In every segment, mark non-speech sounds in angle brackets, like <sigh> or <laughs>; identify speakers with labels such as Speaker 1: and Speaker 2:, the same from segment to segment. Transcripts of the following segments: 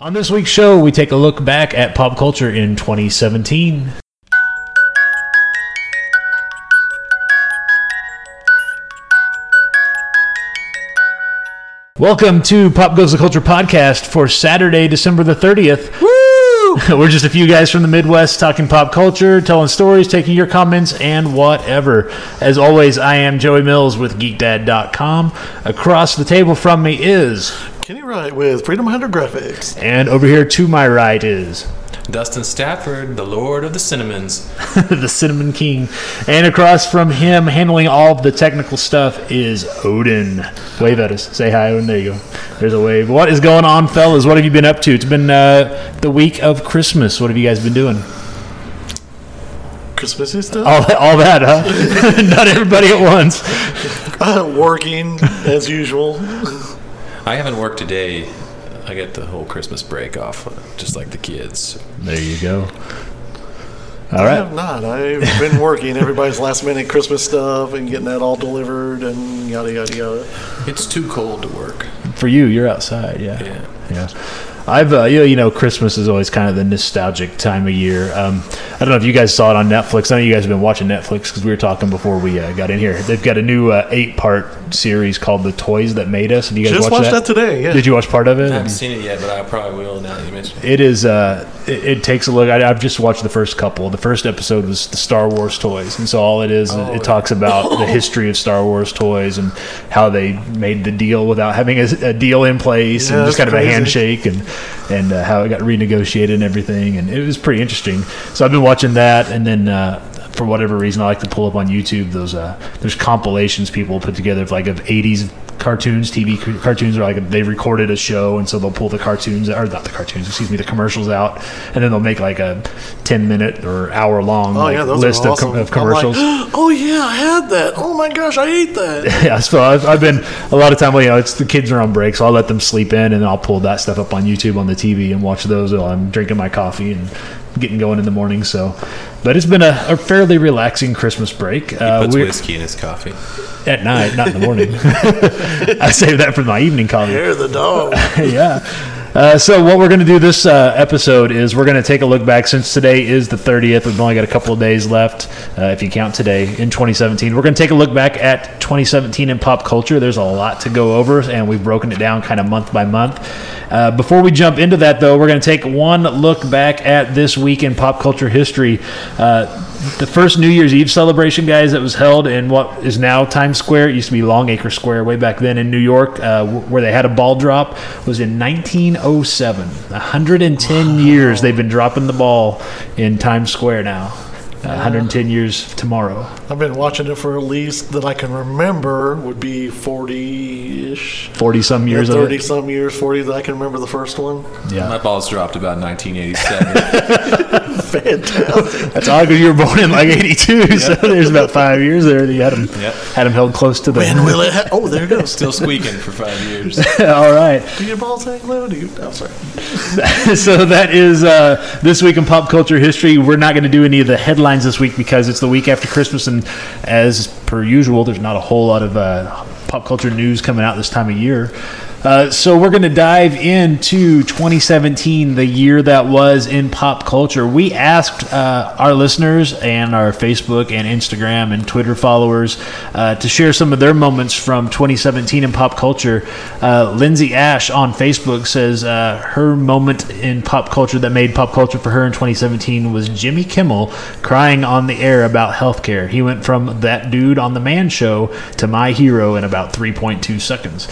Speaker 1: On this week's show, we take a look back at pop culture in 2017. Welcome to Pop Goes the Culture podcast for Saturday, December the 30th. Woo! <laughs> We're just a few guys from the Midwest talking pop culture, telling stories, taking your comments, and whatever. As always, I am Joey Mills with GeekDad.com. Across the table from me is,
Speaker 2: Kenny Wright with Freedom Hunter Graphics.
Speaker 1: and over here to my right is,
Speaker 3: Dustin Stafford, the Lord of the Cinnamons.
Speaker 1: <laughs> the Cinnamon King. And across from him, handling all of the technical stuff, is Odin. Wave at us. Say hi, Odin. There you go. There's a wave. What is going on, fellas? What have you been up to? It's been uh, the week of Christmas. What have you guys been doing?
Speaker 2: Christmas is stuff.
Speaker 1: All that, all that huh? <laughs> Not everybody at once.
Speaker 2: Uh, working as usual.
Speaker 3: I haven't worked a day. I get the whole Christmas break off, uh, just like the kids.
Speaker 1: There you go. All
Speaker 2: I
Speaker 1: right.
Speaker 2: have not. I've been working everybody's last minute Christmas stuff and getting that all delivered and yada yada yada.
Speaker 3: It's too cold to work.
Speaker 1: For you, you're outside.
Speaker 3: Yeah.
Speaker 1: Yeah. I've, uh, you, know, you know, Christmas is always kind of the nostalgic time of year. Um, I don't know if you guys saw it on Netflix. I know you guys have been watching Netflix because we were talking before we uh, got in here. They've got a new uh, eight part series called The Toys That Made Us. Have you guys
Speaker 2: Just
Speaker 1: watched
Speaker 2: watched that? today. Yeah.
Speaker 1: Did you watch part of it?
Speaker 3: I haven't seen it yet, but I probably will now that you mention it.
Speaker 1: It is. Uh, it, it takes a look. I, I've just watched the first couple. The first episode was the Star Wars toys, and so all it is,
Speaker 2: Oh.
Speaker 1: it, talks about
Speaker 2: <laughs>
Speaker 1: the history of Star Wars toys and how they made the deal without having a, a deal in place,
Speaker 2: Yeah,
Speaker 1: and just
Speaker 2: that's
Speaker 1: kind of a
Speaker 2: crazy.
Speaker 1: handshake, and and uh, how it got renegotiated and everything, and it was pretty interesting. So I've been watching that, and then. Uh, for whatever reason, I like to pull up on YouTube those uh, there's compilations people put together of like of 80s cartoons, TV c- cartoons, or like they recorded a show, and so they'll pull the cartoons or not the cartoons, excuse me, the commercials out, and then they'll make like a 10 minute or hour long
Speaker 2: Oh
Speaker 1: like,
Speaker 2: yeah, those
Speaker 1: list
Speaker 2: are
Speaker 1: of,
Speaker 2: awesome.
Speaker 1: com- of
Speaker 2: I'm like,
Speaker 1: commercials.
Speaker 2: <gasps> oh yeah, I had that. Oh my gosh, I ate that.
Speaker 1: <laughs> yeah, so I've, I've been a lot of time. You know, it's the kids are on break, so I'll let them sleep in, and I'll pull that stuff up on YouTube on the TV and watch those while I'm drinking my coffee and getting going in the morning. So, but it's been a, a fairly relaxing Christmas break. Uh,
Speaker 3: Puts
Speaker 1: we're-
Speaker 3: whiskey in his coffee.
Speaker 1: at night, not in the morning. <laughs> I save that for my evening coffee.
Speaker 2: Hair of the dog.
Speaker 1: <laughs> yeah. Uh, so what we're going to do this uh, episode is we're going to take a look back since today is the 30th we've only got a couple of days left uh, if you count today in 2017 we're going to take a look back at 2017 in pop culture there's a lot to go over and we've broken it down kind of month by month uh, before we jump into that though we're going to take one look back at this week in pop culture history uh, the first New Year's Eve celebration, guys, that was held in what is now Times Square. It used to be Longacre Square way back then in New York, uh, wh- where they had a ball drop, was in 1907. 110 years they've been dropping the ball in Times Square now. Uh, 110 years tomorrow.
Speaker 2: I've been watching it for at least that I can remember would be forty ish.
Speaker 1: 40 some years of
Speaker 2: Thirty
Speaker 1: it.
Speaker 2: some years, forty that I can remember the first one. <laughs>
Speaker 1: Yeah.
Speaker 3: My balls dropped about 1987.
Speaker 1: <laughs>
Speaker 2: Fantastic.
Speaker 1: That's odd because you were born in like 82, so there's about five years there that you had them,
Speaker 3: Yep.
Speaker 1: had 'em held close to the.
Speaker 2: and will it? Ha- oh, there it goes.
Speaker 3: Still squeaking for five years.
Speaker 1: <laughs> All right.
Speaker 2: Do your balls hang low? Do you? I'm sorry.
Speaker 1: <laughs> so that is uh, this week in pop culture history. We're not going to do any of the headlines this week because it's the week after Christmas, and as per usual, there's not a whole lot of uh, pop culture news coming out this time of year. Uh, so we're going to dive into 2017, the year that was in pop culture. We asked uh, our listeners and our Facebook and Instagram and Twitter followers uh, to share some of their moments from 2017 in pop culture. Uh, Lindsay Ash on Facebook says uh, her moment in pop culture that made pop culture for her in 2017 was Jimmy Kimmel crying on the air about healthcare. He went from that dude on the Man Show to my hero in about 3.2 seconds.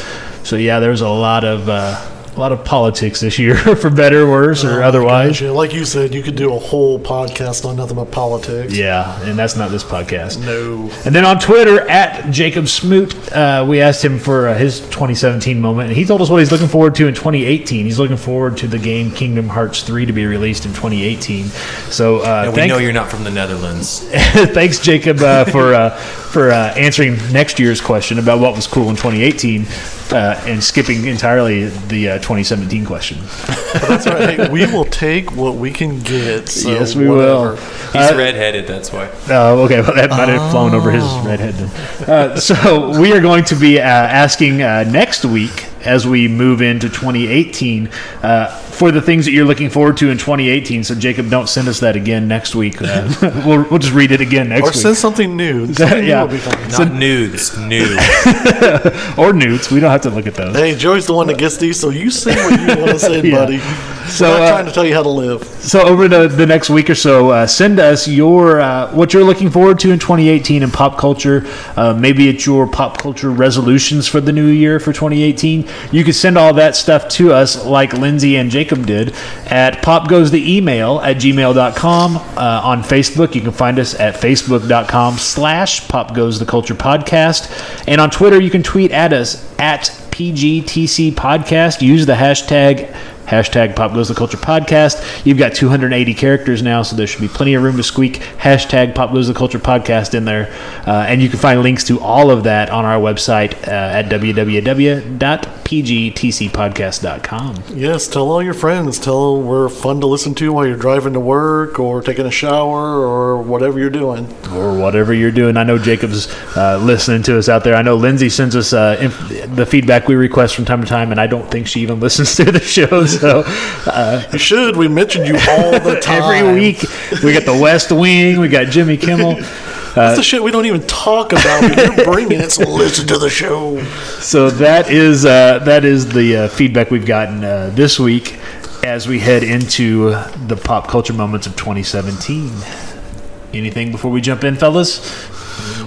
Speaker 1: So yeah, there was a lot of uh, a lot of politics this year, <laughs> for better, worse,
Speaker 2: Oh
Speaker 1: or otherwise.
Speaker 2: Gotcha. Like you said, you could do a whole podcast on nothing but politics.
Speaker 1: Yeah, and that's not this podcast.
Speaker 2: No.
Speaker 1: And then on Twitter at Jacob Smoot, uh, we asked him for uh, his 2017 moment, and he told us what he's looking forward to in 2018. He's looking forward to the game Kingdom Hearts 3 to be released in 2018. So uh,
Speaker 3: And we
Speaker 1: <laughs> thanks,
Speaker 3: know you're not from the Netherlands.
Speaker 1: thanks, Jacob, uh, for uh, for uh, answering next year's question about what was cool in 2018, uh, and skipping entirely the uh, 2017 question.
Speaker 2: That's all right. Hey, we will take what we can get. So
Speaker 1: yes, we
Speaker 2: whatever.
Speaker 1: will.
Speaker 3: He's redheaded, that's why.
Speaker 1: Oh, okay. Well, that might have flown over his red head then. Uh, so we are going to be uh, asking uh, next week as we move into 2018. Uh, for the things that you're looking forward to in 2018. So Jacob, don't send us that again next week. Uh, <laughs> we'll, we'll just read it again next
Speaker 2: Or
Speaker 1: week. <laughs>
Speaker 2: send something new. Something
Speaker 1: Yeah.
Speaker 2: new will be fine.
Speaker 3: Not nudes,
Speaker 1: <laughs>
Speaker 3: nude.
Speaker 1: or newts. We don't have to look at those.
Speaker 2: Hey, Joey's the one that gets these, so you say what
Speaker 1: <laughs>
Speaker 2: you want to say,
Speaker 1: Yeah.
Speaker 2: buddy.
Speaker 1: So,
Speaker 2: I'm not
Speaker 1: uh,
Speaker 2: trying to tell you how to live.
Speaker 1: So over the, the next week or so, uh, send us your uh, what you're looking forward to in 2018 in pop culture. Uh, maybe it's your pop culture resolutions for the new year for 2018. You can send all that stuff to us like Lindsay and Jacob did at popgoestheemail at gmail.com. Uh, on Facebook, you can find us at facebook.com slash popgoestheculture podcast. And on Twitter, you can tweet at us at PGTC podcast. Use the hashtag hashtag Pop Goes the Culture podcast. You've got 280 characters now, so there should be plenty of room to squeak hashtag Pop Goes the Culture podcast in there. Uh, and you can find links to all of that on our website uh, at www.pgtcpodcast.com.
Speaker 2: Yes, tell all your friends. Tell them we're fun to listen to while you're driving to work or taking a shower or whatever you're doing.
Speaker 1: or whatever you're doing. I know Jacob's uh, listening to us out there. I know Lindsay sends us uh, inf- the feedback we request from time to time, and I don't think she even <laughs> listens to the show. So uh,
Speaker 2: You should. We mention you all the time.
Speaker 1: <laughs> every week we got the West Wing, we got Jimmy Kimmel.
Speaker 2: That's
Speaker 1: Uh,
Speaker 2: the shit we don't even talk about. but
Speaker 1: <laughs>
Speaker 2: You're bringing it, so listen to the show.
Speaker 1: So that is uh, that is the uh, feedback we've gotten uh, this week as we head into the pop culture moments of 2017. Anything before we jump in, fellas?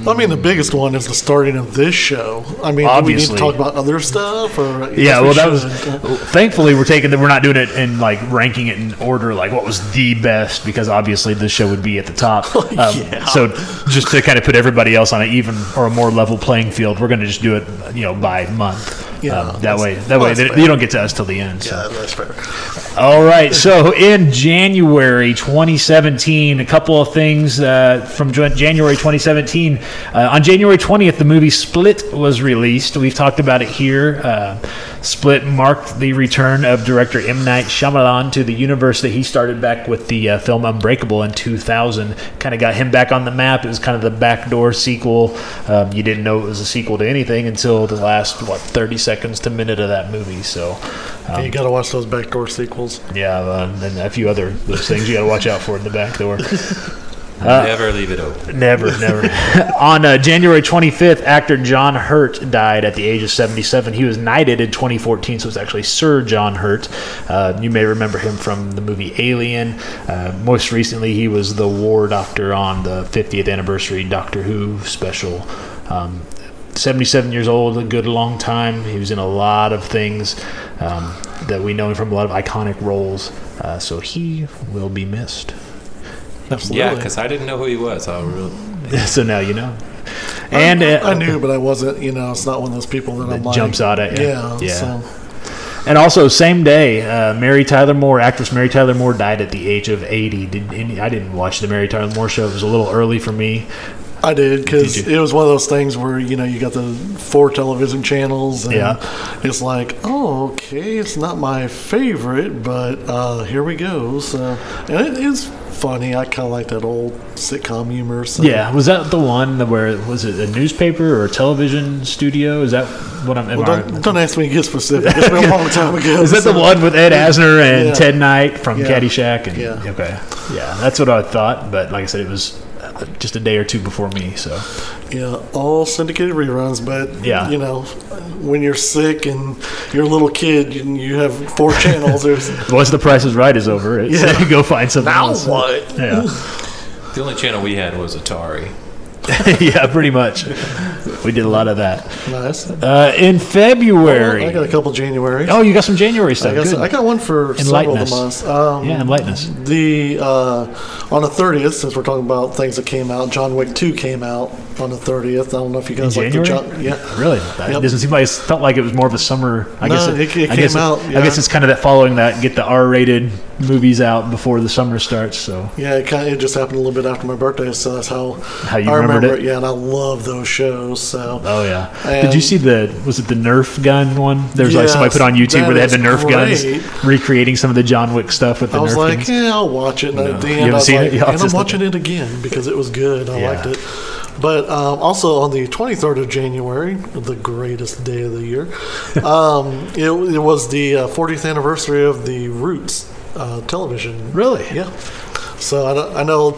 Speaker 2: I mean, the biggest one is the starting of this show. I mean, do
Speaker 1: Obviously.
Speaker 2: we need to talk about other stuff? Or
Speaker 1: Yeah,
Speaker 2: Yes, we
Speaker 1: well, that was.
Speaker 2: should.
Speaker 1: Thankfully, we're taking that. We're not doing it in like ranking it in order, like what was the best, because obviously this show would be at the
Speaker 2: <laughs>
Speaker 1: top. Um,
Speaker 2: Oh, Yeah.
Speaker 1: So just to kind of put everybody else on an even or a more level playing field, we're going to just do it, you know, by month.
Speaker 2: Yeah,
Speaker 1: um, that
Speaker 2: that's-
Speaker 1: way, that way
Speaker 2: that's
Speaker 1: they,
Speaker 2: fair.
Speaker 1: you don't get to us till the end. So.
Speaker 2: Yeah, that's fair.
Speaker 1: All right. So in January 2017, a couple of things uh, from Jan- January 2017. Uh, on January 20th, the movie Split was released. We've talked about it here. Uh, Split marked the return of director M. Night Shyamalan to the universe that he started back with the uh, film Unbreakable in 2000. Kind of got him back on the map. It was kind of the backdoor sequel. Um, you didn't know it was a sequel to anything until the last, what, 30 seconds to minute of that movie. So.
Speaker 2: Yeah,
Speaker 1: Um,
Speaker 2: you got to watch those backdoor sequels.
Speaker 1: Yeah, uh, and a few other those things you got to watch out for in the back door. Uh,
Speaker 3: Never leave it open.
Speaker 1: never, never. <laughs> On uh, January 25th, actor John Hurt died at the age of 77. He was knighted in 2014, so it's actually Sir John Hurt. Uh, you may remember him from the movie Alien. Uh, most recently, he was the war doctor on the 50th anniversary Doctor Who special. Um, 77 years old, a good long time. He was in a lot of things um, that we know him from, a lot of iconic roles. Uh, so he will be missed. <laughs>
Speaker 2: Absolutely.
Speaker 3: Yeah, because I didn't know who he was. I really,
Speaker 1: so now you know. And uh,
Speaker 2: I knew, but I wasn't. You know, it's not one of those people that, I'm like
Speaker 1: jumps out at you.
Speaker 2: Yeah,
Speaker 1: Yeah.
Speaker 2: So.
Speaker 1: and also same day, uh, Mary Tyler Moore, actress Mary Tyler Moore, died at the age of eighty. Did any, I didn't watch the Mary Tyler Moore show. It was a little early for me.
Speaker 2: I did because
Speaker 1: Did
Speaker 2: it was one of those things where you know you got the four television channels and
Speaker 1: Yeah.
Speaker 2: it's like oh okay it's not my favorite but uh, here we go so and it is funny I kind of like that old sitcom humor so
Speaker 1: Yeah, was that the one that where was it a newspaper or a television studio? Is that what I'm? am I-
Speaker 2: don't, don't ask me to get specific
Speaker 1: <laughs>
Speaker 2: it's been a long time ago
Speaker 1: is that the
Speaker 2: so-
Speaker 1: one with Ed Asner and
Speaker 2: Yeah.
Speaker 1: Ted Knight from
Speaker 2: Yeah.
Speaker 1: Caddyshack? And,
Speaker 2: Yeah.
Speaker 1: Okay. Yeah, that's what I thought. But like I said, it was uh, just a day or two before me. So
Speaker 2: Yeah, all syndicated reruns, but
Speaker 1: Yeah.
Speaker 2: you know, when you're sick and you're a little kid and you have four channels, there's <laughs>
Speaker 1: once The Price is Right is over, it's <laughs> go find something else.
Speaker 2: what?
Speaker 1: Yeah.
Speaker 3: the only channel we had was Atari.
Speaker 1: <laughs> yeah, pretty much. We did a lot of that.
Speaker 2: Nice.
Speaker 1: Uh, in February.
Speaker 2: Oh, I got a couple January.
Speaker 1: oh, you got some January stuff.
Speaker 2: I, guess
Speaker 1: Good.
Speaker 2: I got one for several
Speaker 1: Enlighten
Speaker 2: of
Speaker 1: us.
Speaker 2: the months. Um,
Speaker 1: yeah, enlighten us.
Speaker 2: the uh, on the thirtieth, since we're talking about things that came out, John Wick Two came out on the thirtieth. I don't know if you guys like the
Speaker 1: January?
Speaker 2: John. Yeah,
Speaker 1: Really? That
Speaker 2: Yep.
Speaker 1: doesn't seem like it felt like it was more of a summer. I guess
Speaker 2: No, it- it
Speaker 1: I guess
Speaker 2: came out,
Speaker 1: I
Speaker 2: yeah.
Speaker 1: guess it's kind of that following that get the R-rated movies out before the summer starts. So
Speaker 2: yeah. It kind of it just happened a little bit after my birthday, so that's how
Speaker 1: How you
Speaker 2: I
Speaker 1: remembered
Speaker 2: remember
Speaker 1: it?
Speaker 2: it. Yeah, and I love those shows. So
Speaker 1: Oh yeah. Did you
Speaker 2: And-
Speaker 1: see the was it the Nerf gun one? There was like somebody
Speaker 2: Yes,
Speaker 1: put on YouTube where
Speaker 2: that
Speaker 1: they had the
Speaker 2: is
Speaker 1: Nerf
Speaker 2: great.
Speaker 1: guns recreating some of the John Wick stuff with the
Speaker 2: I was
Speaker 1: Nerf
Speaker 2: like,
Speaker 1: guns.
Speaker 2: yeah, I'll watch it. And at the
Speaker 1: You
Speaker 2: end,
Speaker 1: haven't
Speaker 2: I was
Speaker 1: seen <laughs>
Speaker 2: like,
Speaker 1: it? Yeah, it's
Speaker 2: and I'm
Speaker 1: just-
Speaker 2: watching it again because it was good. I
Speaker 1: Yeah.
Speaker 2: liked it. But um, also on the 23rd of January, the greatest day of the year,
Speaker 1: <laughs>
Speaker 2: um, it, it was the uh, 40th anniversary of the Roots uh, television.
Speaker 1: Really?
Speaker 2: Yeah. So I, don't- I know.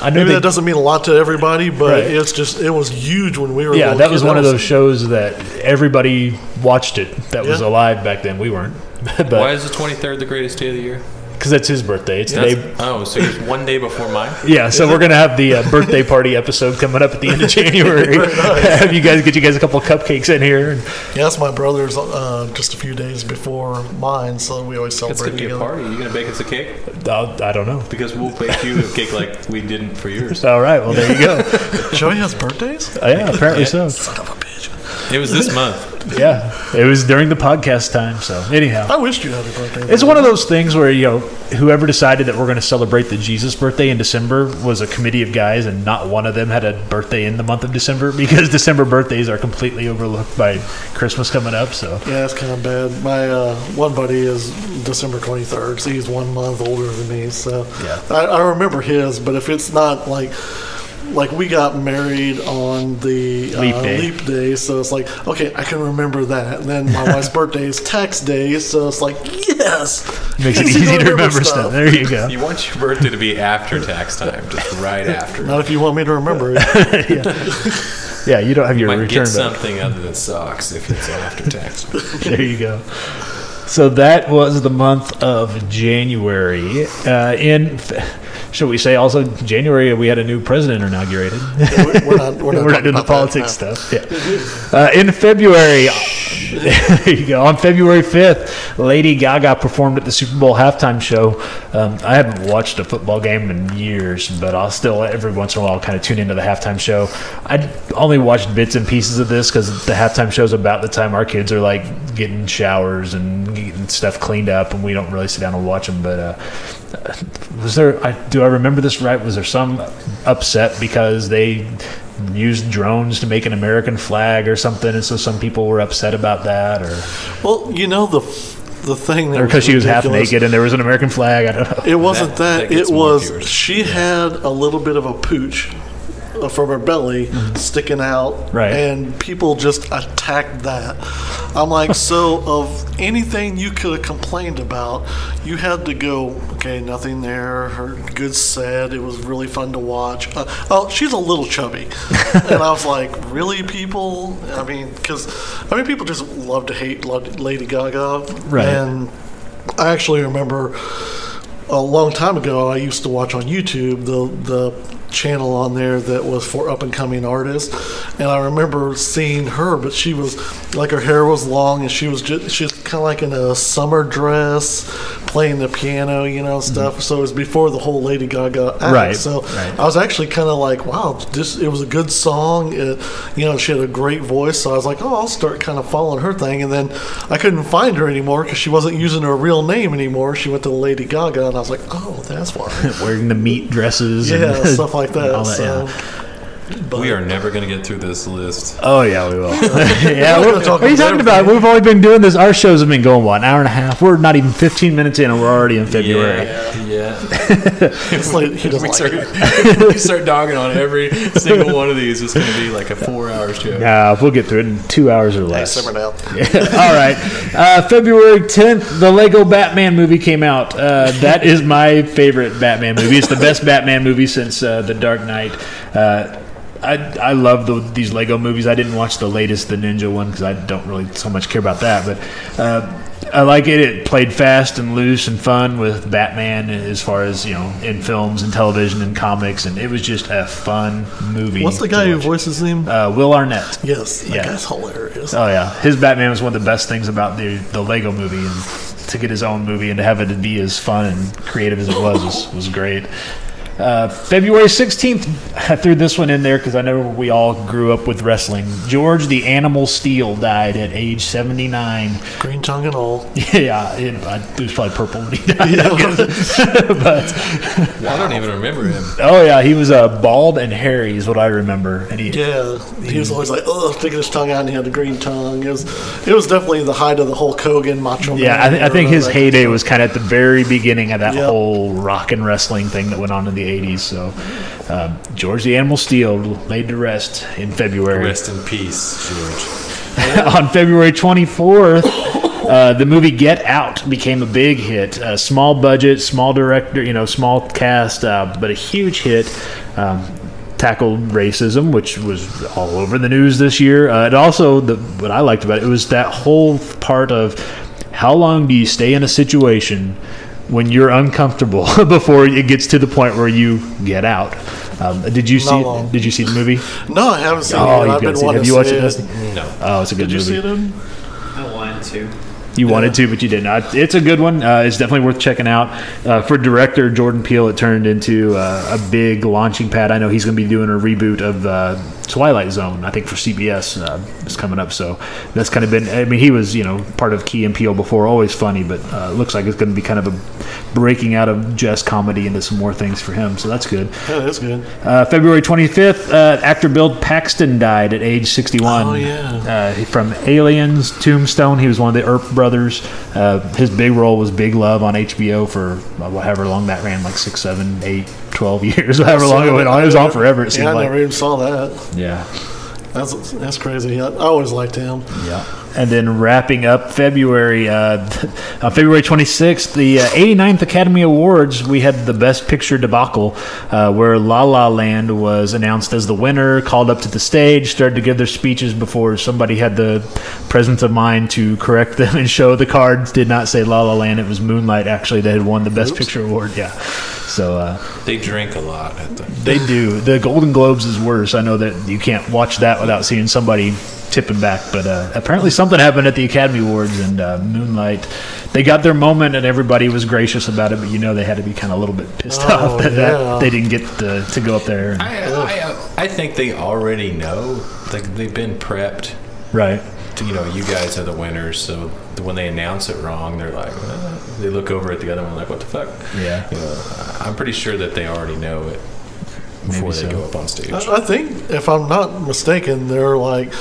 Speaker 1: I know
Speaker 2: Maybe
Speaker 1: they-
Speaker 2: that doesn't mean a lot to everybody, but
Speaker 1: Right.
Speaker 2: it's just it was huge when we were.
Speaker 1: Yeah,
Speaker 2: little
Speaker 1: that was
Speaker 2: kids.
Speaker 1: one of those shows that everybody watched it that was
Speaker 2: Yeah.
Speaker 1: alive back then. We weren't. <laughs>
Speaker 3: Why
Speaker 1: but
Speaker 3: is the 23rd the greatest day of the year?
Speaker 1: because that's his birthday. It's the day.
Speaker 3: That's- oh, so it's one day before
Speaker 2: <laughs>
Speaker 3: mine.
Speaker 1: Yeah, so we're gonna have the uh, birthday party episode coming up at the end of January. <laughs> have you guys get you guys a couple of cupcakes in here? And,
Speaker 2: Yeah, that's my brother's uh, just a few days before mine, so we always
Speaker 3: It's
Speaker 2: celebrate
Speaker 3: gonna be a
Speaker 2: together.
Speaker 3: party. You gonna bake us a cake?
Speaker 1: I'll, uh, I don't know.
Speaker 3: Because we'll bake you a cake like we didn't for yours.
Speaker 1: All right, well there you go. Oh,
Speaker 2: Joey has birthdays?
Speaker 1: yeah, apparently so.
Speaker 2: Son of a bitch.
Speaker 3: It was this month.
Speaker 1: Yeah, it was during the podcast time. So anyhow,
Speaker 2: I wished you had a birthday.
Speaker 1: It's one of those things where you know whoever decided that we're going to celebrate the Jesus birthday in December was a committee of guys, and not one of them had a birthday in the month of December <laughs> because December birthdays are completely overlooked by Christmas coming up. So
Speaker 2: Yeah, that's kind of bad. My uh, one buddy is December 23rd, so he's one month older than me. So
Speaker 1: Yeah.
Speaker 2: I, I remember his, but if it's not like like we got married on the uh,
Speaker 1: Leap day.
Speaker 2: leap day, so it's like okay, I can remember that. And then my
Speaker 1: <laughs>
Speaker 2: wife's birthday is tax day, so it's like yes,
Speaker 1: makes it easy to remember stuff. There you go.
Speaker 3: You want your birthday to be after tax time, just right after.
Speaker 2: Not if you want me to remember
Speaker 1: <laughs>
Speaker 2: it.
Speaker 1: Yeah, you don't have your
Speaker 3: Might get
Speaker 1: return back.
Speaker 3: something other than socks if it's after tax.
Speaker 1: <laughs> There you go. So that was the month of January. Uh, in, <laughs> shall we say, also January, we had a new president inaugurated.
Speaker 2: We're, we're not, we're not,
Speaker 1: We're not doing
Speaker 2: talking
Speaker 1: the
Speaker 2: about that
Speaker 1: politics
Speaker 2: now.
Speaker 1: stuff. Yeah. Uh, in February, <laughs> there you go. On February 5th, Lady Gaga performed at the Super Bowl halftime show. Um, I haven't watched a football game in years, but I'll still, every once in a while, kind of tune into the halftime show. I only watched bits and pieces of this because the halftime show is about the time our kids are like getting showers and getting stuff cleaned up, and we don't really sit down and watch them. But uh, was there I, do i remember this right was there some upset because they used drones to make an american flag or something and so some people were upset about that or
Speaker 2: Well, you know the the thing that
Speaker 1: because she was half
Speaker 2: ridiculous-
Speaker 1: naked and there was an american flag i don't know <laughs>
Speaker 2: It wasn't
Speaker 3: That-
Speaker 2: that.
Speaker 3: that gets
Speaker 2: it
Speaker 3: more
Speaker 2: was
Speaker 3: viewers.
Speaker 2: she had a little bit of a pooch uh, from her belly sticking out,
Speaker 1: Right.
Speaker 2: And people just attacked that. I'm like, so of anything you could have complained about, you had to go. Okay, nothing there. Her good said it was really fun to watch. Uh, oh, she's a little chubby, and I was like, really, people? I mean, because I mean, people just love to hate Lo- Lady Gaga,
Speaker 1: Right.
Speaker 2: And I actually remember a long time ago, I used to watch on YouTube the the channel on there that was for up and coming artists, and I remember seeing her, but she was like her hair was long and she was just she's kind of like in a summer dress playing the piano, you know, stuff. So it was before the whole Lady Gaga act.
Speaker 1: Mm-hmm. Right,
Speaker 2: So
Speaker 1: right.
Speaker 2: I was actually kind of like, wow, this it was a good song. It, you know, she had a great voice, so I was like, oh, I'll start kind of following her thing. And then I couldn't find her anymore because she wasn't using her real name anymore. She went to Lady Gaga, and I was like, oh, that's
Speaker 1: <laughs>
Speaker 2: why.
Speaker 1: wearing the meat dresses
Speaker 2: yeah,
Speaker 1: <laughs> and
Speaker 2: stuff like that.
Speaker 1: all that,
Speaker 2: so.
Speaker 1: yeah.
Speaker 3: We are never gonna get through this list.
Speaker 1: oh yeah we
Speaker 2: <laughs>
Speaker 1: will <laughs> yeah
Speaker 2: We're
Speaker 1: we're-
Speaker 2: gonna talk
Speaker 1: what are you
Speaker 2: about
Speaker 1: talking about
Speaker 2: everything.
Speaker 1: we've only been doing this our shows have been going what an hour and a half we're not even 15 minutes in and we're already in february
Speaker 3: Yeah, yeah.
Speaker 2: It's like he doesn't
Speaker 3: we,
Speaker 2: like
Speaker 3: start,
Speaker 2: it.
Speaker 3: <laughs> we start dogging on every single one of these. It's gonna be like a four-hour show.
Speaker 1: Nah, we'll get through it in two hours or less.
Speaker 2: Simmer
Speaker 1: <laughs>
Speaker 2: down.
Speaker 1: All right. Uh, February 10th, the Lego Batman movie came out. Uh, that is my favorite Batman movie. It's the best Batman movie since uh, The Dark Knight. Uh, I, I love the, these Lego movies. I didn't watch the latest, the Ninja one, because I don't really so much care about that. But uh, I like it. It played fast and loose and fun with Batman, as far as you know, in films and television and comics, and it was just a fun movie.
Speaker 2: What's the
Speaker 1: to
Speaker 2: guy who
Speaker 1: watch.
Speaker 2: voices him?
Speaker 1: Uh, Will Arnett.
Speaker 2: yes, that
Speaker 1: yeah.
Speaker 2: guy's hilarious.
Speaker 1: Oh yeah, his Batman was one of the best things about the the Lego movie, and to get his own movie and to have it be as fun and creative as it was was, was great. Uh, February sixteenth, I threw this one in there because I know we all grew up with wrestling. George the Animal Steel died at age seventy nine.
Speaker 2: Green tongue and all.
Speaker 1: <laughs> yeah, it, I, it was probably purple when he died.
Speaker 2: Yeah.
Speaker 1: but
Speaker 3: I don't even remember him.
Speaker 1: <laughs> oh yeah, he was uh, bald and hairy is what I remember, and he
Speaker 2: Yeah, he was always like, "Oh, sticking his tongue out," and he had a green tongue. It was, it was definitely the height of the Hulk Hogan Macho Man.
Speaker 1: Yeah, I, th- I think
Speaker 2: era,
Speaker 1: his
Speaker 2: like-
Speaker 1: heyday was kind of at the very beginning of that
Speaker 2: Yeah.
Speaker 1: whole rock and wrestling thing that went on in the the 80s. So uh, George the Animal Steel laid to rest in February.
Speaker 3: Rest in peace, George.
Speaker 1: <laughs> on February 24th, uh, the movie Get Out became a big hit. Uh, small budget, small director, you know, small cast, uh, but a huge hit. Um, tackled racism, which was all over the news this year. Uh, it also, the, what I liked about it, it was that whole part of how long do you stay in a situation when you're uncomfortable <laughs> before it gets to the point where you get out. Um, did you see?
Speaker 2: long.
Speaker 1: Did you see the movie?
Speaker 2: No, I haven't seen
Speaker 1: Oh,
Speaker 2: it.
Speaker 1: you've
Speaker 2: I've
Speaker 1: got
Speaker 2: been
Speaker 1: to see it.
Speaker 2: wanting
Speaker 1: Have
Speaker 2: to
Speaker 1: you
Speaker 2: see
Speaker 1: watched it?
Speaker 2: it.
Speaker 1: Dustin?
Speaker 3: No.
Speaker 1: Oh, it's a good
Speaker 2: Did you
Speaker 1: movie.
Speaker 2: see it? Em?
Speaker 4: I wanted to.
Speaker 1: You wanted to, but you didn't. Uh, It's a good one. Uh, it's definitely worth checking out. Uh, for director Jordan Peele, it turned into uh, a big launching pad. I know he's going to be doing a reboot of uh, Twilight Zone. I think for CBS uh, is coming up. So that's kind of been. I mean, he was you know part of Key and Peele before, always funny, but uh, looks like it's going to be kind of a breaking out of just comedy into some more things for him. So that's good.
Speaker 2: Yeah, that's good.
Speaker 1: Uh, February 25th, uh, actor Bill Paxton died at age 61.
Speaker 2: Oh, yeah.
Speaker 1: Uh, from Aliens, Tombstone. He was one of the Earp brothers. Uh, his big role was Big Love on HBO for uh, however long that ran like six, seven, eight, twelve <laughs> years, however long it went on. It was on forever, it seemed
Speaker 2: yeah, I
Speaker 1: like.
Speaker 2: never even saw that.
Speaker 1: Yeah.
Speaker 2: That's that's crazy. I, I always liked him.
Speaker 1: Yeah. And then wrapping up February, uh, <laughs> on February 26th, the uh, 89th Academy Awards, we had the Best Picture debacle, uh, where La La Land was announced as the winner, called up to the stage, started to give their speeches before somebody had the presence of mind to correct them <laughs> and show the cards did not say La La Land. It was Moonlight, actually, that had won the Best Picture Award. Yeah. So, uh,
Speaker 3: They drink a lot at the.
Speaker 1: they do. The Golden Globes is worse. I know that you can't watch that without seeing somebody tipping back. But uh, apparently something happened at the Academy Awards and uh, Moonlight. They got their moment and everybody was gracious about it. But you know they had to be kind of a little bit pissed
Speaker 2: Oh,
Speaker 1: off <laughs> that, that
Speaker 2: yeah.
Speaker 1: they didn't get the, to go up there. And,
Speaker 3: I, uh, I, I think they already know. Like they've been prepped.
Speaker 1: right.
Speaker 3: To, you know, you guys are the winners. So when they announce it wrong, they're like, "Uh," they look over at the other one like, what the fuck?
Speaker 1: Yeah.
Speaker 3: You know, I- I'm pretty sure that they already know it before they
Speaker 1: Maybe so. Uh,
Speaker 3: go up on stage.
Speaker 2: I, I think, if I'm not mistaken, they're like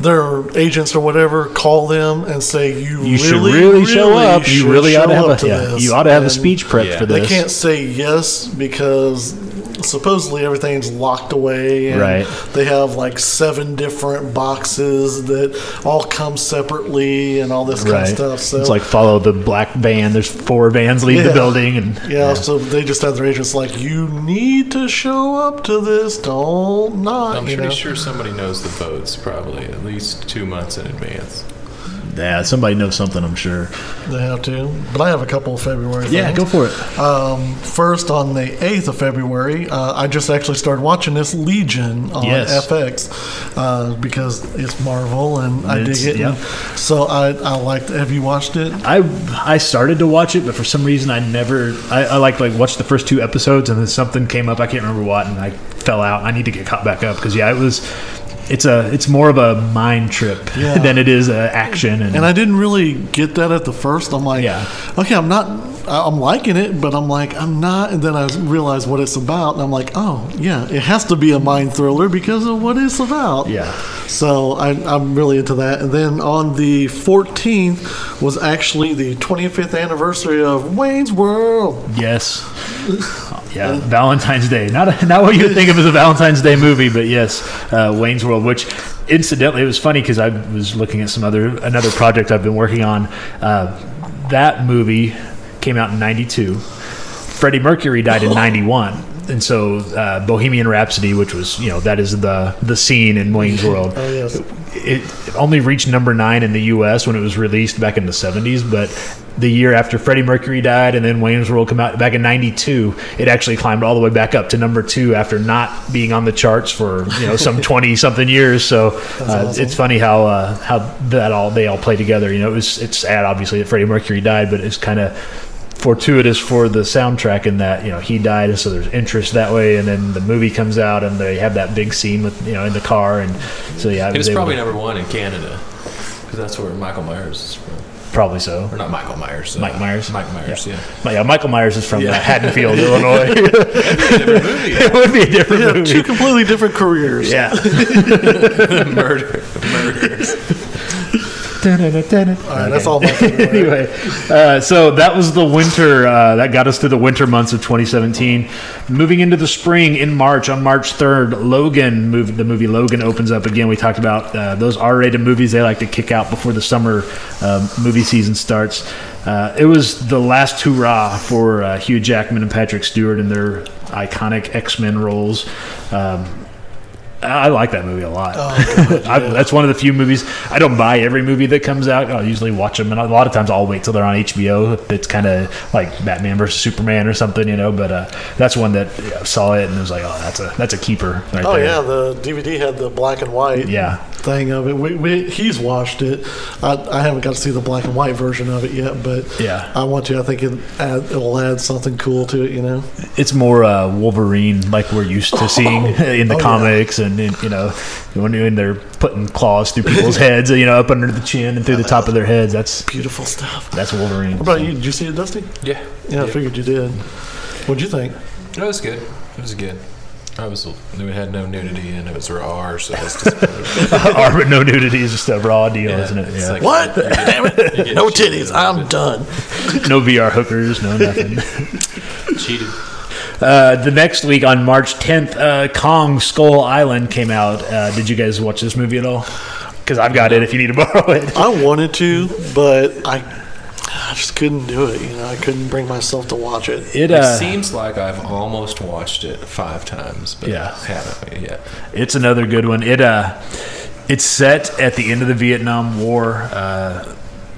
Speaker 2: their agents or whatever call them and say, "You,
Speaker 1: You
Speaker 2: really,
Speaker 1: should really show
Speaker 2: really
Speaker 1: up. You
Speaker 2: should
Speaker 1: really ought to
Speaker 2: show
Speaker 1: have
Speaker 2: up
Speaker 1: a yeah,
Speaker 2: this."
Speaker 1: you ought to have a
Speaker 2: And
Speaker 1: speech prep
Speaker 3: Yeah.
Speaker 1: for
Speaker 2: They
Speaker 1: this.
Speaker 2: can't say yes because supposedly everything's locked away. And
Speaker 1: Right.
Speaker 2: They have like seven different boxes that all come separately and all this kind of stuff. So
Speaker 1: It's like follow the black van. There's four vans leave the
Speaker 2: Yeah.
Speaker 1: building, and
Speaker 2: Yeah, so they just have their agents like, you need to show up to this. Don't not.
Speaker 3: I'm
Speaker 2: you
Speaker 3: pretty
Speaker 2: know?
Speaker 3: sure somebody knows the votes probably at least two months in advance.
Speaker 1: yeah, somebody knows something. I'm sure.
Speaker 2: They have to. But I have a couple of February.
Speaker 1: Yeah,
Speaker 2: things.
Speaker 1: go for it.
Speaker 2: Um, first, on the 8th of February, uh, I just actually started watching this Legion on
Speaker 1: Yes.
Speaker 2: FX uh, because it's Marvel and I
Speaker 1: It's-
Speaker 2: dig it.
Speaker 1: yeah.
Speaker 2: And So I, I liked Have you watched it?
Speaker 1: I I started to watch it, but for some reason I never I, I like like watched the first two episodes and then something came up I can't remember what and I fell out. I need to get caught back up because yeah, it was it's a it's more of a mind trip
Speaker 2: Yeah.
Speaker 1: than it is uh, action and,
Speaker 2: And I didn't really get that at the first. I'm like,
Speaker 1: Yeah.
Speaker 2: okay, I'm not, I- I'm liking it, but I'm like, I'm not. And then I realized what it's about, and I'm like, oh, yeah, it has to be a mind thriller because of what it's about.
Speaker 1: Yeah.
Speaker 2: So I, I'm really into that. And then on the 14th was actually the 25th anniversary of Wayne's World.
Speaker 1: yes. Yeah, Valentine's Day. Not <laughs> a, not what you would think of as a Valentine's Day movie, but yes, uh, Wayne's World. Which, incidentally, it was funny because I was looking at some other another project I've been working on. Uh, that movie came out in '92. Freddie Mercury died in '91, and so uh, Bohemian Rhapsody, which was you know that is the the scene in Wayne's World.
Speaker 2: Oh, yes.
Speaker 1: It it only reached number nine in the U.S. when it was released back in the '70s, but the year after Freddie Mercury died, and then Wayne's World come out back in '92, it actually climbed all the way back up to number two after not being on the charts for you know some 20 something years. So uh,
Speaker 2: awesome.
Speaker 1: it's funny how uh, how that all they all play together. You know, it was it's sad obviously that Freddie Mercury died, but it's kind of fortuitous for the soundtrack in that you know he died and so there's interest that way and then the movie comes out and they have that big scene with you know in the car and so yeah
Speaker 3: It was
Speaker 1: they
Speaker 3: probably
Speaker 1: were-
Speaker 3: number one in Canada because that's where Michael Myers is from.
Speaker 1: probably so
Speaker 3: Or not Michael Myers. uh,
Speaker 1: Mike Myers
Speaker 3: Mike Myers, yeah. <laughs>
Speaker 1: But yeah Michael Myers is from uh,
Speaker 3: Yeah. <laughs>
Speaker 1: Haddonfield Illinois it
Speaker 3: Different
Speaker 1: <laughs>
Speaker 3: movie.
Speaker 1: would be a different
Speaker 2: Yeah,
Speaker 1: movie
Speaker 2: <laughs> two completely different careers.
Speaker 1: yeah <laughs>
Speaker 3: Murder. Murders. <laughs>
Speaker 2: All right, that's all <laughs> my favorite.
Speaker 1: <laughs> anyway, uh, so that was the winter. Uh, that got us through the winter months of 2017. Moving into the spring in March, on March 3rd, Logan moved. The movie Logan opens up again. We talked about uh, those R-rated movies they like to kick out before the summer um, movie season starts. Uh, it was the last hurrah for uh, Hugh Jackman and Patrick Stewart in their iconic X-Men roles. Um, I I like that movie a lot.
Speaker 2: Oh,
Speaker 1: <laughs> I, that's one of the few movies I don't buy every movie that comes out. I'll usually watch them, and a lot of times I'll wait till they're on HBO. If it's kind of like Batman versus Superman or something, you know. But uh, that's one that yeah, I saw it and it was like, oh, that's a that's a keeper right
Speaker 2: Oh
Speaker 1: there.
Speaker 2: yeah, the DVD had the black and white
Speaker 1: Yeah.
Speaker 2: thing of it. We, we, he's watched it. I, I haven't got to see the black and white version of it yet, but
Speaker 1: Yeah.
Speaker 2: I want to. I think it add, it'll add something cool to it. You know,
Speaker 1: It's more uh, Wolverine like we're used
Speaker 2: <laughs>
Speaker 1: to seeing <laughs> in the
Speaker 2: Oh, yeah.
Speaker 1: comics, and, and you know when, when they're putting claws through
Speaker 2: <laughs>
Speaker 1: people's heads, you know, up under the chin and through the top of their heads. That's
Speaker 2: beautiful stuff.
Speaker 1: that's Wolverine. <laughs>
Speaker 2: What about you? Did you see it, Dusty?
Speaker 3: Yeah.
Speaker 2: Yeah, I figured you did. What'd you think?
Speaker 3: It was good. It was good. I was. It had no nudity and it was R, so that's
Speaker 1: <laughs>
Speaker 3: just.
Speaker 1: Are but no nudity is just a raw deal,
Speaker 3: Yeah,
Speaker 1: isn't it?
Speaker 3: it's
Speaker 1: Yeah.
Speaker 3: like-
Speaker 2: What? Damn it! No
Speaker 3: cheated
Speaker 2: titties.
Speaker 3: a little
Speaker 2: I'm
Speaker 3: bit.
Speaker 2: done.
Speaker 1: no VR hookers, no nothing.
Speaker 3: cheated.
Speaker 1: <laughs> Uh, the next week on March 10th, uh, Kong Skull Island came out. Uh, did you guys watch this movie at all? Because I've got it. If you need to borrow it,
Speaker 2: I wanted to, but I, I just couldn't do it. You know, I couldn't bring myself to watch it.
Speaker 3: It
Speaker 1: it uh,
Speaker 3: seems like I've almost watched it five times, but
Speaker 1: Yeah.
Speaker 3: I haven't yet.
Speaker 1: it's another good one. It uh, it's set at the end of the Vietnam War, uh,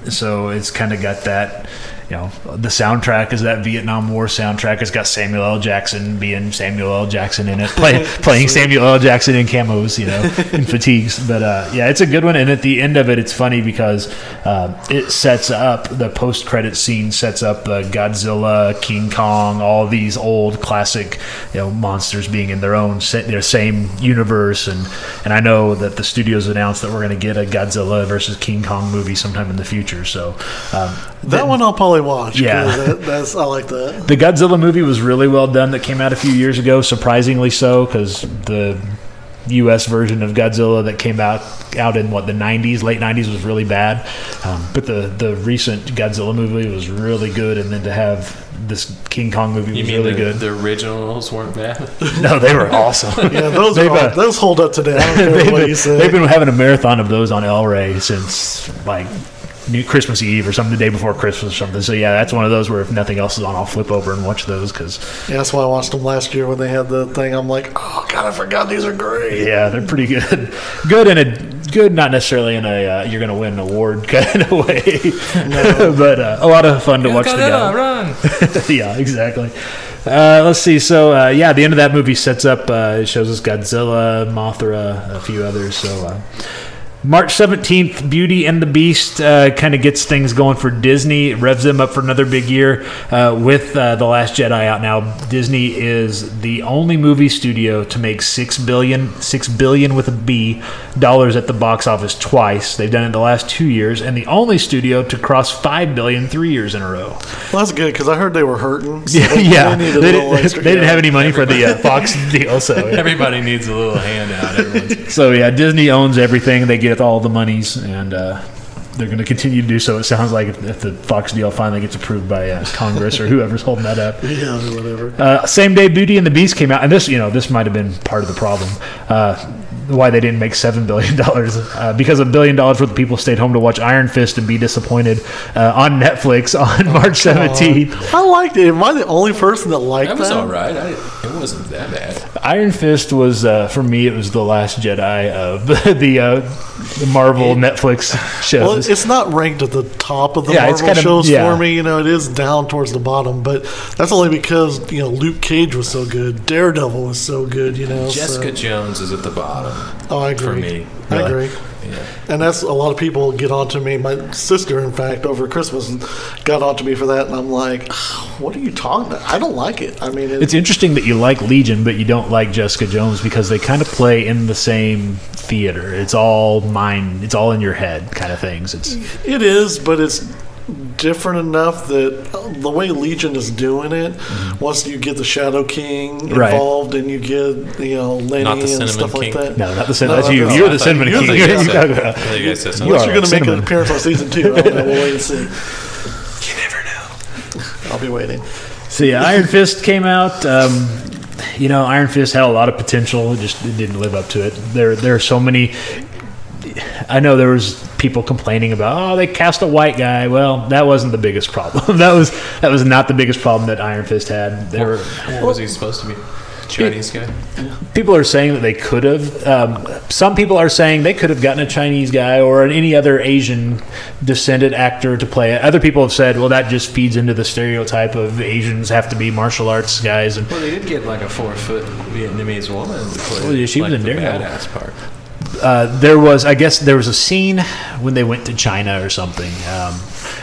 Speaker 1: so it's kind of got that. You know, the soundtrack is that Vietnam War soundtrack. It's got Samuel L. Jackson being Samuel L. Jackson in it, play, playing Samuel L. Jackson in camos, you know, in fatigues. But uh, yeah, it's a good one. And at the end of it, it's funny because um it sets up the post-credit scene, sets up uh, Godzilla, King Kong, all these old classic, you know, monsters being in their own sa- their same universe. And and I know that the studios announced that we're going to get a Godzilla versus King Kong movie sometime in the future. So um,
Speaker 2: That one I'll probably watch. 'cause
Speaker 1: Yeah.
Speaker 2: that, that's I like that.
Speaker 1: the Godzilla movie was really well done that came out a few years ago, surprisingly so, because the U.S. version of Godzilla that came out out in what the '90s, late '90s, was really bad. Um, but the the recent Godzilla movie was really good, and then to have this King Kong movie
Speaker 3: You
Speaker 1: was
Speaker 3: mean
Speaker 1: really
Speaker 3: the,
Speaker 1: good.
Speaker 3: the originals weren't
Speaker 1: <laughs>
Speaker 3: bad?
Speaker 1: no, they were awesome.
Speaker 2: <laughs> Yeah, those are
Speaker 1: They've,
Speaker 2: all,
Speaker 1: uh,
Speaker 2: those hold up today. I don't
Speaker 1: they've,
Speaker 2: care what
Speaker 1: been,
Speaker 2: you say.
Speaker 1: they've been having a marathon of those on El Rey since like New Christmas Eve or something, the day before Christmas or something. So yeah, that's one of those where if nothing else is on, I'll flip over and watch those because
Speaker 2: yeah, that's why I watched them last year when they had the thing. I'm like, oh god, I forgot these are great.
Speaker 1: Yeah, they're pretty good. <laughs> Good in a good, not necessarily in a uh, you're going to win an award <laughs> kind of way, <laughs> but uh, a lot of fun to watch. The guy.
Speaker 3: run!
Speaker 1: <laughs> yeah, exactly. Uh, let's see. So uh, yeah, the end of that movie sets up. Uh, it shows us Godzilla, Mothra, a few others. So. Uh, March 17th, Beauty and the Beast uh, kind of gets things going for Disney. It revs them up for another big year uh, with uh, The Last Jedi out now. Disney is the only movie studio to make $6 billion, $6 billion with a B dollars at the box office twice. They've done it the last two years, and the only studio to cross $5 billion three years in a row.
Speaker 2: Well, that's good because I heard they were hurting. so
Speaker 1: Yeah,
Speaker 2: they,
Speaker 1: yeah.
Speaker 2: They,
Speaker 1: They,
Speaker 2: needed a
Speaker 1: didn't,
Speaker 2: little
Speaker 1: <laughs>
Speaker 2: extra,
Speaker 1: they didn't
Speaker 2: yeah.
Speaker 1: have any money for the uh,
Speaker 2: <laughs>
Speaker 1: Fox deal, so yeah.
Speaker 3: Everybody needs a little handout. Everyone's,
Speaker 1: so yeah, Disney owns everything. They get all the monies, and uh, they're going to continue to do so. It sounds like if, if the Fox deal finally gets approved by uh, Congress or whoever's holding that up.
Speaker 2: Yeah, whatever.
Speaker 1: Uh, same day, Beauty and the Beast came out, and this, you know, this might have been part of the problem. Uh, why they didn't make seven billion <laughs> dollars? Uh, because a billion dollars worth of people stayed home to watch Iron Fist and be disappointed uh, on Netflix <laughs> on March seventeenth.
Speaker 2: I liked it. Am I the only person that
Speaker 3: <laughs>
Speaker 2: liked
Speaker 3: that
Speaker 2: that?
Speaker 3: was all right. I, it wasn't that bad.
Speaker 1: Iron Fist was uh, for me. It was the last Jedi of <laughs> the, uh, the Marvel Netflix shows.
Speaker 2: Well, it's not ranked at the top of the
Speaker 1: Yeah, it's
Speaker 2: Marvel
Speaker 1: kinda-
Speaker 2: shows
Speaker 1: yeah.
Speaker 2: for me. You know, it is down towards the bottom, but that's only because you know Luke Cage was so good, Daredevil was so good. You know, so-
Speaker 3: Jessica Jones is at the bottom.
Speaker 2: oh, I agree.
Speaker 3: for me,
Speaker 2: I
Speaker 1: really.
Speaker 2: agree.
Speaker 3: Yeah.
Speaker 2: And that's a lot of people get onto me. My sister, in fact, over Christmas got onto me for that, and I'm like, "What are you talking about? I don't like it. I mean, it,
Speaker 1: It's interesting that you like Legion, but you don't like Jessica Jones because they kind of play in the same theater. It's all mind. It's all in your head, kind of things. It's
Speaker 2: it is, but it's different enough that uh, the way Legion is doing it,
Speaker 3: Mm-hmm.
Speaker 2: once you get the Shadow King
Speaker 1: Right.
Speaker 2: involved and you get you know
Speaker 3: Not the
Speaker 2: Lenny and
Speaker 3: Cinnamon
Speaker 2: stuff
Speaker 3: King.
Speaker 2: like that.
Speaker 1: No, not the cinnamon.
Speaker 2: No,
Speaker 1: that's <laughs> you.
Speaker 2: that's-
Speaker 1: You're
Speaker 3: Oh, I
Speaker 1: the
Speaker 3: thought-
Speaker 1: cinnamon
Speaker 2: you're
Speaker 1: king.
Speaker 2: the-
Speaker 1: You're
Speaker 2: yeah.
Speaker 1: talking
Speaker 3: I
Speaker 1: about-
Speaker 3: thought you guys said something.
Speaker 1: You
Speaker 2: Unless
Speaker 1: are
Speaker 2: you're going to make
Speaker 1: cinnamon.
Speaker 2: an appearance on season two, I don't know. We'll wait and see.
Speaker 3: <laughs> You never know.
Speaker 2: I'll be waiting.
Speaker 1: So yeah, Iron Fist came out. Um, you know, Iron Fist had a lot of potential. It just it didn't live up to it. There, there are so many. I know there was people complaining about, oh, they cast a white guy. Well, that wasn't the biggest problem. <laughs> that was that was not the biggest problem that Iron Fist had. There were
Speaker 3: What was he supposed to be? Chinese guy?
Speaker 1: people are saying that they could have. Um, some people are saying they could have gotten a Chinese guy or an, any other Asian descended actor to play it. Other people have said, well, that just feeds into the stereotype of Asians have to be martial arts guys. And
Speaker 3: Well, they did get like a four foot Vietnamese woman to play
Speaker 1: Well, yeah, she was
Speaker 3: like,
Speaker 1: in
Speaker 3: the
Speaker 1: Daredevil.
Speaker 3: badass part.
Speaker 1: uh, there was, I guess, there was a scene when they went to China or something. Um,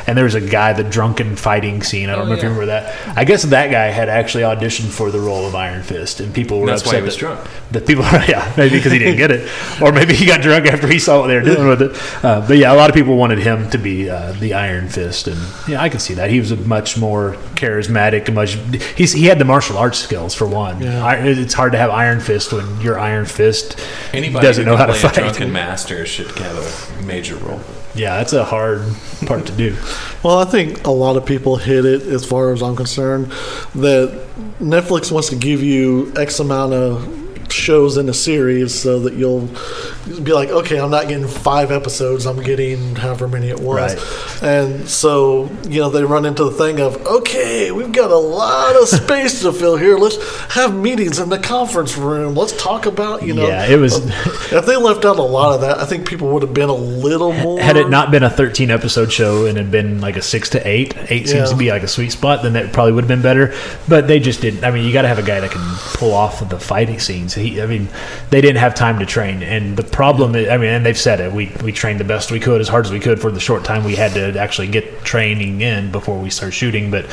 Speaker 1: and there was a guy, the drunken fighting scene. I don't
Speaker 3: Oh,
Speaker 1: know if you
Speaker 3: yeah.
Speaker 1: remember that. I guess that guy had actually auditioned for the role of Iron Fist, and people were
Speaker 3: That's why
Speaker 1: upset
Speaker 3: he was
Speaker 1: that-
Speaker 3: drunk.
Speaker 1: The people, <laughs> yeah, maybe because he didn't get it, or maybe he got drunk after he saw what they were doing with it. Uh, but yeah, a lot of people wanted him to be uh, the Iron Fist, and yeah, I can see that he was a much more charismatic, much he's, he had the martial arts skills for one.
Speaker 2: Yeah.
Speaker 1: I, it's hard to have Iron Fist when your Iron Fist
Speaker 3: Anybody
Speaker 1: doesn't
Speaker 3: who
Speaker 1: know
Speaker 3: can
Speaker 1: how to
Speaker 3: play
Speaker 1: fight.
Speaker 3: A drunken master should have a major
Speaker 1: <laughs>
Speaker 3: role.
Speaker 1: Yeah, that's a hard part to do.
Speaker 2: Well, I think a lot of people hit it, as far as I'm concerned, that Netflix wants to give you X amount of shows in a series so that you'll be like, okay, I'm not getting five episodes, I'm getting however many it was. And so, you know, they run into the thing of, okay, we've got a lot of space to fill here. Let's have meetings in the conference room. Let's talk about, <laughs> you know. uh,
Speaker 1: Yeah, it was-
Speaker 2: If they left out a lot of that, I think people would have been a little more.
Speaker 1: Had it not been a 13 episode show and had been like a six to eight, eight seems
Speaker 2: Yeah.
Speaker 1: to be like a sweet spot, then that probably would have been better. But they just didn't. I mean, you got to have a guy that can pull off of the fighting scenes. He, I mean, they didn't have time to train. And the problem, is, I mean, and they've said it, we, we trained the best we could, as hard as we could for the short time we had to actually get training in before we start shooting. But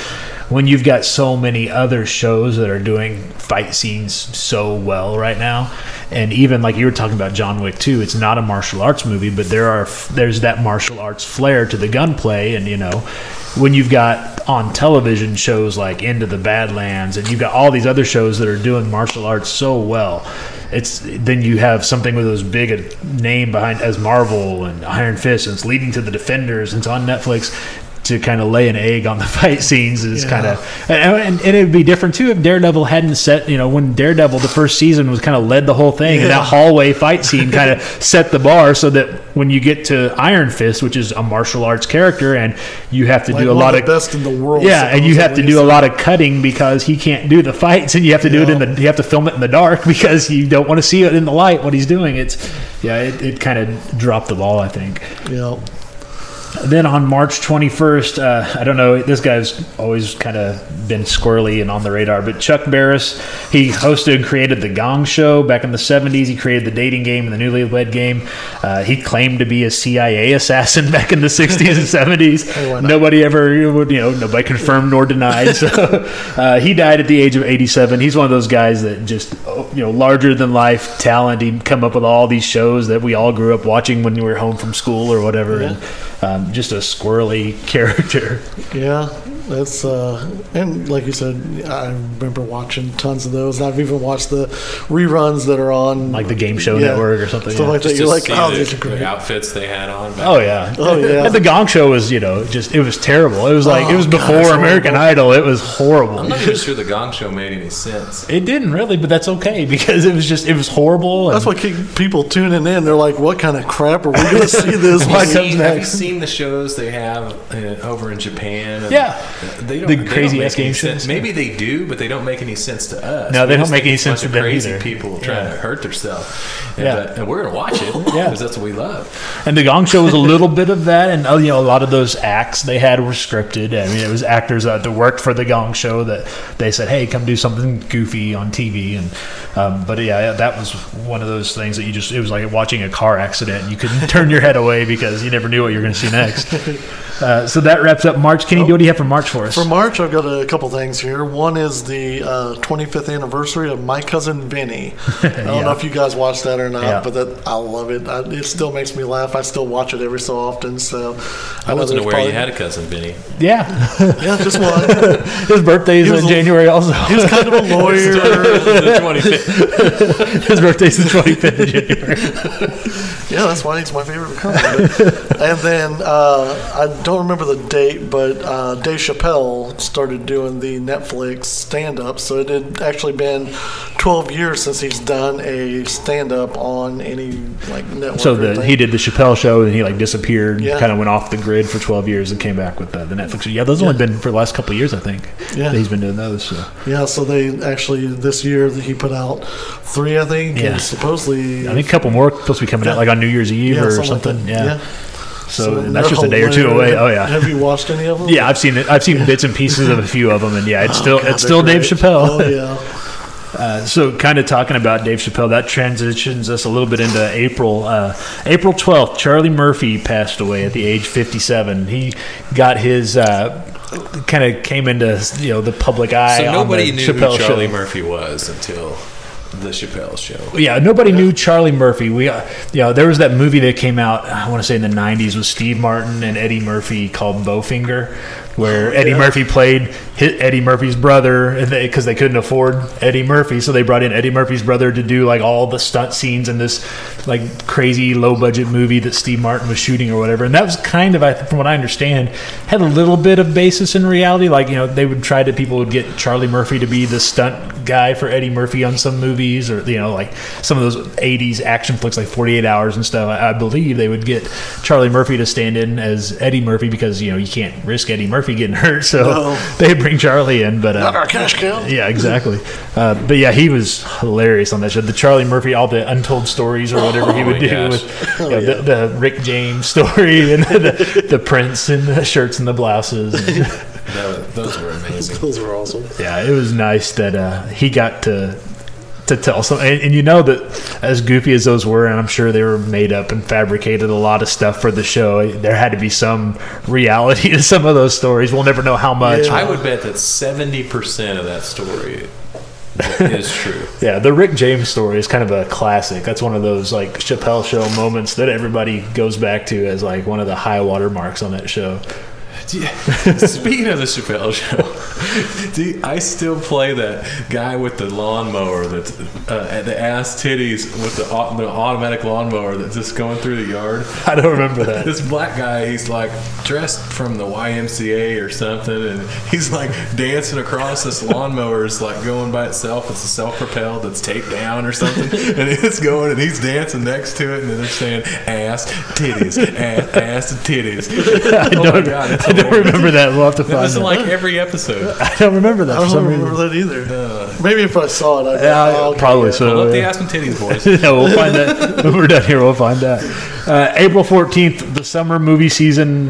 Speaker 1: when you've got so many other shows that are doing fight scenes so well right now, and even like you were talking about John Wick 2, it's not a martial arts movie, but there are there's that martial arts flair to the gunplay, and you know when you've got on television shows like Into the Badlands, and you've got all these other shows that are doing martial arts so well. It's then you have something with as big a name behind as Marvel and Iron Fist, and it's leading to the Defenders, and it's on Netflix to kind of lay an egg on the <laughs> fight scenes is
Speaker 2: Yeah.
Speaker 1: kind of and, and it would be different too if daredevil hadn't set you know when daredevil the first season was kind of led the whole thing and
Speaker 2: Yeah.
Speaker 1: that hallway fight scene
Speaker 2: <laughs>
Speaker 1: kind of set the bar so that when you get to iron fist which is a martial arts character and you have to
Speaker 2: Like
Speaker 1: do a
Speaker 2: one
Speaker 1: lot
Speaker 2: of
Speaker 1: of
Speaker 2: the best in the world,
Speaker 1: yeah and you have to
Speaker 2: supposedly,
Speaker 1: do a lot of cutting because he can't do the fights and you have to do it in
Speaker 2: Yeah.
Speaker 1: the you have to film it in the dark because you don't want to see it in the light what he's doing it's yeah it, it kind of dropped the ball i think
Speaker 2: Yeah.
Speaker 1: then on March 21st, uh, I don't know, this guy's always kind of been squirrely and on the radar, but Chuck Barris, he hosted and created The Gong Show back in the 70s. He created the dating game and the newlywed game. Uh, he claimed to be a CIA assassin <laughs> back in the 60s and 70s. Nobody ever, you know, nobody confirmed nor denied. So uh, he died at the age of 87. He's one of those guys that just, oh, you know, larger than life talent. He'd come up with all these shows that we all grew up watching when we were home from school or whatever. And, um, just a squirrely character.
Speaker 2: Yeah, that's uh, and like you said, I remember watching tons of those. I've even watched the reruns that are on,
Speaker 1: Like the Game Show
Speaker 2: Yeah.
Speaker 1: Network or something,
Speaker 2: Stuff
Speaker 1: yeah.
Speaker 2: like that.
Speaker 3: Just
Speaker 2: You're
Speaker 3: to
Speaker 2: like,
Speaker 3: see
Speaker 2: oh,
Speaker 3: the,
Speaker 2: these are great.
Speaker 3: the outfits they had on. Back
Speaker 1: Oh yeah.
Speaker 2: Oh, yeah.
Speaker 1: And the Gong Show was, you know, just it was terrible. It was like it
Speaker 2: Oh,
Speaker 1: was
Speaker 2: God,
Speaker 1: before
Speaker 2: it's horrible.
Speaker 1: American Idol. It was
Speaker 3: I'm
Speaker 1: horrible.
Speaker 3: not even sure the Gong Show made any sense.
Speaker 1: It didn't really, but that's okay because it was just it was horrible. And
Speaker 2: That's why keep people tuning in. They're like, what kind of crap are
Speaker 1: <laughs>
Speaker 2: we going to see this?
Speaker 3: Have
Speaker 1: What
Speaker 2: week?
Speaker 3: you
Speaker 1: comes
Speaker 3: seen- have you
Speaker 1: next?
Speaker 3: seen the shows they have uh, over in Japan? And
Speaker 1: Yeah.
Speaker 3: they don't. they
Speaker 1: The
Speaker 3: don't
Speaker 1: crazy
Speaker 3: make
Speaker 1: ass
Speaker 3: any
Speaker 1: game
Speaker 3: sense.
Speaker 1: shows.
Speaker 3: Maybe they do, but they don't make any sense to us.
Speaker 1: No,
Speaker 3: We
Speaker 1: they don't
Speaker 3: just think
Speaker 1: make any
Speaker 3: it's a bunch
Speaker 1: sense to
Speaker 3: of
Speaker 1: them
Speaker 3: crazy
Speaker 1: either.
Speaker 3: people trying
Speaker 1: Yeah.
Speaker 3: to hurt themselves. And,
Speaker 1: Yeah.
Speaker 3: but- and we're gonna watch it because
Speaker 1: <laughs> Yeah.
Speaker 3: that's what we love.
Speaker 1: And the Gong Show was a little bit of that, and oh, you know, a lot of those acts they had were scripted. I mean, it was actors that worked for the Gong Show that they said, "Hey, come do something goofy on TV." And um, but yeah, that was one of those things that you just—it was like watching a car accident. You couldn't
Speaker 2: <laughs>
Speaker 1: turn your head away because you never knew what you were going to see next. Uh, so that wraps up March. Kenny, what do you have for March for us?
Speaker 2: For March, I've got a couple things here. One is the uh, 25th anniversary of My Cousin Vinny. I don't know if you guys watched that or not,
Speaker 1: Yeah.
Speaker 2: but that I love it. I, it still makes me laugh. I still watch it every so often. So
Speaker 4: I
Speaker 2: know
Speaker 4: wasn't
Speaker 2: there's
Speaker 4: aware
Speaker 2: probably-
Speaker 4: you had a
Speaker 3: <laughs>
Speaker 1: <laughs>
Speaker 4: cousin, Vinny.
Speaker 1: yeah,
Speaker 2: <laughs> Yeah, just one.
Speaker 1: his birthday's
Speaker 2: He was
Speaker 1: in
Speaker 2: a-
Speaker 1: January. Also,
Speaker 2: <laughs> he was kind of
Speaker 4: <laughs>
Speaker 2: a lawyer.
Speaker 4: The 25th.
Speaker 1: his birthday's the twenty fifth of January.
Speaker 2: Yeah, that's why he's my
Speaker 1: <laughs>
Speaker 2: favorite comedy. and then uh, I don't remember the date, but uh, Dave Chappelle started doing the Netflix stand up. So it had actually been 12 years since he's done a stand up on any like network.
Speaker 1: So
Speaker 2: or
Speaker 1: the,
Speaker 2: thing.
Speaker 1: he did the Chappelle show, and he like disappeared,
Speaker 2: Yeah.
Speaker 1: kind of went off the grid for twelve years, and came back with the, the Netflix. Yeah, those only been for the last couple of years, I think.
Speaker 2: Yeah.
Speaker 1: that he's been doing those. So.
Speaker 2: Yeah, so they actually, this year, that he put out three, I think.
Speaker 1: Yeah.
Speaker 2: And supposedly.
Speaker 1: I think a couple more supposed to be coming out
Speaker 2: Yeah.
Speaker 1: like on New Year's Eve
Speaker 2: yeah,
Speaker 1: or
Speaker 2: something
Speaker 1: something.
Speaker 2: like that.
Speaker 1: yeah. So, and that's
Speaker 2: they're
Speaker 1: just a day or two away.
Speaker 2: hilarious.
Speaker 1: Oh yeah.
Speaker 2: Have you watched any of
Speaker 1: <laughs>
Speaker 2: them?
Speaker 1: Yeah, I've seen it. I've seen bits and pieces of a few of them, and yeah, it's still
Speaker 2: Oh, God,
Speaker 1: it's still
Speaker 2: they're
Speaker 1: Dave
Speaker 2: great.
Speaker 1: Chappelle.
Speaker 2: Oh, yeah.
Speaker 1: Uh, so, kind of talking about Dave Chappelle, that transitions us a little bit into April. Uh, April 12th, Charlie Murphy passed away at the age 57. He got his. Uh, Kind of came into you know the public eye.
Speaker 4: So
Speaker 1: on
Speaker 4: nobody
Speaker 1: the
Speaker 4: knew
Speaker 1: Chappelle
Speaker 4: who Charlie
Speaker 1: show.
Speaker 4: Murphy was until the Chappelle show.
Speaker 1: Yeah, nobody knew Charlie Murphy. We, uh, you know, there was that movie that came out. I want to say in the '90s with Steve Martin and Eddie Murphy called Bowfinger, where Eddie Murphy played hit Eddie Murphy's brother, because they, 'cause they couldn't afford Eddie Murphy, so they brought in Eddie Murphy's brother to do like all the stunt scenes in this like crazy low budget movie that Steve Martin was shooting or whatever. And that was kind of, I from what I understand, had a little bit of basis in reality. Like you know, they would try to people would get Charlie Murphy to be the stunt guy for Eddie Murphy on some movies, or you know, like some of those '80s action flicks like 48 Hours and stuff. I, I believe they would get Charlie Murphy to stand in as Eddie Murphy because you know you can't risk Eddie Murphy getting <laughs> hurt, so
Speaker 2: No.
Speaker 1: they bring Charlie in. But uh,
Speaker 2: Not our cash cow.
Speaker 1: yeah, exactly. Uh, but yeah, he was hilarious on that show. The Charlie Murphy, all the untold stories or whatever he would
Speaker 4: my
Speaker 1: do
Speaker 4: gosh.
Speaker 1: with you know, the, the Rick James <laughs> story and the, the prints and the shirts and the blouses. And,
Speaker 4: That was, those were amazing.
Speaker 2: Those were awesome.
Speaker 1: yeah, it was nice that uh, he got to to tell some. And, and you know that as goofy as those were, and I'm sure they were made up and fabricated a lot of stuff for the show. There had to be some reality <laughs> to some of those stories. We'll never know how much.
Speaker 4: I would bet that 70% of that story is <laughs> true.
Speaker 1: Yeah, the Rick James story is kind of a classic. That's one of those like Chappelle show moments that everybody goes back to as like one of the high water marks on that show. <laughs>
Speaker 4: Speaking of the Chappelle show, <laughs> do I still play that guy with the lawnmower that's uh, the ass titties with the, au- the automatic lawnmower that's just going through the yard?
Speaker 1: I don't remember that.
Speaker 4: This black guy, he's like dressed from the YMCA or something, and he's like dancing across this lawnmower. It's like going by itself. It's a self-propelled. It's taped down
Speaker 1: <laughs>
Speaker 4: or something, and it's going, and he's dancing next to it, and then they're saying ass titties, ass, ass titties.
Speaker 1: <laughs> I
Speaker 4: oh
Speaker 1: don't,
Speaker 4: my god, that's
Speaker 1: I don't
Speaker 4: hilarious. Oh,
Speaker 1: remember that. We'll have to
Speaker 4: That
Speaker 1: find
Speaker 4: was
Speaker 1: it.
Speaker 4: in like every episode.
Speaker 1: I don't remember that
Speaker 2: I
Speaker 1: for
Speaker 2: don't
Speaker 1: some
Speaker 2: remember
Speaker 1: reason.
Speaker 2: that either. Maybe if I saw it, I'd
Speaker 1: Yeah,
Speaker 2: oh, okay,
Speaker 1: probably
Speaker 2: yeah.
Speaker 1: so.
Speaker 4: Pull up the
Speaker 1: yeah.
Speaker 4: ass and titties, boys. <laughs>
Speaker 1: <laughs> yeah, we'll find that when we're done here. We'll find that. Uh, April fourteenth, the summer movie season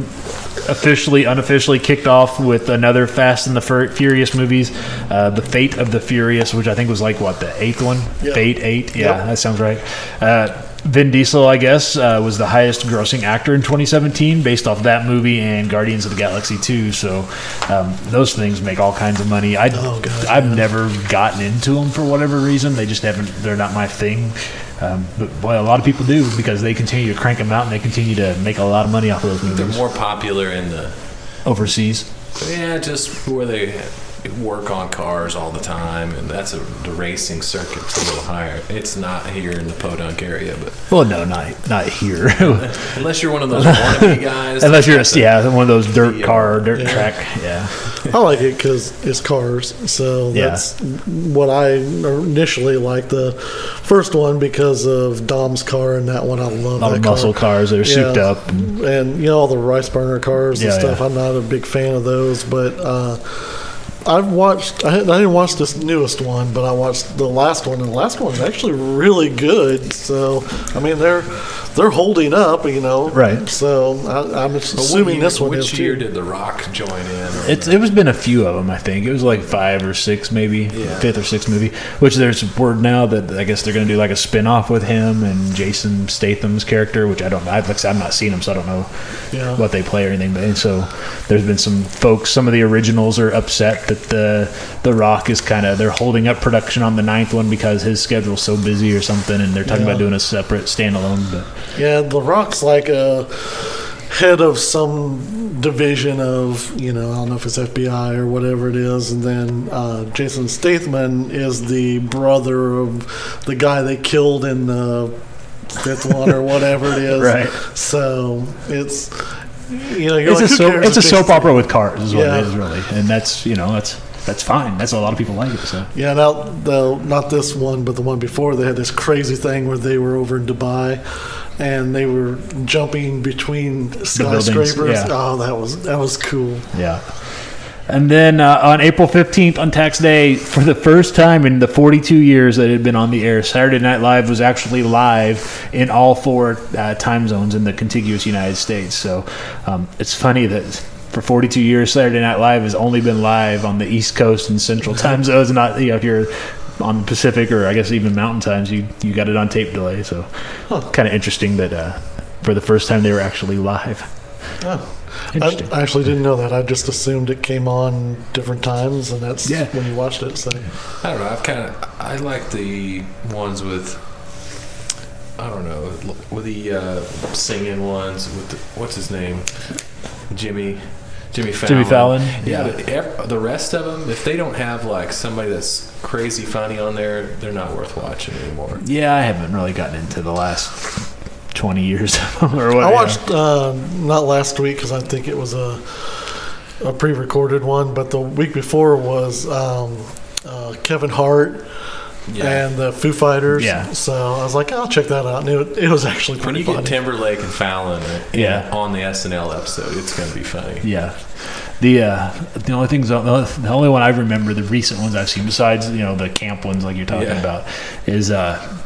Speaker 1: officially, unofficially kicked off with another Fast and the Fur- Furious movies, uh, the Fate of the Furious, which I think was like what the eighth one,
Speaker 2: Yeah.
Speaker 1: Fate Eight. Yeah,
Speaker 2: Yep.
Speaker 1: that sounds right. Uh, Vin Diesel, I guess, uh, was the highest grossing actor in 2017 based off that movie and Guardians of the Galaxy 2. So um, those things make all kinds of money. I,
Speaker 2: Oh, God,
Speaker 1: I've never gotten into them for whatever reason. They just haven't, they're not my thing. Um, but boy, a lot of people do because they continue to crank them out and they continue to make a lot of money off of those
Speaker 4: They're
Speaker 1: movies
Speaker 4: more popular in the
Speaker 1: overseas.
Speaker 4: Yeah, just where they work on cars all the time, and that's a, the racing circuit's a little higher. It's not here in the Podunk area, but
Speaker 1: Well, no, not not here.
Speaker 4: unless you're one of
Speaker 2: <laughs>
Speaker 4: those wannabe
Speaker 1: <laughs>
Speaker 4: guys,
Speaker 1: Unless you're a
Speaker 4: that's
Speaker 1: yeah, one of those dirt
Speaker 4: Yeah.
Speaker 1: car, dirt track. Yeah,
Speaker 2: I like it because it's cars. So
Speaker 1: Yeah.
Speaker 2: that's what I initially liked the first one because of Dom's car and that one. I love
Speaker 1: a lot
Speaker 2: that
Speaker 1: of
Speaker 2: car.
Speaker 1: muscle cars that are souped
Speaker 2: Yeah.
Speaker 1: up. And,
Speaker 2: and you know all the rice burner cars and
Speaker 1: Yeah,
Speaker 2: stuff.
Speaker 1: yeah.
Speaker 2: I'm not a big fan of those, but uh, I've watched. I, hadn't- I didn't watch this newest one, but I watched the last one, and the last one's actually really good. So, I mean, they're they're holding up, you know.
Speaker 1: Right.
Speaker 2: So, I,
Speaker 3: But
Speaker 2: I'm
Speaker 3: what
Speaker 2: assuming
Speaker 3: year-
Speaker 2: this one is
Speaker 3: Which year
Speaker 2: too.
Speaker 3: did The Rock join in? or-
Speaker 1: It's it was been a few of them. I think it was like five or six, maybe
Speaker 3: Yeah.
Speaker 1: fifth or sixth movie. Which there's word now that I guess they're going to do like a spin off with him and Jason Statham's character, which I don't. I've like I said, I've not seen him, so I don't know
Speaker 2: Yeah.
Speaker 1: what they play or anything. But and so there's been some folks. Some of the originals are upset that the the Rock is kind of they're holding up production on the ninth one because his schedule's so busy or something, and they're talking
Speaker 2: Yeah.
Speaker 1: about doing a separate standalone. But
Speaker 2: Yeah, The Rock's like a head of some division of, you know, I don't know if it's FBI or whatever it is. And then uh, Jason Statham is the brother of the guy they killed in the fifth one or whatever it
Speaker 1: <laughs>
Speaker 2: is.
Speaker 1: Right.
Speaker 2: So it's, you know, you're
Speaker 1: it's
Speaker 2: like,
Speaker 1: a
Speaker 2: who
Speaker 1: soap,
Speaker 2: cares
Speaker 1: it's a
Speaker 2: if Jason
Speaker 1: soap opera with cars is what
Speaker 2: Yeah.
Speaker 1: it is really, and that's you know that's that's fine. That's a lot of people like it. So.
Speaker 2: Yeah, now though not this one, but the one before, they had this crazy thing where they were over in Dubai, and they were jumping between
Speaker 1: buildings,
Speaker 2: skyscrapers.
Speaker 1: yeah.
Speaker 2: Oh, that was that was cool.
Speaker 1: Yeah. And then uh, on April 15th, on tax day, for the first time in the 42 years that it had been on the air, Saturday Night Live was actually live in all four uh, time zones in the contiguous United States. So um, it's funny that for 42 years, Saturday Night Live has only been live on the East Coast and Central time zones. Not you know if you're on the Pacific or I guess even Mountain times, you you got it on tape delay. So kind of interesting that uh, for the first time they were actually live. Oh,
Speaker 2: I, I actually didn't know that. I just assumed it came on different times, and that's
Speaker 1: Yeah.
Speaker 2: when you watched it. So
Speaker 3: I don't know. I've kind of I like the ones with I don't know with the uh, singing ones with the, what's his name, Jimmy. Jimmy Fallon.
Speaker 1: Jimmy Fallon?
Speaker 3: Yeah.
Speaker 1: Yeah.
Speaker 3: but ev- the rest of them, if they don't have like somebody that's crazy funny on there, they're not worth watching anymore.
Speaker 1: Yeah, I haven't really gotten into the last twenty years <laughs> or what.
Speaker 2: I watched uh, not last week because I think it was a a pre-recorded one, but the week before was um, uh, Kevin Hart.
Speaker 3: Yeah.
Speaker 2: And the Foo Fighters.
Speaker 1: Yeah.
Speaker 2: So I was like, I'll check that out. And it, it was actually
Speaker 3: when
Speaker 2: pretty
Speaker 3: you
Speaker 2: funny.
Speaker 3: get Timberlake and Fallon uh,
Speaker 1: Yeah.
Speaker 3: on the SNL episode, it's going to be funny.
Speaker 1: Yeah, the uh, the only things the only- the only one I remember the recent ones I've seen besides you know the camp ones like you're talking
Speaker 3: Yeah.
Speaker 1: about is uh,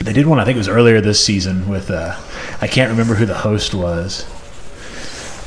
Speaker 1: they did one I think it was earlier this season with uh, I can't remember who the host was,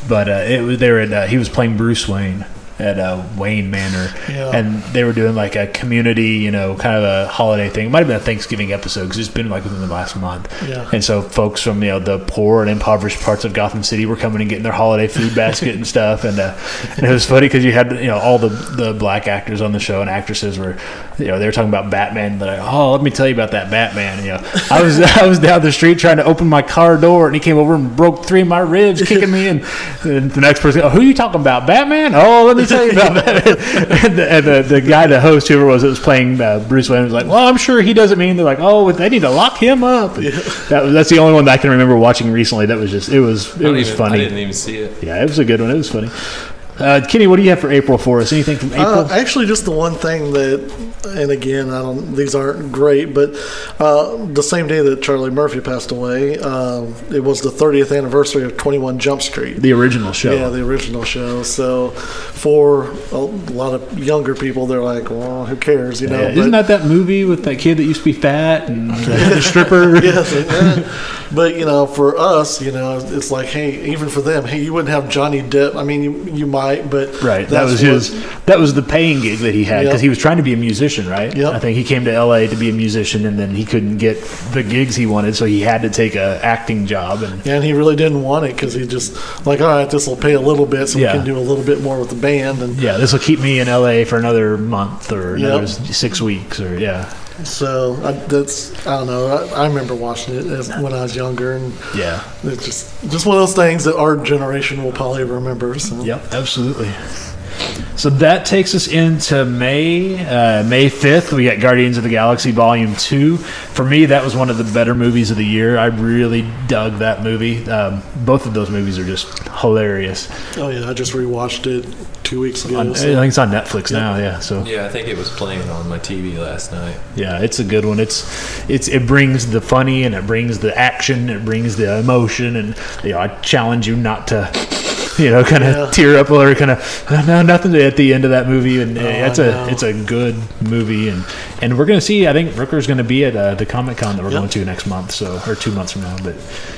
Speaker 1: but uh, it was they were at, uh, he was playing Bruce Wayne. At uh, Wayne Manor,
Speaker 2: Yeah.
Speaker 1: and they were doing like a community, you know, kind of a holiday thing. It might have been a Thanksgiving episode because it's been like within the last month.
Speaker 2: Yeah.
Speaker 1: And so folks from you know the poor and impoverished parts of Gotham City were coming and getting their holiday food basket and stuff, and, uh, and it was funny because you had you know all the the black actors on the show and actresses were you know they were talking about Batman. They're like, oh, let me tell you about that Batman. You know, I was <laughs> I was down the street trying to open my car door and he came over and broke three of my ribs, kicking me, and, and the next person, oh, who are you talking about, Batman? Oh, let me tell you about <laughs> Batman. and the, and the, the guy, the host, whoever it was that was playing uh, Bruce Wayne, was like, well, I'm sure he doesn't mean. They're like, oh, they need to lock him up. And That was, that's the only one that I can remember watching recently. That was just it was
Speaker 3: I
Speaker 1: it
Speaker 3: don't
Speaker 1: was
Speaker 3: even- I
Speaker 1: funny.
Speaker 3: didn't even see it.
Speaker 1: Yeah, it was a good one. It was funny. Uh, Kenny, what do you have for April for us? Anything from April?
Speaker 2: Uh, actually, just the one thing that, and again, I don't. These aren't great, but uh, the same day that Charlie Murphy passed away, um it was the 30th anniversary of 21 Jump Street.
Speaker 1: the original show.
Speaker 2: Yeah, the original show. So, for a lot of younger people, they're like, "Well, who cares?" You know.
Speaker 1: Yeah, isn't
Speaker 2: but-
Speaker 1: that that movie with that kid that used to be fat
Speaker 2: <laughs>
Speaker 1: and the <laughs> stripper?
Speaker 2: Yes, and, eh, <laughs> but you know, for us, you know, it's like, hey, even for them, hey, you wouldn't have Johnny Depp. I mean, you, you might, but
Speaker 1: Right, that
Speaker 2: that's
Speaker 1: was
Speaker 2: what-
Speaker 1: his. That was the paying gig that he had because
Speaker 2: Yep.
Speaker 1: he was trying to be a musician, right?
Speaker 2: Yep.
Speaker 1: I think he came to L.A. to be a musician, and then he couldn't get the gigs he wanted, so he had to take a acting job. And
Speaker 2: Yeah, and he really didn't want it because he just like, all right, this will pay a little bit, so
Speaker 1: Yeah.
Speaker 2: we can do a little bit more with the band, and
Speaker 1: yeah, this will keep me in L.A. for another month or another
Speaker 2: Yep.
Speaker 1: s- six weeks or yeah,
Speaker 2: so I, that's I don't know. I, I remember watching it as, when I was younger, and
Speaker 1: yeah.
Speaker 2: it's just just one of those things that our generation will probably remember. So.
Speaker 1: Yep, absolutely. So that takes us into May, uh, May 5th. We got Guardians of the Galaxy Volume 2. For me, that was one of the better movies of the year. I really dug that movie. Um, both of those movies are just hilarious.
Speaker 2: Oh yeah, I just rewatched it two weeks ago.
Speaker 1: On, I
Speaker 2: so-
Speaker 1: think it's on Netflix now, yeah. So
Speaker 3: Yeah, I think it was playing on my TV last night.
Speaker 1: yeah, it's a good one. It's it's it brings the funny and it brings the action, it brings the emotion and you know, I challenge you not to you know, kind of
Speaker 2: Yeah.
Speaker 1: tear up or kind of "Oh, no nothing at the end of that movie. And uh, it's
Speaker 2: I
Speaker 1: a
Speaker 2: know.
Speaker 1: it's a good movie, and and we're gonna see. I think Rooker's gonna be at uh, the Comic Con that we're
Speaker 2: Yeah.
Speaker 1: going to next month, so or two months from now. But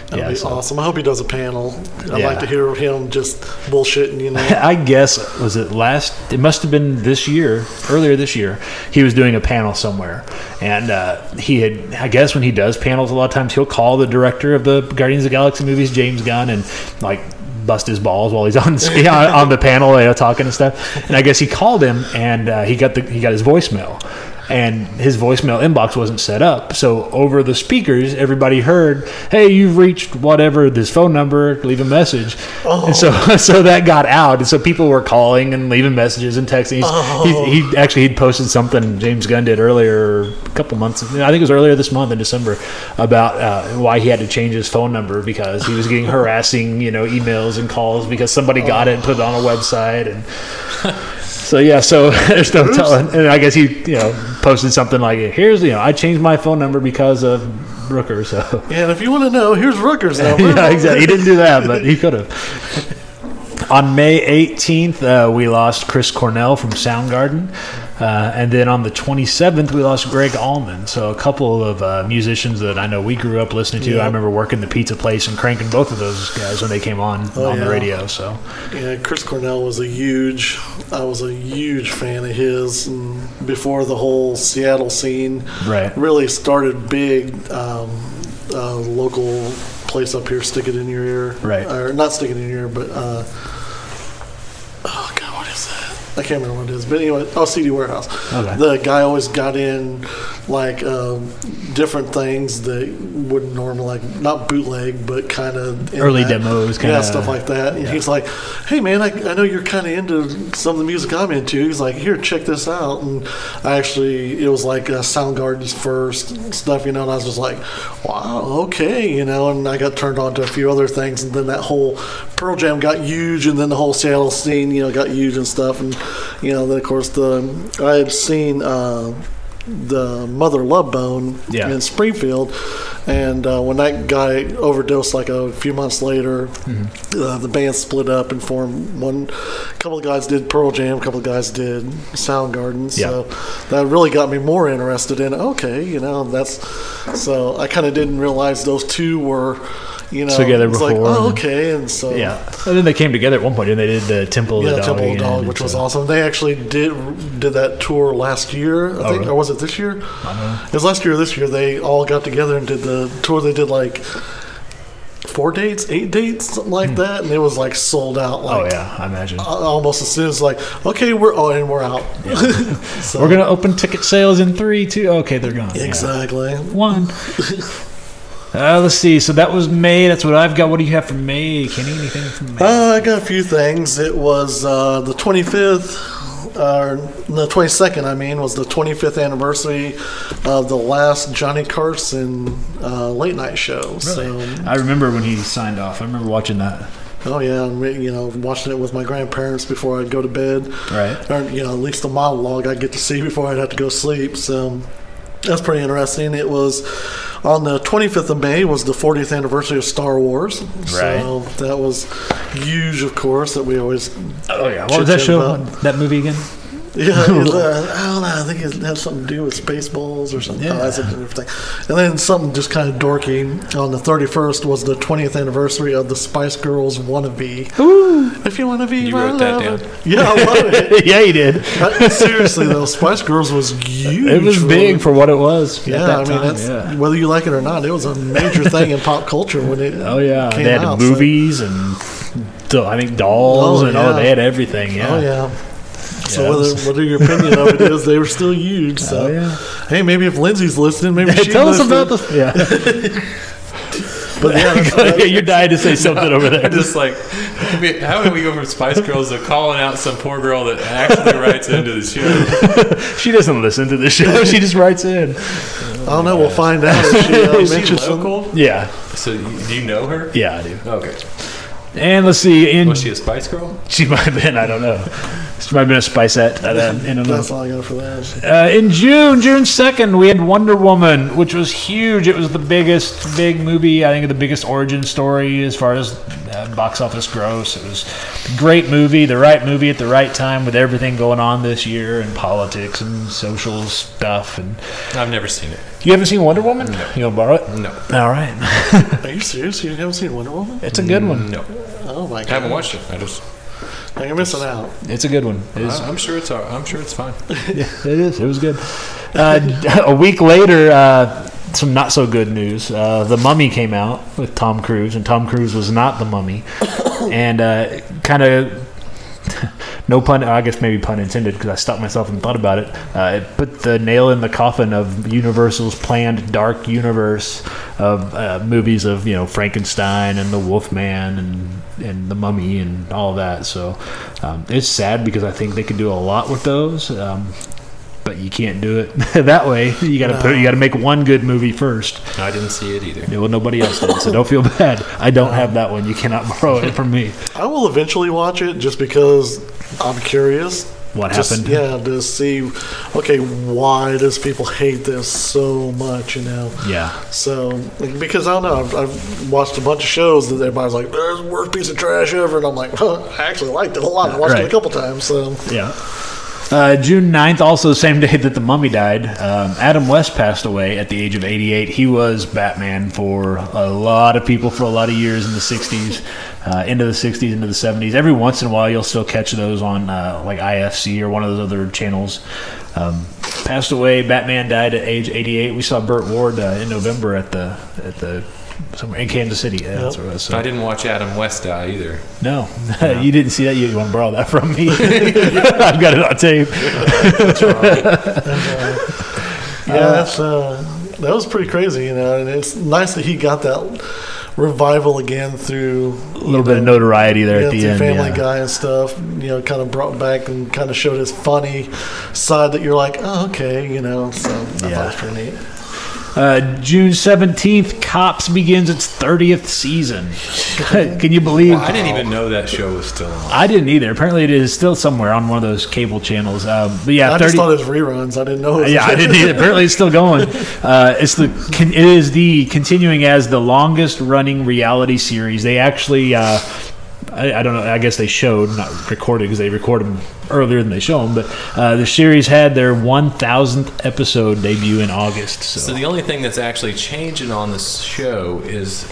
Speaker 2: That'd
Speaker 1: yeah,
Speaker 2: be
Speaker 1: so-
Speaker 2: awesome. I hope he does a panel. I'd
Speaker 1: Yeah.
Speaker 2: like to hear him just bullshitting, you know.
Speaker 1: <laughs> I guess was it last? It must have been this year, earlier this year. He was doing a panel somewhere, and uh, he had. I guess when he does panels, a lot of times he'll call the director of the Guardians of the Galaxy movies, James Gunn, and like bust his balls while he's on sc- <laughs> on on the panel, you know, talking and stuff. And I guess he called him, and uh, he got the he got his voicemail. And his voicemail inbox wasn't set up, so over the speakers, everybody heard, "Hey, you've reached whatever this phone number. Leave a message." And so so <laughs> so that got out, and so people were calling and leaving messages and texting. He's, he, he actually he'd posted something James Gunn did earlier, a couple months. I think it was earlier this month in December about uh, why he had to change his phone number because he was getting harassing, you know, emails and calls because somebody got it and put it on a website and. So yeah, so <laughs> there's no telling, and I guess he, you know, posted something like, "Here's, you know, I changed my phone number because of Rooker." So <laughs>
Speaker 2: Yeah, and if you want to know, here's Rooker's number.
Speaker 1: yeah, exactly. He didn't do that, but he could have. On May 18th, uh, we lost Chris Cornell from Soundgarden. Uh, and then on the 27th, we lost Greg Allman. So, a couple of uh, musicians that I know we grew up listening to. I remember working the pizza place and cranking both of those guys when they came on on the
Speaker 2: Oh, yeah.
Speaker 1: radio. So,
Speaker 2: Yeah, Chris Cornell was a huge. I was a huge fan of his and before the whole Seattle scene
Speaker 1: Right.
Speaker 2: really started big. Um, uh, local place up here, stick it in your ear,
Speaker 1: Right.
Speaker 2: Or not stick it in your ear, but uh, oh god, what is that? I can't remember what it is. But anyway, oh CD Warehouse.
Speaker 1: Okay.
Speaker 2: The guy always got in like um, different things that wouldn't normally like not bootleg, but kind of
Speaker 1: Early demos,
Speaker 2: yeah,
Speaker 1: kinda-
Speaker 2: stuff like that. And
Speaker 1: yeah.
Speaker 2: he's like, "Hey, man, I, I know you're kind of into some of the music I'm into." He's like, "Here, check this out." And I actually, it was like uh, Soundgarden's first stuff, you know. And I was just like, "Wow, okay," you know. And I got turned on to a few other things, and then that whole Pearl Jam got huge, and then the whole Seattle scene, you know, got huge and stuff. And you know, then of course the I had seen. Uh, the Mother Love Bone
Speaker 1: Yeah.
Speaker 2: in Springfield. And uh, when that guy overdosed, like a few months later,
Speaker 1: Mm-hmm.
Speaker 2: uh, the band split up and formed one. A couple of guys did Pearl Jam, a couple of guys did Soundgarden. So that really got me more interested in okay, you know, that's so I kind of didn't realize those two were, you know,
Speaker 1: Together
Speaker 2: it's like,
Speaker 1: before
Speaker 2: oh,
Speaker 1: and-
Speaker 2: okay. And so,
Speaker 1: yeah. And then they came together at one point and they did the Temple of
Speaker 2: yeah,
Speaker 1: the Dog.
Speaker 2: Temple of
Speaker 1: again,
Speaker 2: Dog,
Speaker 1: and
Speaker 2: which was
Speaker 1: so-
Speaker 2: awesome. They actually did did that tour last year, I think,
Speaker 1: Oh, really? Uh-huh.
Speaker 2: or was it this year? It was last year or this year. They all got together and did the tour. They did like four dates, eight dates, something like that, and it was like sold out.
Speaker 1: Hmm. Oh,
Speaker 2: Like,
Speaker 1: yeah, I imagine.
Speaker 2: a- Almost as soon as like, okay, we're oh, and we're out. <laughs> so,
Speaker 1: We're going to open ticket sales in three, two. Okay, they're gone. Yeah. <laughs>
Speaker 2: exactly.
Speaker 1: one. Uh, let's see. So that was May. That's what I've got. What do you have for May? Kenny? Anything from May?
Speaker 2: Uh, I got a few things. It was uh, the 25th, or the 22nd, I mean, was the 25th anniversary of the last Johnny Carson uh, late night show. So,
Speaker 1: I remember when he signed off. I remember watching that.
Speaker 2: oh yeah, and we- you know, watching it with my grandparents before I'd go to bed.
Speaker 1: Right.
Speaker 2: Or, you know, at least the monologue I'd get to see before I'd have to go sleep. So, that's pretty interesting. It was on the 25th of May was the 40th anniversary of Star Wars. So
Speaker 1: Right.
Speaker 2: that was huge, of course, that we always
Speaker 1: Oh yeah. What was that
Speaker 2: Chit-chat
Speaker 1: show?
Speaker 2: about-
Speaker 1: That movie again?
Speaker 2: Yeah, it was, uh, I don't know. I think it had something to do with Spaceballs or something.
Speaker 1: Yeah.
Speaker 2: Yeah. thing. And then something just kind of dorky. On the 31st was the 20th anniversary of the Spice Girls Wannabe. Ooh! If you wanna be
Speaker 3: You
Speaker 2: my
Speaker 3: wrote that
Speaker 2: lover.
Speaker 3: down.
Speaker 2: Yeah, I
Speaker 3: <laughs>
Speaker 2: love
Speaker 1: <laughs>
Speaker 2: it.
Speaker 1: yeah, he did.
Speaker 2: I- seriously, though, Spice Girls was huge.
Speaker 1: It was
Speaker 2: when-
Speaker 1: big for what it was
Speaker 2: Yeah,
Speaker 1: at that
Speaker 2: I mean,
Speaker 1: time.
Speaker 2: that's,
Speaker 1: yeah.
Speaker 2: whether you like it or not, it was
Speaker 1: <laughs>
Speaker 2: a major thing in pop culture when it
Speaker 1: Oh yeah.
Speaker 2: came
Speaker 1: They had
Speaker 2: out, so-
Speaker 1: movies and do- I think dolls
Speaker 2: Oh,
Speaker 1: and
Speaker 2: yeah.
Speaker 1: oh they had everything. Yeah.
Speaker 2: Oh, yeah. So
Speaker 1: Yeah, it
Speaker 2: whether,
Speaker 1: was-
Speaker 2: whether your opinion of it is, they were still huge.
Speaker 1: <laughs> Oh,
Speaker 2: So
Speaker 1: yeah.
Speaker 2: hey, maybe if Lindsay's listening, maybe she
Speaker 1: Tell us
Speaker 2: listened.
Speaker 1: about the <laughs> yeah.
Speaker 2: But yeah, that's-
Speaker 1: yeah. You're dying to
Speaker 3: <laughs>
Speaker 1: say something over <laughs> there.
Speaker 3: Just like, I mean, how do we go from Spice Girls to calling out some poor girl that actually writes into the show?
Speaker 1: She doesn't listen to the show. <laughs> She just writes in.
Speaker 2: I don't know. We'll find out. If she, uh,
Speaker 3: Is she
Speaker 2: mentions some-
Speaker 3: local?
Speaker 1: Yeah.
Speaker 3: So you- do you know her?
Speaker 1: Yeah, I do.
Speaker 3: Okay.
Speaker 1: And let's see. In
Speaker 3: Was she a Spice Girl?
Speaker 1: She might have been. I don't know. She might have been a spicette. I don't, I don't know.
Speaker 2: That's all I got for that.
Speaker 1: Uh, in June, June second, we had Wonder Woman, which was huge. It was the biggest big movie. I think the biggest origin story as far as uh, and box office gross. It was a great movie, the right movie at the right time with everything going on this year and politics and social stuff. And
Speaker 3: I've never seen it.
Speaker 1: you haven't seen Wonder Woman? No. You gonna borrow it?
Speaker 3: No.
Speaker 1: All right,
Speaker 2: <laughs> Are you serious? You haven't seen Wonder Woman?
Speaker 1: it's a good one.
Speaker 3: No.
Speaker 2: Oh my god!
Speaker 3: I haven't watched it. I just.
Speaker 2: Now you're missing out.
Speaker 1: It's a good one. It is-
Speaker 3: I, am sure it's. all- I'm sure it's fine.
Speaker 1: it is. It was good. Uh, a week later, uh, some not so good news. Uh, the Mummy came out with Tom Cruise, and Tom Cruise was not the Mummy, and uh, kind of. <laughs> No pun, I guess maybe pun intended, because I stopped myself and thought about it. Uh, it put the nail in the coffin of Universal's planned dark universe of uh, movies of you know Frankenstein and the Wolfman and and the Mummy and all that. So um, it's sad because I think they could do a lot with those. Um, but you can't do it <laughs> that way. You gotta put, you gotta make one good movie first.
Speaker 3: I didn't see it either.
Speaker 1: Yeah, Well, nobody else did, so don't feel <laughs> bad. I don't have that one. You cannot <laughs> borrow it from me.
Speaker 2: I will eventually watch it just because I'm curious.
Speaker 1: What
Speaker 2: Just-
Speaker 1: happened?
Speaker 2: Yeah, to see, okay, why does people hate this so much? You know.
Speaker 1: Yeah,
Speaker 2: So, like, because I don't know, I've, I've watched a bunch of shows that everybody's like, "There's the worst piece of trash ever," and I'm like, <laughs> huh, I actually liked it a lot. I watched it
Speaker 1: Right.
Speaker 2: a couple times. So,
Speaker 1: yeah. Uh, June 9th, also the same <laughs> day that the Mummy died, um, Adam West passed away at the age of 88. He was Batman for a lot of people for a lot of years in the 60s, uh, into the 60s, into the 70s. Every once in a while, you'll still catch those on uh, like IFC or one of those other channels. Um, passed away. Batman died at age 88. We saw Burt Ward uh, in November at the at the somewhere in Kansas City. Yeah, that's where it was. So-
Speaker 3: I didn't watch Adam West die either.
Speaker 1: e- no, <laughs> you didn't see that. You want to borrow that from me? <laughs> I've got it on tape.
Speaker 2: yeah, that's, uh, that was pretty crazy, you know. And it's nice that he got that revival again through
Speaker 1: A little bit of notoriety there at
Speaker 2: Yeah,
Speaker 1: the
Speaker 2: through
Speaker 1: end.
Speaker 2: Family
Speaker 1: yeah.
Speaker 2: Guy and stuff, you know, kind of brought back and kind of showed his funny side that you're like, oh, okay, you know. So I
Speaker 1: Yeah.
Speaker 2: thought it was pretty neat.
Speaker 1: Uh, June seventeenth, Cops begins its thirtieth season. <laughs> Can you believe?
Speaker 3: I didn't even know that show was still on.
Speaker 1: I didn't either. Apparently, it is still somewhere on one of those cable channels. Um, but yeah,
Speaker 2: I
Speaker 1: 30,
Speaker 2: just thought it was reruns. I didn't know. It was
Speaker 1: yeah, I didn't either. Apparently, it's still
Speaker 2: <laughs>
Speaker 1: going. Uh, it's the con- it is the continuing as the longest running reality series. They actually, uh, I, I don't know. I guess they showed not recorded because they record them earlier than they show them. But uh, the series had their 1,000th episode debut in August.
Speaker 3: So
Speaker 1: So
Speaker 3: the only thing that's actually changing on this show is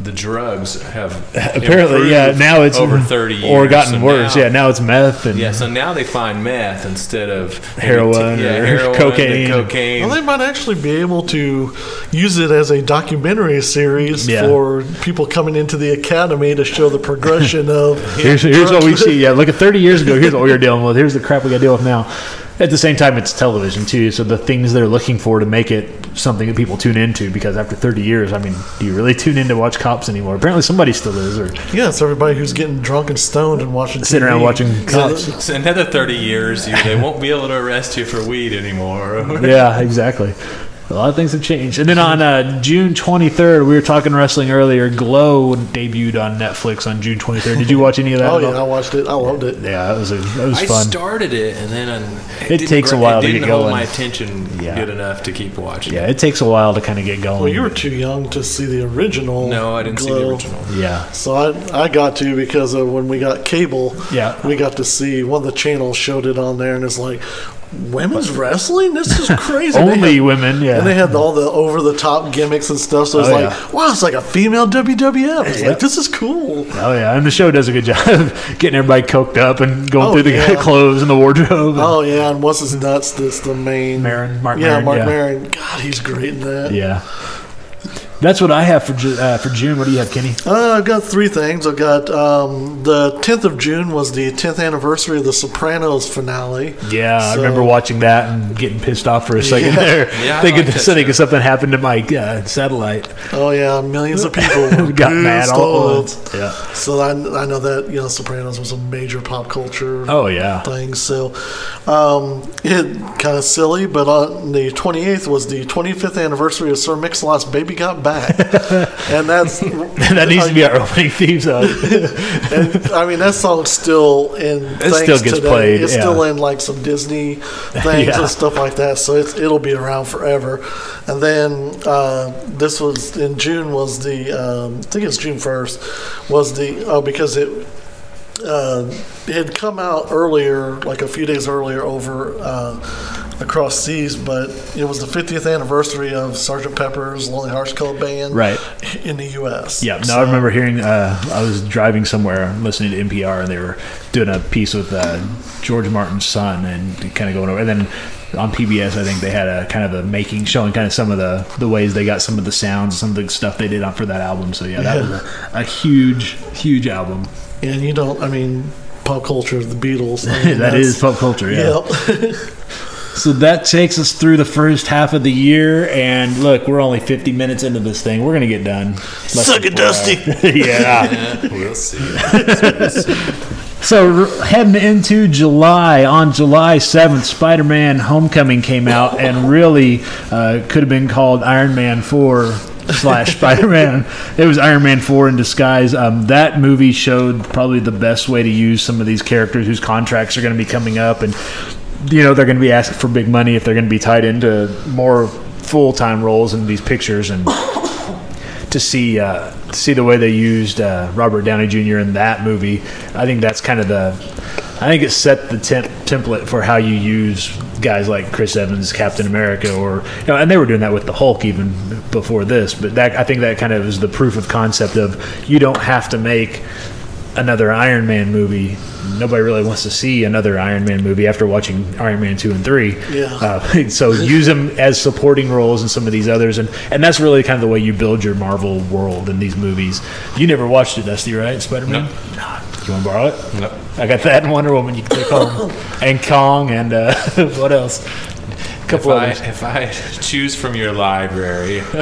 Speaker 3: the drugs have
Speaker 1: <laughs> apparently, yeah.
Speaker 3: improved
Speaker 1: Now it's
Speaker 3: over thirty years
Speaker 1: or gotten
Speaker 3: So
Speaker 1: worse.
Speaker 3: now-
Speaker 1: yeah, now it's meth and
Speaker 3: Yeah, so now they find meth instead of
Speaker 1: Heroin
Speaker 3: yeah,
Speaker 1: or
Speaker 3: heroin,
Speaker 1: cocaine.
Speaker 3: cocaine. cocaine.
Speaker 2: Well, they might actually be able to use it as a documentary series
Speaker 1: Yeah.
Speaker 2: for people coming into the academy to show the progression of.
Speaker 1: Here's, here's what we see. Yeah, look at 30 years ago. Here's what we were dealing with. Here's the crap we got to deal with now. At the same time, it's television too. So the things they're looking for to make it something that people tune into. Because after 30 years, I mean, do you really tune in to watch cops anymore? Apparently, somebody still is. Or
Speaker 2: Yeah, it's everybody who's getting drunk and stoned and watching.
Speaker 1: sitting around
Speaker 2: TV.
Speaker 1: watching cops.
Speaker 3: So- so another thirty years, you, they won't be able to arrest you for weed anymore.
Speaker 1: yeah, exactly. A lot of things have changed. And then on uh, June 23rd, we were talking wrestling earlier. Glow debuted on Netflix on June 23rd. Did you watch any of that?
Speaker 2: Oh
Speaker 1: at
Speaker 2: yeah,
Speaker 1: all?
Speaker 2: I watched it. I loved it.
Speaker 1: Yeah, it was a, it
Speaker 3: <laughs>
Speaker 1: was
Speaker 3: I
Speaker 1: fun.
Speaker 3: started it, and then um,
Speaker 1: It
Speaker 3: didn't
Speaker 1: takes a
Speaker 3: gra-
Speaker 1: while
Speaker 3: It
Speaker 1: to
Speaker 3: didn't
Speaker 1: get
Speaker 3: hold
Speaker 1: going.
Speaker 3: my attention
Speaker 1: Yeah.
Speaker 3: good enough to keep watching.
Speaker 1: yeah, it takes a while to kind of get going.
Speaker 2: Well, you were too young to see the original.
Speaker 3: No, I didn't see the
Speaker 2: Glow.
Speaker 3: original.
Speaker 1: yeah.
Speaker 2: So I, I got to because of when we got cable.
Speaker 1: Yeah.
Speaker 2: we got to see one of the channels showed it on there, and it's like women's wrestling. This
Speaker 1: <laughs>
Speaker 2: is crazy. They
Speaker 1: Only
Speaker 2: had-
Speaker 1: women, yeah.
Speaker 2: And they had all the over the top gimmicks and stuff. So it's
Speaker 1: Oh,
Speaker 2: like,
Speaker 1: yeah.
Speaker 2: wow, it's like a female WWF. It's
Speaker 1: Yeah.
Speaker 2: like, this is cool.
Speaker 1: Oh yeah, and the show does a good job <laughs> of getting everybody coked up and going
Speaker 2: Oh,
Speaker 1: through the
Speaker 2: yeah.
Speaker 1: <laughs> clothes and the wardrobe.
Speaker 2: Oh, yeah. And what's his nuts? That's the main.
Speaker 1: Maron, Mark
Speaker 2: Yeah,
Speaker 1: Maron,
Speaker 2: Mark
Speaker 1: yeah.
Speaker 2: Maron. God, he's great in that.
Speaker 1: Yeah, that's what I have for Ju- uh, for June. What do you have, Kenny?
Speaker 2: Uh, I've got three things. I've got um, the 10th of June was the 10th anniversary of the Sopranos finale.
Speaker 1: Yeah, I
Speaker 2: So-
Speaker 1: remember watching that and getting pissed off for a second
Speaker 2: Yeah.
Speaker 1: there,
Speaker 3: Yeah, I
Speaker 1: thinking
Speaker 3: like that
Speaker 1: thinking something happened to my uh, satellite. <laughs>
Speaker 2: Oh, yeah. Millions of people were
Speaker 1: Got mad
Speaker 2: pissed
Speaker 1: all at
Speaker 2: off.
Speaker 1: once. Yeah.
Speaker 2: So I, I know that you know Sopranos was a major pop culture
Speaker 1: Oh yeah.
Speaker 2: thing. So um, it kind of silly, but on the 28th was the 25th anniversary of Sir Mix-a-Lot's Baby
Speaker 1: <laughs>
Speaker 2: Got back. and
Speaker 1: <laughs>
Speaker 2: that's
Speaker 1: that needs to be
Speaker 2: <laughs>
Speaker 1: our opening theme song.
Speaker 2: And, I mean, that song's still in. It
Speaker 1: still gets played,
Speaker 2: It's
Speaker 1: yeah.
Speaker 2: still in like
Speaker 1: <laughs>
Speaker 2: some Disney things
Speaker 1: Yeah.
Speaker 2: and stuff like that. So it's, it'll be around forever. And then uh, this was in June. Was the um, I think it's June first. Was the oh because it. Uh, it had come out earlier, like a few days earlier, over uh, across seas, but it was the 50th anniversary of Sergeant Pepper's Lonely Hearts Club Band,
Speaker 1: Right.
Speaker 2: in the U.S.
Speaker 1: Yeah, no,
Speaker 2: So-
Speaker 1: I remember hearing. Uh, I was driving somewhere, listening to NPR, and they were doing a piece with uh, George Martin's son, and kind of going over. And then on PBS, I think they had a kind of a making, showing kind of some of the the ways they got some of the sounds, some of the stuff they did on for that album. So yeah, that was a, a huge, huge album.
Speaker 2: And you don't, I mean, pop culture, the
Speaker 1: <laughs>
Speaker 2: Beatles. I mean,
Speaker 1: that is pop culture. Yeah.
Speaker 2: <laughs> Yep.
Speaker 1: So that takes us through the first half of the year, and look, we're only 50 minutes into this thing. We're gonna get done. Less
Speaker 2: Suck
Speaker 1: than
Speaker 2: it,
Speaker 1: four
Speaker 2: Dusty.
Speaker 1: hours. <laughs> yeah.
Speaker 3: <laughs> we'll see.
Speaker 1: So r- heading into July, on July 7th, Spider-Man: Homecoming came out, and really uh, could have been called Iron Man 4 slash <laughs> Spider-Man. It was Iron Man 4 in disguise. Um, that movie showed probably the best way to use some of these characters whose contracts are going to be coming up, and you know they're going to be asking for big money if they're going to be tied into more full-time roles in these pictures and to see uh, to see the way they used uh, Robert Downey Jr. in that movie. I think that's kind of the I think it set the temp- template for how you use guys like Chris Evans, Captain America, or you know, and they were doing that with the Hulk even before this. But that I think that kind of is the proof of concept of you don't have to make another Iron Man movie. Nobody really wants to see another Iron Man movie after watching Iron Man two and three.
Speaker 2: Yeah.
Speaker 1: Uh, <laughs> so use them as supporting roles in some of these others, and and that's really kind of the way you build your Marvel world in these movies. You never watched it, Dusty, right? Spider Man. You want to borrow it?
Speaker 3: Nope.
Speaker 1: I got that and Wonder Woman. You can
Speaker 3: <coughs>
Speaker 1: take home, and Kong, and uh, <laughs> what else? A
Speaker 3: If
Speaker 1: couple
Speaker 3: I,
Speaker 1: others.
Speaker 3: if I <laughs> choose from your library, <laughs>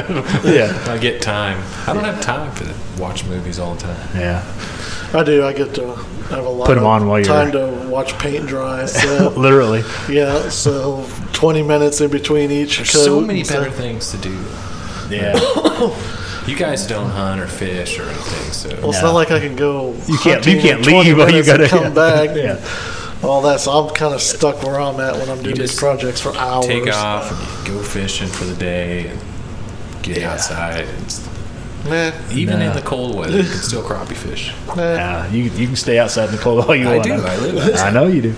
Speaker 1: Yeah.
Speaker 3: I get time. I don't have time to watch movies all the time.
Speaker 1: yeah,
Speaker 2: I do. I get to have a lot
Speaker 1: Put 'em
Speaker 2: of
Speaker 1: on while you're-
Speaker 2: time to watch
Speaker 1: <laughs>
Speaker 2: paint dry. So,
Speaker 1: literally.
Speaker 2: yeah, so 20 minutes in between each.
Speaker 3: There's so
Speaker 2: coat,
Speaker 3: many
Speaker 2: so-
Speaker 3: better things to do.
Speaker 1: Yeah,
Speaker 3: You guys don't hunt or fish or anything, so
Speaker 2: Well, it's not like I can go.
Speaker 1: you can't
Speaker 2: hunting
Speaker 1: you can't
Speaker 2: in 20
Speaker 1: leave. While you
Speaker 2: minutes and
Speaker 1: gotta <laughs>
Speaker 2: come back.
Speaker 1: Yeah.
Speaker 2: All that. So I'm kind of stuck where I'm at when I'm doing these
Speaker 3: just
Speaker 2: projects for hours.
Speaker 3: take off and you go fishing for the day and get outside. It's-
Speaker 2: Nah,
Speaker 3: even
Speaker 1: Nah.
Speaker 3: in the cold weather, you can still crappie fish.
Speaker 2: nah.
Speaker 1: Yeah, you, you can stay outside in the cold all you
Speaker 3: I
Speaker 1: want.
Speaker 3: do. I live outside.
Speaker 1: I know you do.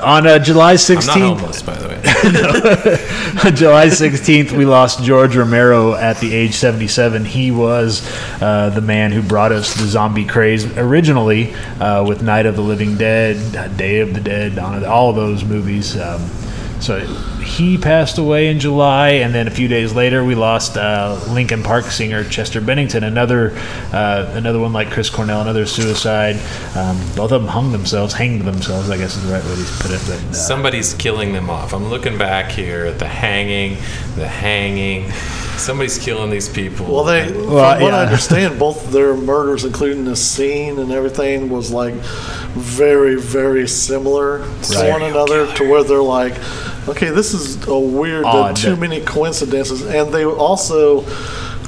Speaker 1: On uh, July
Speaker 3: I'm not
Speaker 1: 16th,
Speaker 3: homeless, by the <laughs> way.
Speaker 1: <laughs> July 16th, we lost George Romero at the age 77. He was uh, the man who brought us the zombie craze originally uh, with Night of the Living Dead, Day of the Dead, Dawn of the- all of those movies. Um, so he passed away in July, and then a few days later, we lost uh, Lincoln Park singer Chester Bennington. Another, uh, another one like Chris Cornell, another suicide. Um, both of them hung themselves, hanged themselves. I guess is the right way to put it. But, uh,
Speaker 3: Somebody's killing them off. I'm looking back here at the hanging, the hanging. Somebody's killing these people.
Speaker 2: Well, they,
Speaker 3: And
Speaker 2: from
Speaker 1: Well,
Speaker 2: what
Speaker 1: yeah.
Speaker 2: I understand, both their murders, including the scene and everything, was like very, very similar to
Speaker 1: Right.
Speaker 2: one another. To where they're like, okay, this is a weird, there are
Speaker 1: Odd.
Speaker 2: too many coincidences, and they also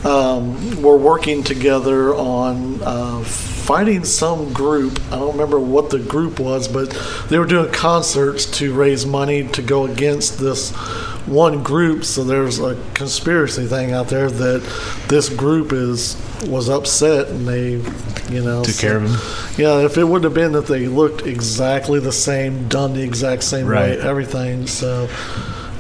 Speaker 2: um, were working together on. Uh, Fighting some group, I don't remember what the group was, but they were doing concerts to raise money to go against this one group so there's a conspiracy thing out there that this group is was upset and they you know
Speaker 1: Took care of 'em.
Speaker 2: yeah if it wouldn't have been that they looked exactly the same done the exact same
Speaker 1: Right.
Speaker 2: way everything so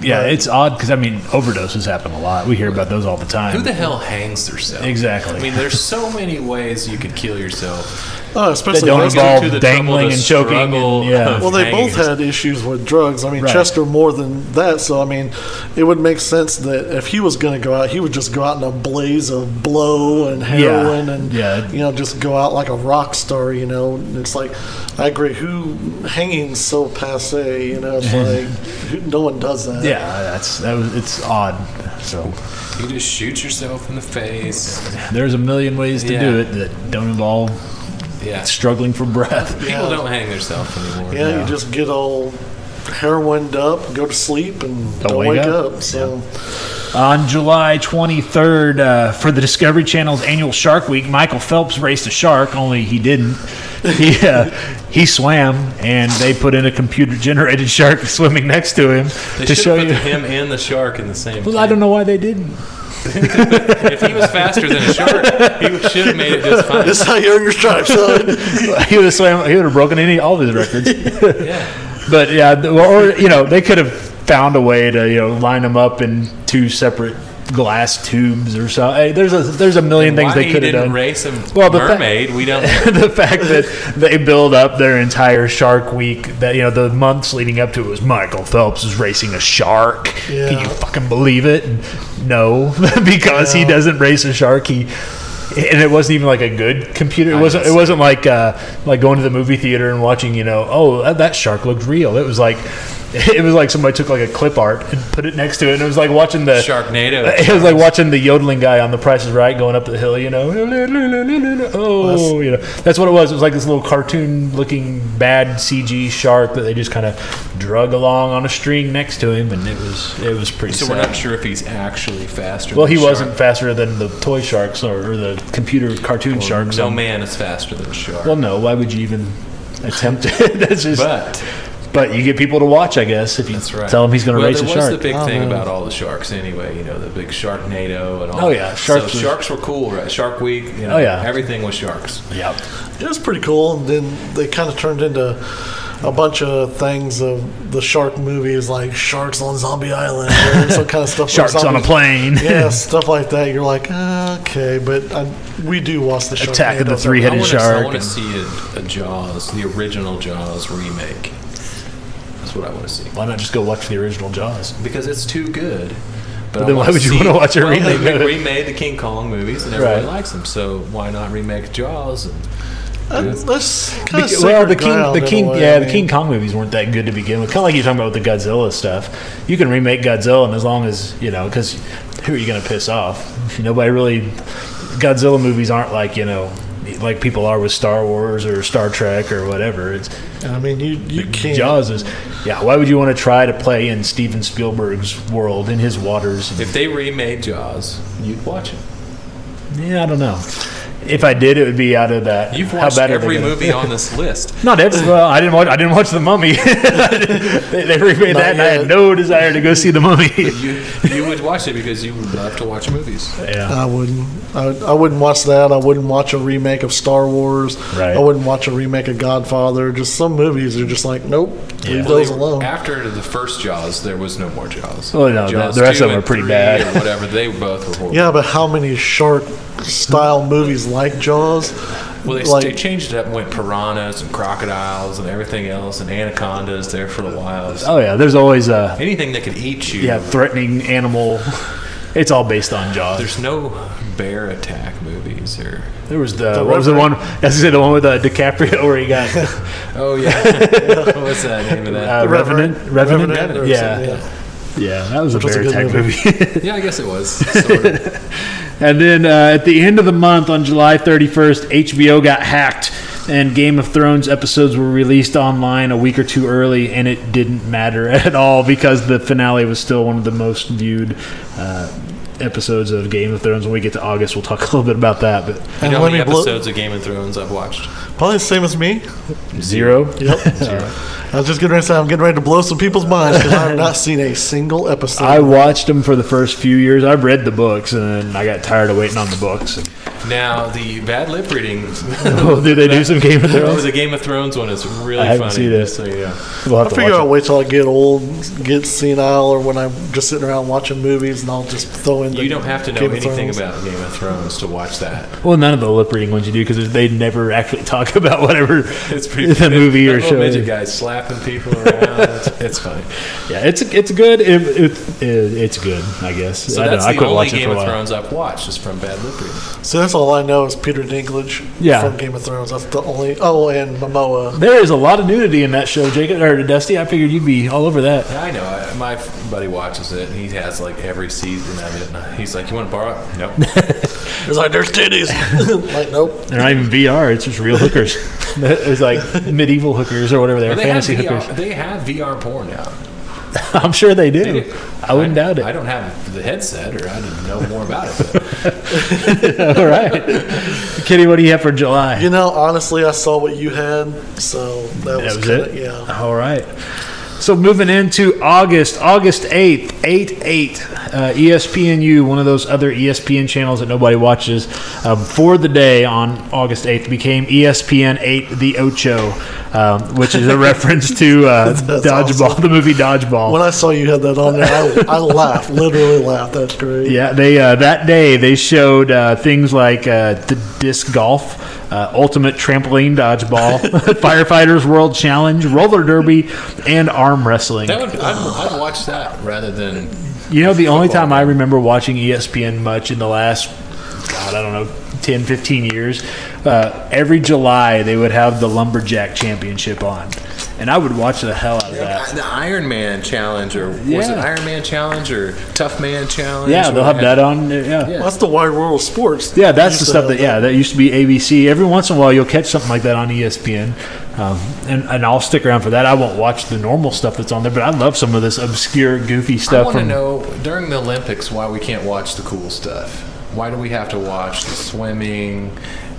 Speaker 1: Yeah,
Speaker 2: Right.
Speaker 1: it's odd because I mean overdoses happen a lot. We hear about those all the time.
Speaker 3: who the hell hangs themselves?
Speaker 1: Exactly.
Speaker 3: I mean, there's so many ways you could kill yourself.
Speaker 2: oh, especially
Speaker 1: They don't
Speaker 2: those-
Speaker 1: involve
Speaker 3: Go to the trouble
Speaker 1: dangling
Speaker 3: to
Speaker 1: and choking and-
Speaker 3: struggle
Speaker 1: yeah.
Speaker 3: of
Speaker 2: well they
Speaker 3: hanging
Speaker 2: both had issues with drugs i mean
Speaker 1: Right.
Speaker 2: chester more than that so i mean it would make sense that if he was going to go out he would just go out in a blaze of blow and heroin and
Speaker 1: Yeah.
Speaker 2: you know just go out like a rock star you know and it's like i agree who hanging's so passe you know
Speaker 1: <laughs>
Speaker 2: it's like who- no one does that
Speaker 1: yeah, that's that was it's odd. So
Speaker 3: You just shoot yourself in the face.
Speaker 1: there's a million ways to
Speaker 3: Yeah.
Speaker 1: do it that don't involve
Speaker 3: Yeah.
Speaker 1: struggling for breath.
Speaker 3: People don't hang themselves anymore.
Speaker 2: yeah,
Speaker 1: Yeah.
Speaker 2: you just get all heroined up go to sleep and don't, wake, up, so
Speaker 1: On July 23rd, uh, for the Discovery Channel's annual Shark Week, Michael Phelps raced a shark, only he didn't. He, uh, he swam, and they put in a computer generated shark <laughs> swimming next to him
Speaker 4: They
Speaker 1: to
Speaker 4: should
Speaker 1: show
Speaker 4: have put
Speaker 1: you.
Speaker 4: the him and the shark in the same.
Speaker 1: well, I don't know why they didn't.
Speaker 4: If he was faster than a shark,
Speaker 1: <laughs>
Speaker 4: he should have made it just fine.
Speaker 2: That's how you earn your stripes, son.
Speaker 1: <laughs> he would have swam. He would have broken any all of his records.
Speaker 4: <laughs> Yeah.
Speaker 1: <laughs> But yeah, th- or you know, they could have found a way to you know line them up in two separate glass tubes or something. Hey, there's a there's a million things
Speaker 4: Why
Speaker 1: they
Speaker 4: he
Speaker 1: could have
Speaker 4: didn't
Speaker 1: done.
Speaker 4: race a
Speaker 1: Well, the fact-
Speaker 4: mermaid, we don't.
Speaker 1: <laughs> the fact that they build up their entire Shark Week, that you know, the months leading up to it was Michael Phelps is racing a shark.
Speaker 2: Yeah.
Speaker 1: Can you fucking believe it? And no, <laughs> because he
Speaker 2: Yeah.
Speaker 1: doesn't race a shark. He and it wasn't even like a good computer. It wasn't. It
Speaker 4: guess.
Speaker 1: wasn't like uh, like going to the movie theater and watching. You know, oh that, that shark looked real. It was like. <laughs> It was like somebody took like a clip art and put it next to it, and it was like watching the
Speaker 4: Sharknado.
Speaker 1: It was like watching the yodeling guy on The Price Is Right going up the hill, you know. Oh, you know, that's what it was. It was like this little cartoon-looking bad CG shark that they just kind of drug along on a string next to him, and it was it was pretty.
Speaker 4: So
Speaker 1: sad.
Speaker 4: we're not sure if he's actually faster.
Speaker 1: well,
Speaker 4: than
Speaker 1: he
Speaker 4: a shark.
Speaker 1: wasn't faster than the toy sharks or, or the computer cartoon sharks. Um,
Speaker 4: No man is faster than a shark.
Speaker 1: Well, no. Why would you even attempt it? <laughs> that's just. But,
Speaker 4: but
Speaker 1: you get people to watch, I guess, if you
Speaker 4: that's right.
Speaker 1: tell him he's going to
Speaker 4: well,
Speaker 1: race a
Speaker 4: there was
Speaker 1: shark.
Speaker 4: the big
Speaker 2: Oh,
Speaker 4: thing
Speaker 2: man.
Speaker 4: about all the sharks anyway. You know, the big Sharknado and all.
Speaker 1: Oh, yeah,
Speaker 4: sharks.
Speaker 1: sharks
Speaker 4: So
Speaker 1: was-
Speaker 4: sharks were cool, right? Shark Week. You know,
Speaker 1: Oh, yeah.
Speaker 4: Everything was sharks.
Speaker 1: yeah.
Speaker 2: It was pretty cool, and then they kind of turned into a bunch of things of the shark movies, like sharks on Zombie Island,
Speaker 1: <laughs>
Speaker 2: or some kind of stuff. like
Speaker 1: Sharks on a
Speaker 2: zombies-
Speaker 1: plane.
Speaker 2: <laughs> yeah, stuff like that. You're like, "Uh, okay, but I, we do watch the shark.
Speaker 1: Attack of the Three-Headed
Speaker 4: I wanna-
Speaker 1: Shark
Speaker 4: I want to
Speaker 1: and-
Speaker 4: see a, a Jaws, the original Jaws remake. That's what I want to see
Speaker 1: <laughs> Why not just go watch the original Jaws?
Speaker 4: because it's too good. But I
Speaker 1: then why
Speaker 4: wanna
Speaker 1: would you
Speaker 4: see-
Speaker 1: wanna watch a
Speaker 4: well, they
Speaker 1: remake of it?
Speaker 4: remade the King Kong movies, and everyone
Speaker 1: Right.
Speaker 4: likes them. So why not remake Jaws? And
Speaker 2: That's kind of
Speaker 1: Beca- well, the King, the King, yeah, the King Kong movies weren't that good to begin with. Kind of like you're talking about with the Godzilla stuff. You can remake Godzilla, and as long as you know, because who are you going to piss off? Nobody really. Godzilla movies aren't like you know, like people are with Star Wars or Star Trek or whatever. It's
Speaker 2: I mean, you you can't.
Speaker 1: Jaws is, yeah. Why would you want to try to play in Steven Spielberg's world in his waters?
Speaker 4: if they remade Jaws, you'd watch it.
Speaker 1: Yeah, I don't know. If I did, it would be out of that.
Speaker 4: You've watched
Speaker 1: are they
Speaker 4: every
Speaker 1: gonna-
Speaker 4: movie
Speaker 1: <laughs>
Speaker 4: on this list.
Speaker 1: Not every. Well, I didn't watch. I didn't watch the Mummy. <laughs> they, they remade
Speaker 2: Not
Speaker 1: that, and I
Speaker 2: yet.
Speaker 1: had no desire to go see the Mummy. <laughs>
Speaker 4: You you would watch it because you love to watch movies.
Speaker 1: yeah,
Speaker 2: I wouldn't. I, I wouldn't watch that. I wouldn't watch a remake of Star Wars.
Speaker 1: Right.
Speaker 2: I wouldn't watch a remake of Godfather. Just some movies are just like, nope,
Speaker 1: Yeah.
Speaker 2: leave
Speaker 4: Well,
Speaker 2: those
Speaker 4: they-
Speaker 2: alone.
Speaker 4: After the first Jaws, there was no more Jaws.
Speaker 1: Well, no, the-
Speaker 4: Jaws
Speaker 1: the rest
Speaker 4: 2
Speaker 1: of them
Speaker 4: and
Speaker 1: are pretty
Speaker 4: 3
Speaker 1: bad.
Speaker 4: or whatever, they both were horrible.
Speaker 2: Yeah, but how many shark style movies like Jaws?
Speaker 4: Well, they,
Speaker 2: like,
Speaker 4: they changed it up and went piranhas and crocodiles and everything else and anacondas there for a while.
Speaker 1: oh yeah. There's always a
Speaker 4: Anything that could eat you.
Speaker 1: yeah threatening animal. It's all based on Jaws.
Speaker 4: There's no bear attack movies or.
Speaker 1: There was the, what was the one? As I said, the one with uh, DiCaprio where he
Speaker 2: <laughs>
Speaker 1: got uh,
Speaker 4: Oh yeah. <laughs> What's that name of that?
Speaker 1: Revenant. Revenant.
Speaker 2: Revenant or
Speaker 1: Yeah.
Speaker 2: something,
Speaker 1: yeah, That was a
Speaker 2: was a
Speaker 1: very
Speaker 2: good
Speaker 1: tech
Speaker 2: movie.
Speaker 1: movie.
Speaker 4: yeah, I guess it
Speaker 1: <laughs>
Speaker 4: was. Sort of.
Speaker 1: And then uh, at the end of the month, on July 31st, HBO got hacked, and Game of Thrones episodes were released online a week or two early, and it didn't matter <laughs> at all because the finale was still one of the most viewed. Uh, Episodes of Game of Thrones. When we get to August, we'll talk <laughs> a little bit about that. But
Speaker 4: You
Speaker 2: And
Speaker 4: know how
Speaker 2: let
Speaker 4: many
Speaker 2: me blow-
Speaker 4: episodes of Game of Thrones I've watched?
Speaker 2: Probably the same as me.
Speaker 1: zero.
Speaker 2: <laughs> Yep. I was just getting ready to say I'm getting ready to blow some people's minds because I have not seen a single episode.
Speaker 1: I watched them for the first few years. I read the books, and then I got tired of waiting on the books.
Speaker 4: Now the bad lip reading.
Speaker 1: <laughs> oh, did they do some Game of
Speaker 4: Oh,
Speaker 1: Thrones?
Speaker 4: the Game of Thrones one is really
Speaker 1: I haven't
Speaker 4: funny.
Speaker 1: seen it.
Speaker 4: just So yeah.
Speaker 1: We'll have
Speaker 2: I
Speaker 1: to
Speaker 2: figure
Speaker 1: watch
Speaker 2: I'll
Speaker 1: it.
Speaker 2: wait till I get old, get senile, or when I'm just sitting around watching movies, and I'll just throw in. the
Speaker 4: You don't have to know
Speaker 2: Game of
Speaker 4: anything
Speaker 2: Thrones.
Speaker 4: about Game of Thrones to watch that.
Speaker 1: Well, none of the lip reading ones you do because they never actually <laughs> talk about whatever <laughs>
Speaker 4: It's pretty.
Speaker 1: the movie
Speaker 4: that
Speaker 1: or
Speaker 4: little
Speaker 1: show.
Speaker 4: Midget
Speaker 1: is.
Speaker 4: guy slapping people around. it's, it's funny.
Speaker 1: Yeah, it's it's good. It, it, it, it's good, I guess.
Speaker 4: So
Speaker 1: I don't
Speaker 4: that's
Speaker 1: know. I
Speaker 4: the
Speaker 1: couldn't
Speaker 4: only
Speaker 1: watch it for
Speaker 4: Game
Speaker 1: a
Speaker 4: of
Speaker 1: while.
Speaker 4: Thrones I've watched is from Bad Lip Reading.
Speaker 2: So that's all I know is Peter Dinklage
Speaker 1: Yeah.
Speaker 2: from Game of Thrones. That's the only. Oh, and Momoa.
Speaker 1: There is a lot of nudity in that show, Jacob or Dusty. I figured you'd be all over that.
Speaker 4: Yeah, I know. I, my buddy watches it, and he has like every season of it. And I- he's like, "You want to borrow it?" Nope.
Speaker 1: <laughs>
Speaker 2: It's like there's titties. <laughs> like nope.
Speaker 1: They're not even VR; it's just real <laughs> hookers. it's like medieval hookers or whatever they are,
Speaker 4: they, have
Speaker 1: fantasy
Speaker 4: VR,
Speaker 1: hookers.
Speaker 4: they have VR porn now.
Speaker 1: <laughs> I'm sure they do.
Speaker 4: They do.
Speaker 1: I wouldn't doubt it.
Speaker 4: I don't have the headset, or I didn't know more about it. but
Speaker 1: All right,
Speaker 4: <laughs>
Speaker 1: Kitty, what do you have for July?
Speaker 2: You know, honestly, I saw what you had, so that was,
Speaker 1: That was
Speaker 2: kinda,
Speaker 1: it.
Speaker 2: Yeah.
Speaker 1: All right. So moving into August, August eighth, eight eight, uh, ESPNU, one of those other E ESPN channels that nobody watches, um, for the day on August eighth became E ESPN eight the Ocho, um, which
Speaker 2: <laughs>
Speaker 1: is a reference to uh,
Speaker 2: That's
Speaker 1: Dodgeball, the movie Dodgeball.
Speaker 2: When I saw you had that on there,
Speaker 1: <laughs>
Speaker 2: I, I laughed, literally laughed. That's great.
Speaker 1: Yeah, they uh, that day they showed uh, things like uh, the disc golf, uh, ultimate trampoline
Speaker 2: <laughs>
Speaker 1: dodgeball, <laughs> firefighters world challenge, roller derby, and arm wrestling.
Speaker 4: that would, I'd, I'd watch that rather than
Speaker 1: You know, the only time I remember watching E ESPN much in the last, God, I don't know, 10, 15 years, uh, every July they would have the Lumberjack Championship on. And I would watch the hell out of that.
Speaker 4: the Iron Man challenge, or was it
Speaker 1: Yeah.
Speaker 4: Iron Man challenge or Tough Man challenge?
Speaker 1: Yeah, they'll have
Speaker 4: Or-
Speaker 1: that on. there, Yeah.
Speaker 4: Yeah.
Speaker 1: Yeah.
Speaker 2: Well, that's the wide world of sports.
Speaker 1: that's the
Speaker 2: Used to
Speaker 1: stuff
Speaker 2: have
Speaker 1: that, yeah, that used to be ABC. Every once in a while, you'll catch something like that on E ESPN. Um, and, and I'll stick around for that. I won't watch the normal stuff that's on there, but I love some of this obscure, goofy
Speaker 4: I
Speaker 1: stuff
Speaker 4: want to
Speaker 1: from
Speaker 4: know during the Olympics why we can't watch the cool stuff. Why do we have to watch the swimming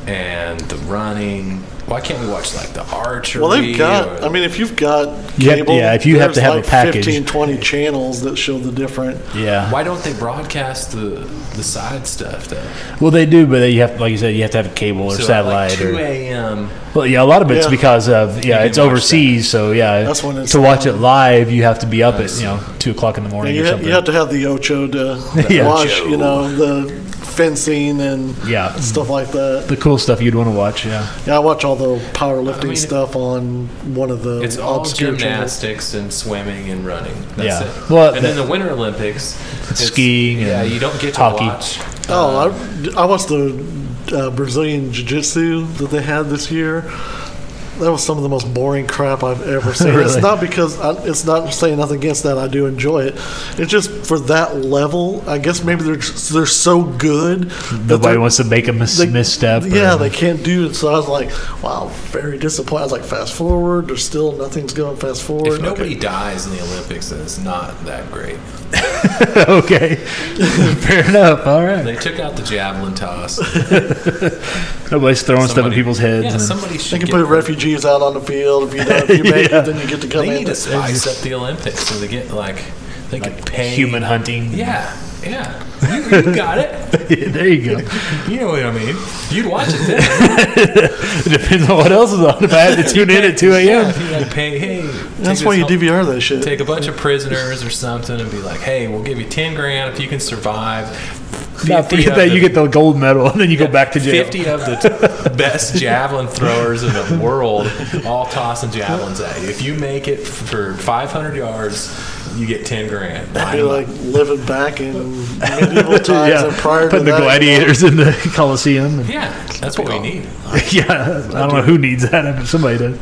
Speaker 4: and the running? Why can't we watch like the archery?
Speaker 2: Well, they've got,
Speaker 4: or-
Speaker 2: I mean, if you've got
Speaker 1: You have-
Speaker 2: cable,
Speaker 1: yeah, if you have to
Speaker 2: there's
Speaker 1: have a
Speaker 2: like
Speaker 1: package.
Speaker 2: 15, 20 channels that show the different.
Speaker 1: Yeah.
Speaker 4: why don't they broadcast the the side stuff though?
Speaker 1: Well, they do, but you have, like you said, you have to have a cable or
Speaker 4: So at,
Speaker 1: satellite.
Speaker 4: like
Speaker 1: or,
Speaker 4: two a.m.
Speaker 1: Well, yeah, a lot of it's
Speaker 2: Yeah.
Speaker 1: because of yeah,
Speaker 4: can
Speaker 1: it's
Speaker 4: watch
Speaker 1: overseas, so yeah,
Speaker 2: That's when it's
Speaker 1: to watch it
Speaker 2: on.
Speaker 1: live, you have to be up at you know two o'clock in the morning
Speaker 2: You,
Speaker 1: or
Speaker 2: ha-
Speaker 1: something.
Speaker 2: you have to have the Ocho to
Speaker 1: <laughs> Yeah.
Speaker 2: watch,
Speaker 4: Ocho.
Speaker 2: you know, the fencing and
Speaker 1: Yeah.
Speaker 2: stuff like that.
Speaker 1: the cool stuff you'd want to watch, yeah.
Speaker 2: Yeah, I watch all the powerlifting
Speaker 4: I mean,
Speaker 2: stuff on one of the
Speaker 4: It's all
Speaker 2: obscure channels.
Speaker 4: gymnastics and swimming and running. That's
Speaker 1: Yeah.
Speaker 4: it.
Speaker 1: Well,
Speaker 4: and
Speaker 1: the-
Speaker 4: then the Winter Olympics, it's-
Speaker 1: Skiing
Speaker 4: Yeah,
Speaker 1: and
Speaker 4: you don't get to
Speaker 1: hockey.
Speaker 4: watch.
Speaker 2: Oh, I, I watched the uh, Brazilian Jiu Jitsu that they had this year. That was some of the most boring crap I've
Speaker 1: <laughs>
Speaker 2: ever seen. It's
Speaker 1: Really?
Speaker 2: not because I, it's not saying nothing against that. I do enjoy it. It's just for that level. I guess maybe they're just, they're so good. that
Speaker 1: Nobody
Speaker 2: they're-
Speaker 1: wants to make a mis-
Speaker 2: they-
Speaker 1: misstep. or-
Speaker 2: Yeah, they can't do it. So I was like, wow, very disappointed. I was like, fast forward. There's still nothing's going fast forward.
Speaker 4: If nobody
Speaker 2: Okay.
Speaker 4: dies in the Olympics, then it's not that great.
Speaker 1: <laughs>
Speaker 2: <laughs>
Speaker 1: okay, fair enough. All right,
Speaker 4: They took out the javelin toss.
Speaker 1: nobody's throwing stuff in
Speaker 4: Somebody-
Speaker 1: people's heads.
Speaker 4: Yeah,
Speaker 1: and-
Speaker 4: somebody
Speaker 2: They
Speaker 4: should
Speaker 2: can
Speaker 4: get
Speaker 2: put refugees out on the field. If you,
Speaker 1: <laughs>
Speaker 2: don't, if you make
Speaker 1: Yeah.
Speaker 2: it, then you get to come
Speaker 4: They
Speaker 2: in.
Speaker 4: need to spice up the Olympics so they get like they can pay
Speaker 1: Human hunting.
Speaker 4: Yeah, yeah. You, you got it.
Speaker 1: <laughs> there you go.
Speaker 4: You know what I mean. You'd watch it then.
Speaker 1: It depends on what else is on. If I had to tune in at two
Speaker 4: Yeah,
Speaker 1: a.m.,
Speaker 4: if you like pay, hey.
Speaker 2: That's
Speaker 4: take
Speaker 2: why
Speaker 4: this
Speaker 2: you
Speaker 4: home-
Speaker 2: DVR that shit.
Speaker 4: Take a bunch of prisoners or something and be like, hey, we'll give you ten grand if you can survive.
Speaker 1: not
Speaker 4: 50
Speaker 1: forget
Speaker 4: of
Speaker 1: that you
Speaker 4: the-
Speaker 1: get the <laughs> gold medal and then you go back to jail.
Speaker 4: 50 of the t- best javelin throwers in the world all tossing javelins at you. If you make it for 500 yards, you get 10 grand.
Speaker 2: Be like living back in
Speaker 1: <laughs>
Speaker 2: medieval times and prior to
Speaker 1: putting the
Speaker 2: that,
Speaker 1: gladiators in the <laughs> Coliseum. and-
Speaker 4: yeah, that's what we need. World's
Speaker 1: yeah, I don't know who needs that, but somebody does.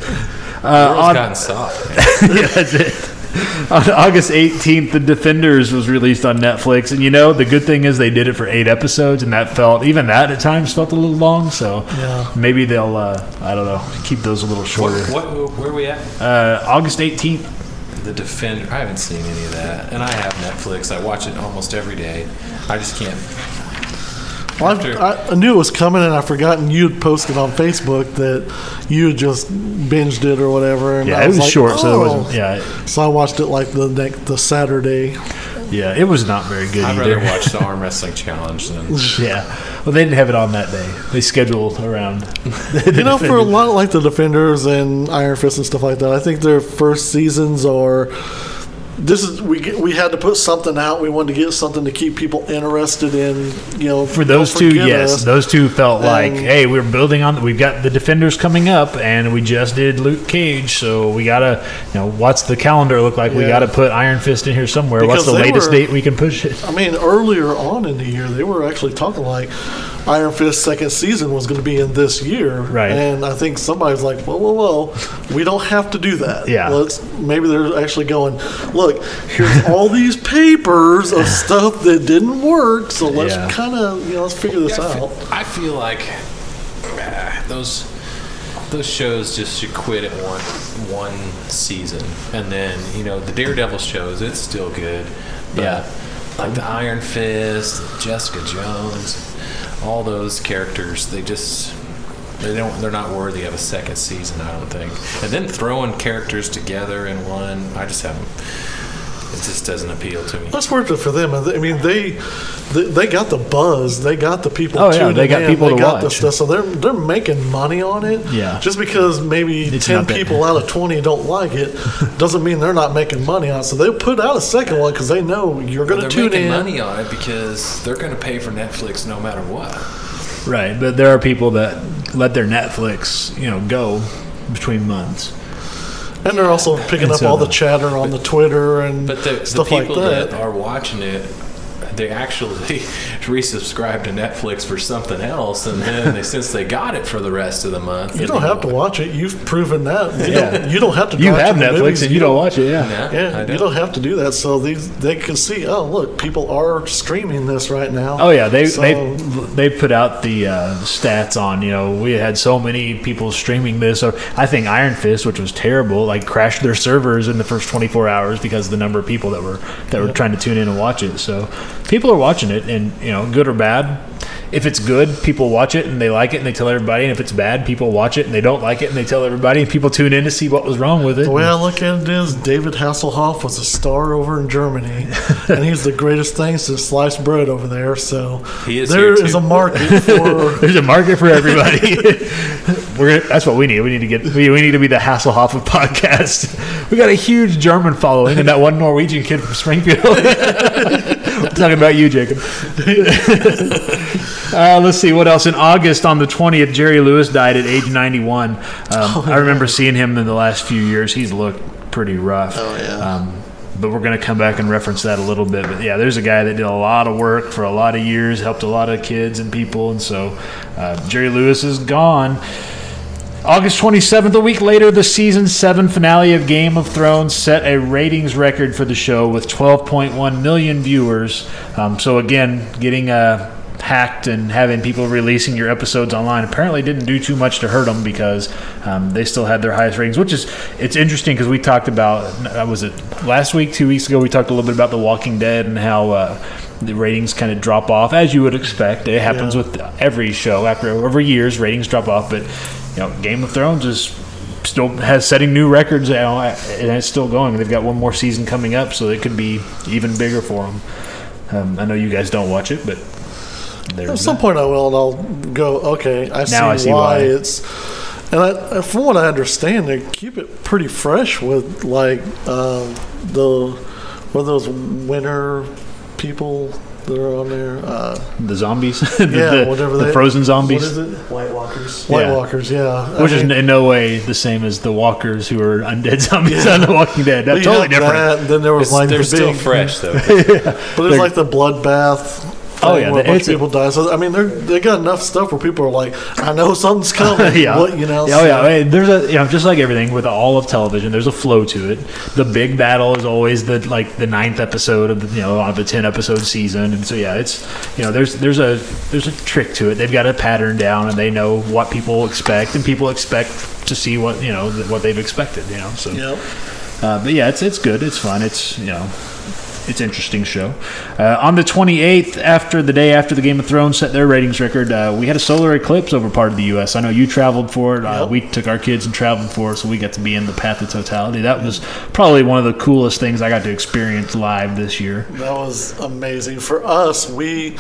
Speaker 1: Uh, on-
Speaker 4: gotten soft. man.
Speaker 1: yeah, that's it. <laughs> On August 18th, The Defenders was released on Netflix, and you know the good thing is they did it for eight episodes, and that felt even that at times felt a little long. So
Speaker 2: Yeah.
Speaker 1: maybe they'll uh, I don't know keep those a little shorter.
Speaker 4: What, what, where are we at?
Speaker 1: Uh, August 18th,
Speaker 4: The Defender. I haven't seen any of that. And I have Netflix. I watch it almost every day. I just can't.
Speaker 2: Well, I've- I, I knew it was coming, and I forgotten you had posted on Facebook that you had just binged it or whatever. And
Speaker 1: yeah,
Speaker 2: I
Speaker 1: it was
Speaker 2: like,
Speaker 1: short, so there
Speaker 2: "Oh."
Speaker 1: wasn't yeah,
Speaker 2: So I watched it like the next
Speaker 1: <laughs>
Speaker 2: the Saturday.
Speaker 1: yeah, it was not very good
Speaker 4: I'd
Speaker 1: either. <laughs>
Speaker 4: rather watch the arm wrestling challenge <laughs> than.
Speaker 1: Yeah, well, they didn't have it on that day. They scheduled around.
Speaker 2: You know, for a lot like the Defenders and Iron Fist and stuff like that, I think their first seasons are. This is we get, we had to put something out. We wanted to get something to keep people interested in. You know,
Speaker 1: for those two, yes, those two felt like,
Speaker 2: And-
Speaker 1: hey, we're building on. We've got the defenders coming up, and we just did Luke Cage, so we gotta, you know, what's the calendar look like? We
Speaker 2: Yeah.
Speaker 1: gotta put Iron Fist in here somewhere. what's
Speaker 2: Because
Speaker 1: the
Speaker 2: they
Speaker 1: latest
Speaker 2: were-
Speaker 1: date we can push
Speaker 2: <laughs>
Speaker 1: it?
Speaker 2: I mean, earlier on in the year, they were actually talking like Iron Fist's second season was going to be in this year,
Speaker 1: Right.
Speaker 2: And I think somebody's like, "Whoa, whoa, whoa! We don't have to do that.
Speaker 1: Yeah.
Speaker 2: let's." Maybe they're actually going, "Look, here's all these papers of stuff that didn't work, so let's
Speaker 1: Yeah.
Speaker 2: kind of you know let's figure this
Speaker 4: I
Speaker 2: out."
Speaker 4: feel, I feel like uh, those those shows just should quit at one one season, and then you know the Daredevil shows. It's still good. But
Speaker 1: Yeah.
Speaker 4: like the Iron Fist, Jessica Jones, all those characters. They just they don't they're not worthy of a second season. I don't think. And then throwing characters together in one, I just haven't. It just doesn't appeal to me.
Speaker 2: That's worth it for them. I mean, they they, they got the buzz. They got the people.
Speaker 1: Oh, yeah,
Speaker 2: tuning
Speaker 1: they got
Speaker 2: in.
Speaker 1: people
Speaker 2: They
Speaker 1: to
Speaker 2: got the
Speaker 1: watch.
Speaker 2: stuff. So they're they're making money on it.
Speaker 1: Yeah.
Speaker 2: Just because maybe
Speaker 1: It's
Speaker 2: ten
Speaker 1: not that-
Speaker 2: people out of twenty don't
Speaker 1: <laughs>
Speaker 2: like it, doesn't mean they're not making money on it. So they'll put out a second one because they know you're going
Speaker 4: they're
Speaker 2: to tune
Speaker 4: making
Speaker 2: in.
Speaker 4: money on it because they're going to pay for Netflix no matter what.
Speaker 1: Right, but there are people that let their Netflix, you know, go between months.
Speaker 2: And they're also picking
Speaker 1: And
Speaker 2: up
Speaker 1: so-
Speaker 2: all the chatter on the Twitter and
Speaker 4: But the, the
Speaker 2: stuff like
Speaker 4: people that.
Speaker 2: that.
Speaker 4: are watching it, they actually <laughs> resubscribe to Netflix for something else, and then they, since they got it for the rest of the month,
Speaker 2: you don't have to watch it. You've proven that. You,
Speaker 1: Yeah.
Speaker 2: don't, you don't have to.
Speaker 1: You
Speaker 2: drive
Speaker 1: have
Speaker 2: to the
Speaker 1: Netflix
Speaker 2: movies.
Speaker 1: and you don't watch it, yeah.
Speaker 4: Yeah, I
Speaker 2: Yeah, you don't have to do that. So these they can see. Oh, look, people are streaming this right now.
Speaker 1: Oh yeah, they
Speaker 2: So-
Speaker 1: they they put out the uh, stats on you know we had so many people streaming this. Or I think Iron Fist, which was terrible, like crashed their servers in the first 24 hours because of the number of people that were that were trying to tune in and watch it. So people are watching it, and you know, good or bad. If it's good, people watch it and they like it and they tell everybody. And if it's bad, people watch it and they don't like it and they tell everybody. And people tune in to see what was wrong with it.
Speaker 2: The way I look at it is David Hasselhoff was a star over in Germany, and he's the greatest thing since sliced bread over there. So
Speaker 4: He is
Speaker 2: there
Speaker 4: here, too.
Speaker 2: is a market
Speaker 4: <laughs>
Speaker 2: for.
Speaker 1: <laughs> There's a market for everybody. We're gonna, that's what we need. We need to get we, we need to be the Hasselhoff of podcast. We got a huge German following and that one Norwegian kid from Springfield. <laughs> We're talking about you, Jacob. Uh, let's see what else. In August on the 20th, Jerry Lewis died at age 91. Um, I remember seeing him in the last few years. He's looked pretty rough. Oh,
Speaker 2: yeah.
Speaker 1: Um, but we're going to come back and reference that a little bit. But yeah, there's a guy that did a lot of work for a lot of years, helped a lot of kids and people. And so uh, Jerry Lewis is gone. August 27th, a week later, the season 7 finale of Game of Thrones set a ratings record for the show with 12.1 million viewers. Um, so, again, getting uh, hacked and having people releasing your episodes online apparently didn't do too much to hurt them because um, they still had their highest ratings, which is it's interesting because we talked about, uh, was it last week, two weeks ago, we talked a little bit about The Walking Dead and how. Uh, the ratings kind of drop off as you would expect. It happens with every show after over years, ratings drop off. But you know, Game of Thrones is still has setting new records now, and it's still going. They've got one more season coming up, so it could be even bigger for them. Um, I know you guys don't watch it, but
Speaker 2: At
Speaker 1: there's
Speaker 2: Oh, some point, I will, and I'll go. Okay, I see,
Speaker 1: I see
Speaker 2: why,
Speaker 1: why.
Speaker 2: it's. And I, from what I understand, they keep it pretty fresh with like uh, the what are those winter people that are on there. Uh,
Speaker 1: the zombies, <laughs> the,
Speaker 2: yeah,
Speaker 1: the-
Speaker 2: whatever
Speaker 1: the
Speaker 2: they,
Speaker 1: frozen
Speaker 2: What is
Speaker 1: zombies,
Speaker 2: it?
Speaker 5: White Walkers.
Speaker 2: White
Speaker 1: Yeah.
Speaker 2: Walkers, yeah. I
Speaker 1: which is
Speaker 2: mean,
Speaker 1: in no way the same as the walkers who are undead <laughs> zombies on The Walking Dead.
Speaker 2: you
Speaker 1: That's totally
Speaker 2: have
Speaker 1: different.
Speaker 2: that, and then there was
Speaker 4: It's-
Speaker 2: like
Speaker 4: they're
Speaker 2: the
Speaker 4: still
Speaker 2: big, <laughs>
Speaker 4: fresh though.
Speaker 2: but there's like the bloodbath.
Speaker 1: Oh,
Speaker 2: thing
Speaker 1: yeah,
Speaker 2: where a
Speaker 1: the-
Speaker 2: bunch
Speaker 1: it's
Speaker 2: of
Speaker 1: a-
Speaker 2: people die. So I mean, they they got enough stuff where people are like, I know something's coming.
Speaker 1: <laughs> yeah.
Speaker 2: what, you know.
Speaker 1: Yeah,
Speaker 2: so-
Speaker 1: Oh yeah. Hey, There's a you know just like everything with all of television, there's a flow to it. The big battle is always the like the ninth episode of the, you know of a ten episode season, and so yeah, it's you know there's there's a there's a trick to it. They've got a pattern down, and they know what people expect, and people expect to see what you know th- what they've expected. You know. So.
Speaker 2: Yep.
Speaker 1: Uh, but yeah, it's it's good. It's fun. It's you know. It's interesting show. Uh, on the 28th, after the day after the Game of Thrones set their ratings record, uh, we had a solar eclipse over part of the U.S. I know you traveled for it. Uh,
Speaker 2: Yep.
Speaker 1: We took our kids and traveled for it, so we got to be in the path of totality. That was probably one of the coolest things I got to experience live this year.
Speaker 2: That was amazing for us. We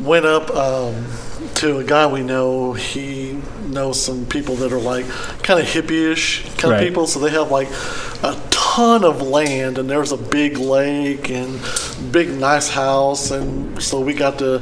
Speaker 2: went up um, to a guy we know. He knows some people that are like kind of hippie-ish kind
Speaker 1: Right.
Speaker 2: of people. So they have like a ton of land, and there's a big lake and big nice house. And so we got to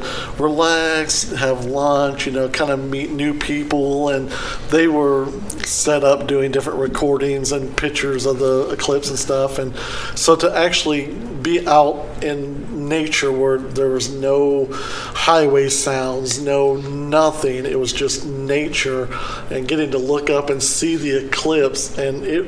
Speaker 2: relax, have lunch, you know, kind of meet new people. And they were set up doing different recordings and pictures of the eclipse and stuff. And so to actually be out in nature where there was no highway sounds, no nothing, it was just nature and getting to look up and see the eclipse. And it,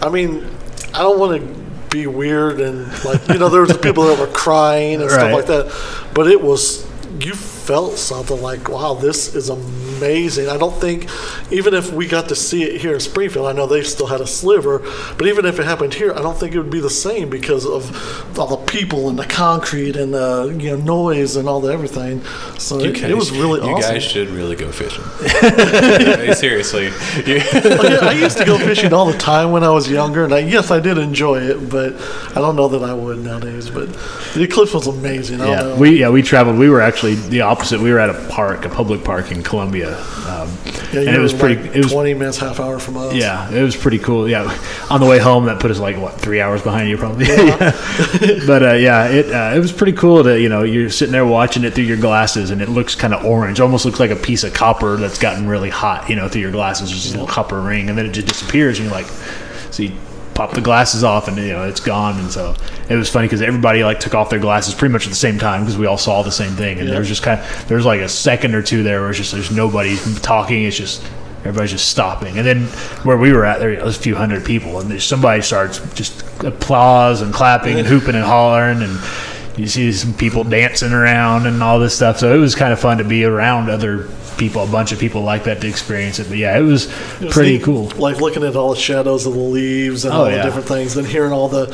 Speaker 2: I mean, I don't want to be weird and like, you know, there was people that were crying and
Speaker 1: Right.
Speaker 2: stuff like that, but it was, you felt felt something like, wow, this is amazing. I don't think, even if we got to see it here in Springfield, I know they still had a sliver, but even if it happened here, I don't think it would be the same because of all the people and the concrete and the you know noise and all the everything. So
Speaker 4: You
Speaker 2: it,
Speaker 4: guys,
Speaker 2: it was really
Speaker 4: you
Speaker 2: awesome.
Speaker 4: guys should really
Speaker 2: <laughs>
Speaker 4: go fishing. Hey, Seriously, You-
Speaker 2: Like, Oh, I used to go fishing all the time when I was younger, and I, yes, I did enjoy it, but I don't know that I would nowadays. But the eclipse was amazing. I don't know.
Speaker 1: Yeah, we yeah we traveled. We were actually the opposite. We were at a park, a public park in Columbia, um,
Speaker 2: Yeah,
Speaker 1: and
Speaker 2: you
Speaker 1: it was
Speaker 2: were,
Speaker 1: pretty.
Speaker 2: like
Speaker 1: it was
Speaker 2: 20 minutes, half hour from us.
Speaker 1: yeah, it was pretty cool. Yeah, on the way home, that put us like what three hours behind you probably. Yeah. <laughs> but uh, yeah, it uh, it was pretty cool to you know you're sitting there watching it through your glasses, and it looks kind of orange, almost looks like a piece of copper that's gotten really hot, you know, through your glasses, just a little copper ring, and then it just disappears, and you're like, so you pop the glasses off and you know it's gone and so it was funny because everybody like took off their glasses pretty much at the same time because we all saw the same thing and there was just kind of there was like a second or two there where it's just there's nobody talking it's just everybody's just stopping and then where we were at there was a few hundred people and there's somebody starts just applause and clapping and hooping and hollering and you see some people dancing around and all this stuff so it was kind of fun to be around other people a bunch of people like that to experience it but yeah it was,
Speaker 2: It was
Speaker 1: pretty
Speaker 2: neat,
Speaker 1: cool
Speaker 2: Like looking at all the shadows of the leaves and
Speaker 1: Oh,
Speaker 2: all
Speaker 1: yeah.
Speaker 2: the different things, and hearing all the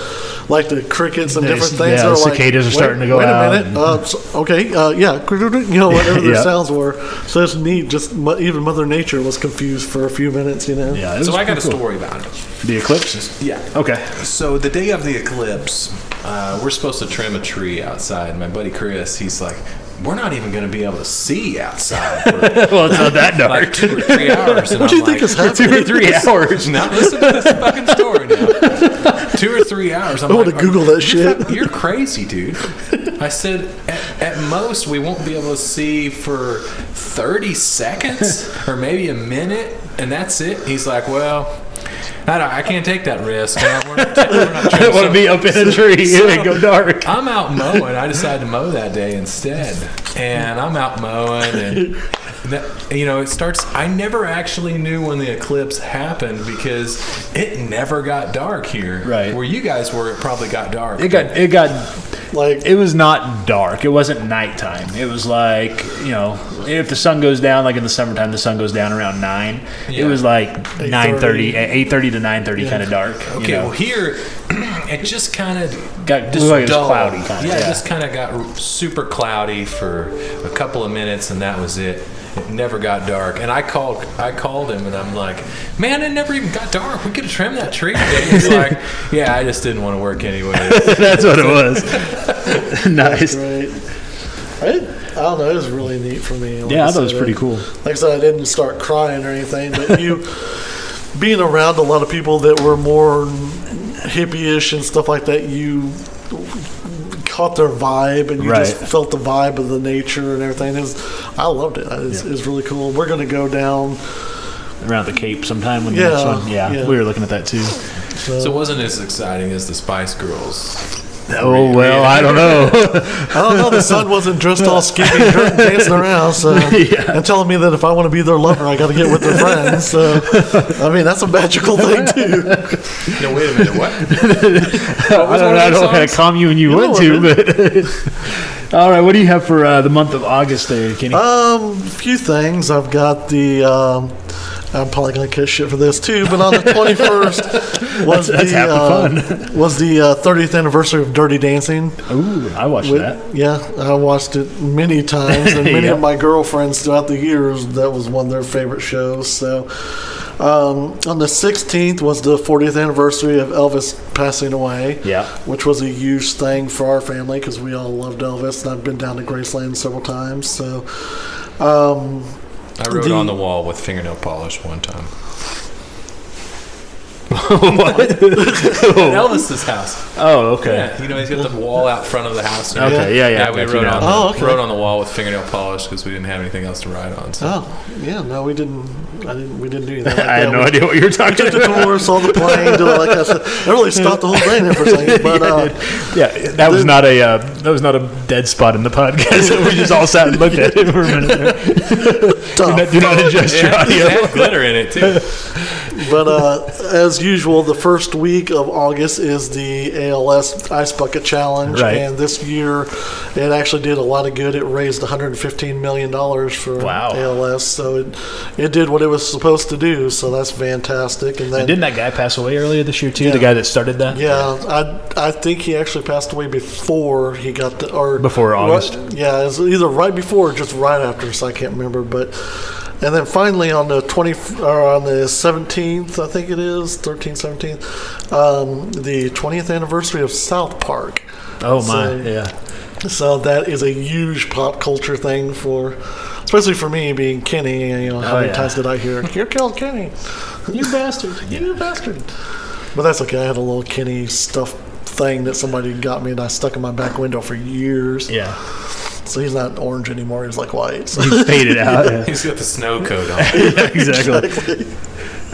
Speaker 2: like the crickets and
Speaker 1: Yeah,
Speaker 2: different
Speaker 1: yeah,
Speaker 2: things.
Speaker 1: the
Speaker 2: that like,
Speaker 1: cicadas are
Speaker 2: wait-
Speaker 1: starting to go
Speaker 2: wait
Speaker 1: out
Speaker 2: a minute.
Speaker 1: and-
Speaker 2: Uh, so- okay, uh, yeah, <laughs> you know whatever the
Speaker 1: Yeah.
Speaker 2: sounds were. So it's neat. Just mo- even Mother Nature was confused for a few minutes. You know.
Speaker 1: yeah it was
Speaker 4: so I got a
Speaker 1: pretty cool.
Speaker 4: story about it.
Speaker 1: the eclipses
Speaker 4: Yeah. <laughs>
Speaker 1: okay <laughs>
Speaker 4: So the day of the eclipse, uh, we're supposed to trim a tree outside. My buddy Chris, he's like, "We're not even going to be able to see outside
Speaker 2: <laughs>
Speaker 4: for
Speaker 1: well, it's not that
Speaker 4: like
Speaker 1: dark.
Speaker 4: two or three hours." And
Speaker 2: What do
Speaker 4: I'm
Speaker 2: you think
Speaker 4: like, <laughs>
Speaker 2: is happening?
Speaker 1: Two or <laughs> three hours.
Speaker 4: Now listen to this fucking story now. Two or three hours. I'm
Speaker 2: I
Speaker 4: like,
Speaker 2: wanna Google that
Speaker 4: you're
Speaker 2: shit."
Speaker 4: fuck- You're crazy, dude. I said, at, at most, we won't be able to see for 30 seconds or maybe a minute, and that's it. He's like, well, I, don't, I can't take that risk. I, we're
Speaker 2: <laughs>
Speaker 4: not, we're not
Speaker 1: I don't want to
Speaker 4: so-
Speaker 1: be up in a tree and
Speaker 4: <laughs>
Speaker 1: go dark.
Speaker 4: I'm out mowing. I decided to mow that day instead, and I'm out
Speaker 1: <laughs>
Speaker 4: mowing, and that, you know it starts. I never actually knew when the eclipse happened because it never got dark here.
Speaker 1: Right.
Speaker 4: where you guys were, it probably got dark.
Speaker 1: It got. It got.
Speaker 2: Like
Speaker 1: It was not dark. It wasn't nighttime. It was like you know, if the sun goes down, like in the summertime, the sun goes down around nine. It
Speaker 4: Yeah.
Speaker 1: was like 9:30, 8:30 to 9:30, kind of dark. you
Speaker 4: Okay,
Speaker 1: know.
Speaker 4: well here <clears throat> it just kind of
Speaker 1: Got- looked like it was cloudy kinda,
Speaker 4: yeah, it
Speaker 1: yeah.
Speaker 4: <laughs> just kind of got r- super cloudy for a couple of minutes, and that was it. It never got dark, and I called. I called him, and I'm like, "Man, it never even got dark. We could have trimmed that tree." Today. He's like, <laughs> "Yeah, I just didn't want to work
Speaker 1: <laughs>
Speaker 4: anyway."
Speaker 1: That's what it was. <laughs> nice.
Speaker 2: right. Right? I don't know. It was really neat for me. Like
Speaker 1: Yeah, I thought it was
Speaker 2: said,
Speaker 1: pretty cool.
Speaker 2: Like I said, I didn't start crying or anything, but you <laughs> being around a lot of people that were more hippie-ish and stuff like that, you caught their vibe and you
Speaker 1: Right.
Speaker 2: just felt the vibe of the nature and everything. It was, I loved it. It was, it was really cool. We're going to go down.
Speaker 1: Around the Cape sometime when the
Speaker 2: Yeah,
Speaker 1: next one. Yeah,
Speaker 2: yeah.
Speaker 1: we were looking at that too.
Speaker 4: so it wasn't as exciting as the Spice Girls.
Speaker 1: Oh well, I don't know.
Speaker 2: I don't know. The son wasn't dressed all skimpy and dirt and dancing
Speaker 1: <laughs>
Speaker 2: around, so and telling me that if I want to be their lover, I got to get with their friends. So, I mean, that's a
Speaker 1: <laughs>
Speaker 2: magical thing too.
Speaker 4: No, wait a minute.
Speaker 1: <laughs>
Speaker 4: What?
Speaker 1: I don't know, I don't know what kind of commune you, went to, but. <laughs> All right, what do you have for uh, the month of August there, Kenny?
Speaker 2: Um, few things. I've got the. Um, I'm probably gonna kiss shit for this too, but on the 21st
Speaker 1: <laughs> That's-
Speaker 2: was
Speaker 1: that's
Speaker 2: the
Speaker 1: half the
Speaker 2: uh, was the uh, 30th anniversary of Dirty Dancing.
Speaker 1: Ooh, I watched <laughs>
Speaker 2: With- <laughs>
Speaker 1: that.
Speaker 2: yeah, I watched it many
Speaker 1: <laughs>
Speaker 2: times, and many
Speaker 1: Yeah.
Speaker 2: of my girlfriends throughout the years that was one of their favorite shows. So, um, on the 16th was the 40th anniversary of Elvis passing away.
Speaker 1: Yeah.
Speaker 2: which was a huge thing for our family because we all loved Elvis, and I've been down to Graceland several times. So, um,
Speaker 4: I wrote
Speaker 2: The-
Speaker 4: on the wall with fingernail polish one time. At Elvis's house.
Speaker 1: Oh, okay.
Speaker 4: Yeah, you know, he's got the wall out front of the house. now.
Speaker 1: Okay, yeah, yeah, I
Speaker 4: we
Speaker 1: got you
Speaker 4: wrote
Speaker 1: now.
Speaker 4: on, the,
Speaker 2: Oh, okay.
Speaker 4: wrote on the wall with fingernail polish because we didn't have anything else to write on. So.
Speaker 2: oh yeah, no, we didn't. I didn't. We didn't do anything.
Speaker 1: <laughs>
Speaker 2: Like
Speaker 1: I had
Speaker 2: that.
Speaker 1: no
Speaker 2: We-
Speaker 1: idea what you were talking <laughs>
Speaker 2: Took the
Speaker 1: about.
Speaker 2: tour, saw the plane, did all that kind of stuff. It really stopped the whole thing there for
Speaker 1: <laughs>
Speaker 2: a second. But uh,
Speaker 1: Yeah, that was not a uh, that was not a dead spot in the podcast. <laughs> we just all sat and looked at <laughs> it for a minute. There. Do,
Speaker 2: tough.
Speaker 1: Oh. <laughs> not, do not adjust your
Speaker 4: It
Speaker 1: audio. <laughs>
Speaker 4: had glitter in it too.
Speaker 2: But uh, as usual, the first week of August is the ALS Ice Bucket Challenge,
Speaker 1: Right.
Speaker 2: and this year it actually did a lot of good. It raised 115 million dollars for
Speaker 1: Wow.
Speaker 2: ALS, so it it did what it was supposed to do. So that's fantastic. And then
Speaker 1: Didn't that guy pass away earlier this year too? The
Speaker 2: Yeah.
Speaker 1: guy that started that.
Speaker 2: yeah, I I think he actually passed away before he got the or
Speaker 1: Before
Speaker 2: Ri-
Speaker 1: August.
Speaker 2: yeah, it was either right before or just right after, so I can't remember. But and then finally on the twenty or on the seventeenth, I think it is 13th, 17th, um, the twentieth anniversary of South Park.
Speaker 1: Oh my.
Speaker 2: So-
Speaker 1: yeah.
Speaker 2: So that is a huge pop culture thing for, especially for me being Kenny. You know, how
Speaker 1: Oh,
Speaker 2: many
Speaker 1: yeah.
Speaker 2: times did
Speaker 1: <laughs>
Speaker 2: I hear "You killed Kenny"?
Speaker 1: You bastard.
Speaker 2: You bastard. But that's okay. I had a little Kenny stuff thing that somebody got me and I stuck in my back window for years.
Speaker 1: Yeah.
Speaker 2: So he's not orange anymore. He's
Speaker 1: <laughs>
Speaker 2: like white. So-
Speaker 1: He faded out. yeah.
Speaker 4: He's got the snow coat on.
Speaker 1: exactly.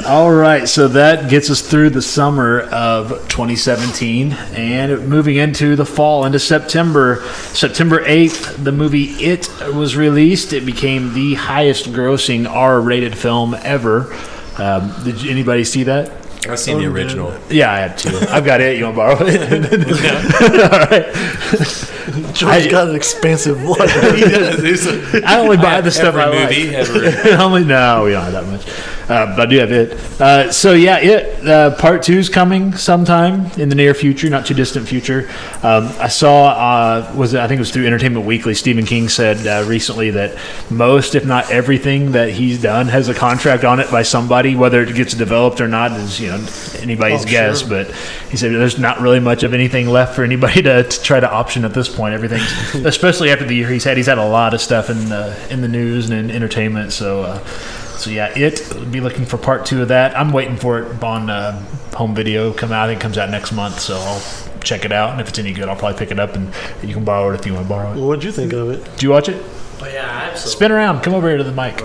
Speaker 1: All right, so that gets us through the summer of 2017, and moving into the fall, into September. September 8th, the movie It was released. It became the highest-grossing R-rated film ever. Um, did you- anybody see that?
Speaker 4: I've seen
Speaker 1: Oh,
Speaker 4: the original.
Speaker 1: <laughs> Yeah, I had two. I've got it. <laughs> You want to borrow it?
Speaker 2: George
Speaker 1: I-
Speaker 2: got an expensive life.
Speaker 1: <laughs>
Speaker 4: He does. He's a-
Speaker 1: I only buy
Speaker 4: have
Speaker 1: the stuff
Speaker 4: every
Speaker 1: I
Speaker 4: movie
Speaker 1: like. <laughs>
Speaker 4: ever.
Speaker 1: I'm like, no, we don't have that much. Uh, but I do have it. Uh, so yeah, it uh, part two is coming sometime in the near future, not too distant future. Um, I saw uh, was it, I think it was through Entertainment Weekly. Stephen King said uh, recently that most, if not everything, that he's done has a contract on it by somebody, whether it gets developed or not is you know anybody's
Speaker 2: Oh,
Speaker 1: guess.
Speaker 2: sure.
Speaker 1: But he said there's not really much of anything left for anybody <laughs> to, to try to option at this point. Everything's especially after the year he's had. He's had a lot of stuff in the in the news and in entertainment. So uh, so yeah, it be looking for part two of that. I'm waiting for it on uh, home video come out. I think it comes out next month. So I'll check it out, and if it's any good, I'll probably pick it up and you can borrow it if you want to borrow it.
Speaker 2: What'd you think of it?
Speaker 1: Did you watch it?
Speaker 5: Oh, yeah, absolutely.
Speaker 1: Spin around. Come over here to the mic.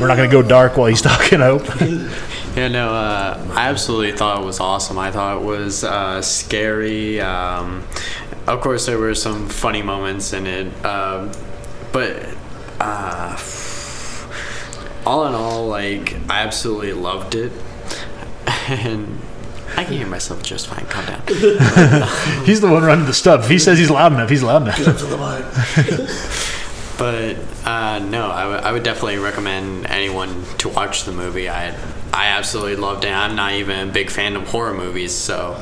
Speaker 1: We're not going to go dark while he's talking. I hope.
Speaker 5: Yeah, no, uh, I absolutely thought it was awesome. I thought it was uh, scary. Um, of course, there were some funny moments in it, um, but uh, all in all, like I absolutely loved it, <laughs> and I can hear myself just fine. Calm down.
Speaker 1: He's the one running the stuff. If he says he's loud enough, he's loud enough.
Speaker 2: Up to the mic.
Speaker 5: But uh, no, I would- I would definitely recommend anyone to watch the movie. I I absolutely loved it. I'm not even a big fan of horror movies, so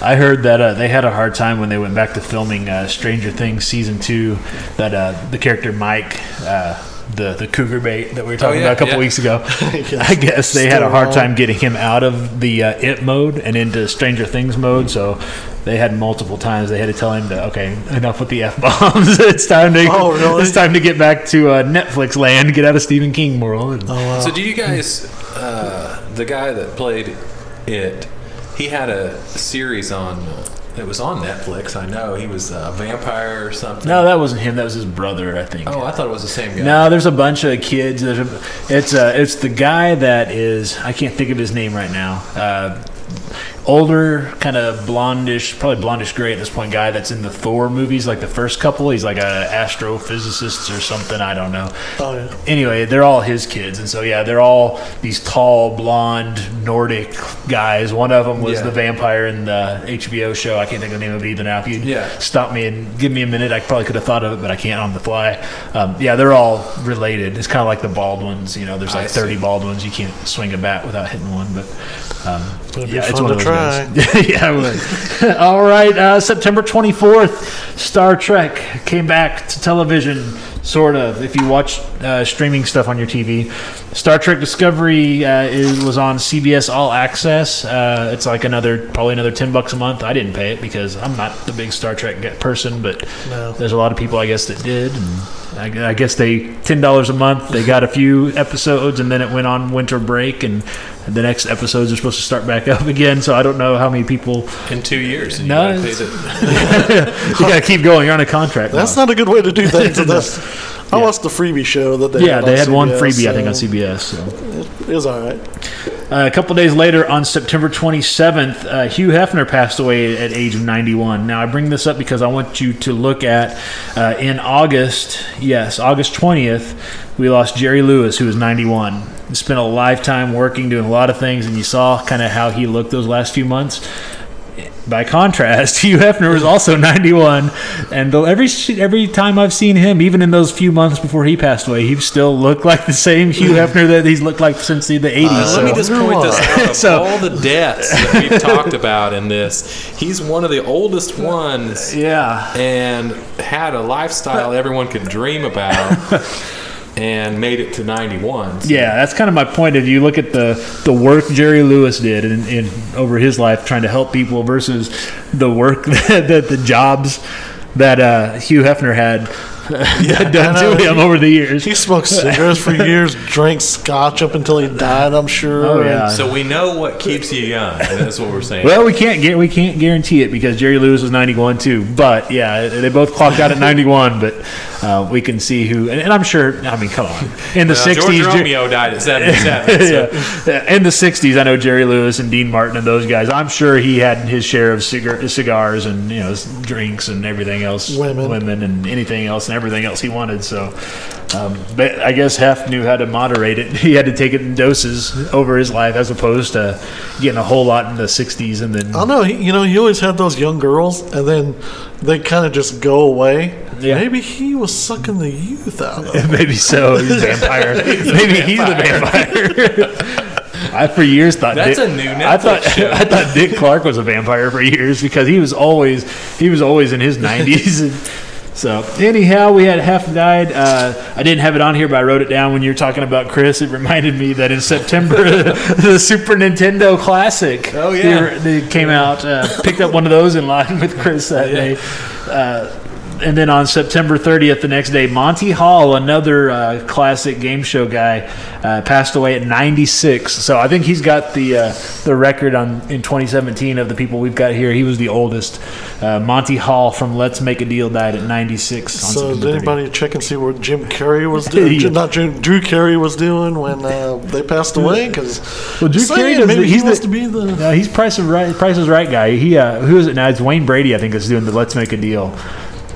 Speaker 1: I heard that uh, they had a hard time when they went back to filming uh, Stranger Things season two. That uh, the character Mike, uh, the the cougar bait that we were talking
Speaker 4: yeah,
Speaker 1: about a couple
Speaker 4: yeah.
Speaker 1: weeks ago, <laughs>
Speaker 2: Yes.
Speaker 1: I guess they had a
Speaker 2: Still
Speaker 1: hard
Speaker 2: wrong.
Speaker 1: time getting him out of the uh, it mode and into Stranger Things mode. So they had multiple times they had to tell him to okay enough with the f bombs. <laughs> it's time to
Speaker 2: Oh, really?
Speaker 1: it's time to get back to uh, Netflix land. Get out of Stephen King moral. And,
Speaker 4: So, do you guys, uh, the guy that played it, he had a series on, uh, it was on Netflix, I know. He was a vampire or something.
Speaker 1: No, that wasn't him. That was his brother, I think.
Speaker 4: Oh, I thought it was the same guy.
Speaker 1: No, there's a bunch of kids. There's a, it's uh, it's the guy that is I can't think of his name right now. Uh, older, kind of blondish, probably blondish gray at this point. Guy that's in the Thor movies, like the first couple. He's like a astrophysicist or something. I don't know.
Speaker 2: Oh, yeah.
Speaker 1: Anyway, they're all his kids, and so yeah, they're all these tall, blonde Nordic guys. One of them was
Speaker 4: Yeah.
Speaker 1: the vampire in the HBO show. I can't think of the name of it either now. If you
Speaker 4: Yeah.
Speaker 1: stop me and give me a minute. I probably could have thought of it, but I can't on the fly. Um, yeah, they're all related. It's kind of like the bald ones. You know, there's like
Speaker 4: I
Speaker 1: 30
Speaker 4: see.
Speaker 1: bald ones. You can't swing a bat without hitting one, but um,
Speaker 2: It'd be
Speaker 1: yeah, it's
Speaker 2: fun
Speaker 1: one of
Speaker 2: to
Speaker 1: those guys. <laughs> yeah, it would. <laughs> all right, uh, September 24th, Star Trek came back to television, sort of. If you watch uh, streaming stuff on your TV, Star Trek Discovery uh, is, was on CBS All Access. Uh, it's like another, probably another 10 bucks a month. I didn't pay it because I'm not the big Star Trek ge- person, but
Speaker 2: No.
Speaker 1: there's a lot of people, I guess, that did. And I, I guess they ten dollars a month. They got a few episodes, and then it went on winter break, and the next episodes are supposed to start back <laughs> up again. So I don't know how many
Speaker 2: <laughs>
Speaker 1: people. <laughs>
Speaker 4: In two years. And
Speaker 1: No,
Speaker 4: you gotta pay
Speaker 1: it's-
Speaker 4: the,
Speaker 1: You gotta keep going. You're on a contract. now.
Speaker 2: That's not a good way to do things.
Speaker 1: <laughs>
Speaker 2: but that's, I watched the freebie show that they
Speaker 1: yeah,
Speaker 2: had
Speaker 1: they
Speaker 2: on
Speaker 1: had one
Speaker 2: CBS,
Speaker 1: freebie, I think, on
Speaker 2: so
Speaker 1: CBS. So.
Speaker 2: It was all right.
Speaker 1: Uh, a couple days later, on September 27th, uh, Hugh Hefner passed away at age of 91. Now, I bring this up because I want you to look at uh, in August, yes, August 20th, we lost Jerry Lewis, who was 91. Spent a lifetime working, doing a lot of things, and you saw kind of how he looked those last few months. By contrast, <laughs> Hugh Hefner was also 91, and though every every time I've seen him, even in those few months before he passed away, he still looked like the same Hugh Hefner that he's looked like since the, the 80s.
Speaker 4: Now, Uh, let me
Speaker 1: so-
Speaker 4: just point this out.
Speaker 1: <laughs>
Speaker 4: Of
Speaker 1: So-
Speaker 4: all the deaths that we've talked about in this, he's one of the oldest ones
Speaker 1: yeah,
Speaker 4: and had a lifestyle everyone could
Speaker 1: <laughs>
Speaker 4: dream about and made it to 91. So
Speaker 1: Yeah, that's kind of my point. If you look at the the work Jerry Lewis did in, in over his life trying to help people versus the work <laughs> that, that the jobs that uh, Hugh Hefner had <laughs> done
Speaker 2: I know.
Speaker 1: to him over the years.
Speaker 2: He smoked cigarettes
Speaker 1: <laughs>
Speaker 2: for years, drank scotch up until he died, I'm sure.
Speaker 1: Oh,
Speaker 2: and-
Speaker 1: yeah.
Speaker 4: So we know what keeps you young. and That's what we're saying.
Speaker 1: Well, we can't get we can't guarantee it because Jerry Lewis was 91 too. But yeah, they both clocked out at 91. But uh, we can see who, and, and I'm sure. I mean, come on, in the
Speaker 4: Now,
Speaker 1: 60s,
Speaker 4: George
Speaker 1: Jer-
Speaker 4: Romeo died
Speaker 1: <laughs>
Speaker 4: at 77. so-
Speaker 1: yeah. In the 60s, I know Jerry Lewis and Dean Martin and those guys. I'm sure he had his share of cigar- cigars and you know drinks and everything else,
Speaker 2: Women.
Speaker 1: women and anything else and everything else he wanted. So, um, but I guess Hef knew how to moderate it. <laughs> He had to take it in doses over his life, as opposed to getting a whole lot in the 60s and then
Speaker 2: I don't know. he- You know, you always had those young girls, and then they kind of just go away.
Speaker 1: Yeah.
Speaker 2: Maybe he was sucking the youth out of
Speaker 1: <laughs>
Speaker 2: them.
Speaker 1: maybe so <laughs> he's a vampire. maybe he's a vampire. <laughs> I for years thought
Speaker 4: That's
Speaker 1: Dick-
Speaker 4: a new
Speaker 1: I thought
Speaker 4: Netflix show.
Speaker 1: <laughs> I thought Dick Clark was a vampire for years because he was always he was always in his <laughs> nineties. so anyhow, we had half died. Uh, I didn't have it on here, but I wrote it down when you were talking about Chris. It reminded me that in September <laughs> the Super Nintendo Classic.
Speaker 4: Oh, yeah.
Speaker 1: they were- they, came out. Uh, picked up one of those in line with Chris that day. Uh, and then on September 30th, the next day, Monty Hall, another uh, classic game show guy, uh, passed away at 96. So I think he's got the uh, the record on in 2017 of the people we've got here. He was the oldest. Uh, Monty Hall from Let's Make a Deal died at 96. On
Speaker 2: So did
Speaker 1: September 30th.
Speaker 2: anybody check and see what Jim Carrey
Speaker 1: <laughs>
Speaker 2: was doing?
Speaker 1: Yeah.
Speaker 2: Not Jim, Drew Carey was doing when uh, they passed away. Because
Speaker 1: Well, Drew Carey does
Speaker 2: maybe
Speaker 1: the-
Speaker 2: he
Speaker 1: he's
Speaker 2: wants
Speaker 1: the-
Speaker 2: to be the.
Speaker 1: No, he's Price of Right. Price is Right guy. He uh, who is it now? It's Wayne Brady, I think, that's doing the Let's Make a Deal,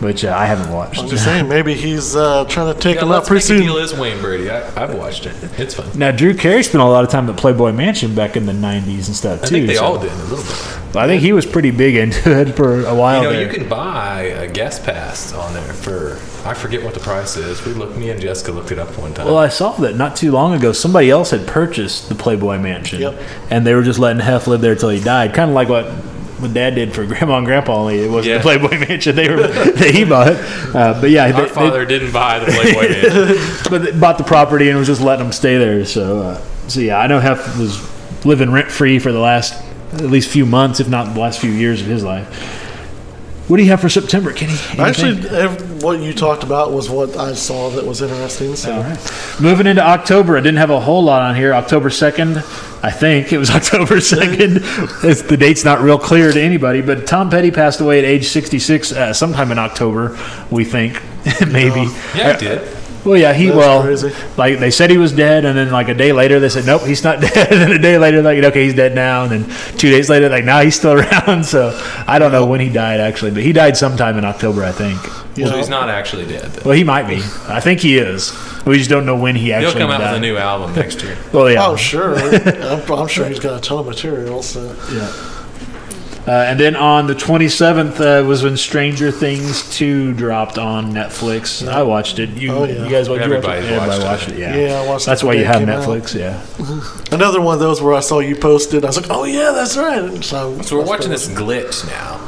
Speaker 1: which uh, I haven't watched.
Speaker 2: I'm just saying, maybe he's uh, trying to take
Speaker 4: Yeah,
Speaker 2: him out
Speaker 4: Let's
Speaker 2: pretty
Speaker 4: Make a
Speaker 2: soon.
Speaker 4: Deal is Wayne Brady. I, I've watched it. It's fun.
Speaker 1: Now, Drew Carey spent a lot of time at Playboy Mansion back in the '90s and stuff too.
Speaker 4: I think they
Speaker 1: so-
Speaker 4: all did a little bit.
Speaker 1: I think he was pretty big into it for a while.
Speaker 4: You know,
Speaker 1: there.
Speaker 4: you can buy a guest pass on there for I forget what the price is. We looked, me and Jessica looked it up one time.
Speaker 1: well, I saw that not too long ago. Somebody else had purchased the Playboy Mansion,
Speaker 2: Yep.
Speaker 1: and they were just letting Hef live there till he died, kind of like what what Dad did for <laughs> Grandma and Grandpa. Only it wasn't the
Speaker 4: Yeah.
Speaker 1: Playboy Mansion; they were <laughs> that he bought. Uh, but yeah,
Speaker 4: Our
Speaker 1: they- they,
Speaker 4: father didn't buy the Playboy Man.
Speaker 1: but they bought the property and was just letting them stay there. So, uh, so yeah, I know Hef was living rent free for the last at least few months, if not the last few years of his life. What do you have for September, Kenny? Anything?
Speaker 2: Actually, ev- what you talked about was what I saw that was interesting. So.
Speaker 1: All right. Moving into October, I didn't have a whole lot on here. October 2nd, I think it was <laughs> October 2nd. it's, the date's not real clear to anybody, but Tom Petty passed away at age 66 uh, sometime in October, we think. <laughs> Maybe.
Speaker 4: Yeah, I did.
Speaker 1: Well, yeah, he
Speaker 2: That's
Speaker 1: well,
Speaker 2: crazy.
Speaker 1: like they said he was dead, and then like a day later they said nope, he's not <laughs> dead. and then a day later like okay, he's dead now, and then two days later like now nah, he's still <laughs> around. So I don't know when he died actually, but he died sometime in October, I think.
Speaker 2: you
Speaker 4: So
Speaker 2: know.
Speaker 4: he's not actually dead. Though.
Speaker 1: Well, he might be. I think he is. We just don't know when he
Speaker 4: He'll
Speaker 1: actually.
Speaker 4: come out
Speaker 1: died.
Speaker 4: with a new album next year.
Speaker 1: Well, yeah.
Speaker 2: Oh,
Speaker 1: <laughs>
Speaker 2: sure. I'm, I'm sure he's got a ton of material. So.
Speaker 1: Uh, and then on the 27th uh, was when Stranger Things 2 dropped on Netflix. I watched it. You,
Speaker 2: Oh, yeah.
Speaker 1: you guys watched
Speaker 4: Everybody
Speaker 1: it?
Speaker 4: watched
Speaker 1: Everybody
Speaker 4: it.
Speaker 1: watched it, yeah.
Speaker 2: Yeah, I watched it
Speaker 1: That's
Speaker 2: the
Speaker 1: why
Speaker 2: day
Speaker 1: you
Speaker 2: it
Speaker 1: have
Speaker 2: came out.
Speaker 1: Netflix, yeah.
Speaker 2: Another one of those where I saw you posted. I was like, oh, yeah, that's right. And So,
Speaker 4: <laughs> So we're watching this glitch now,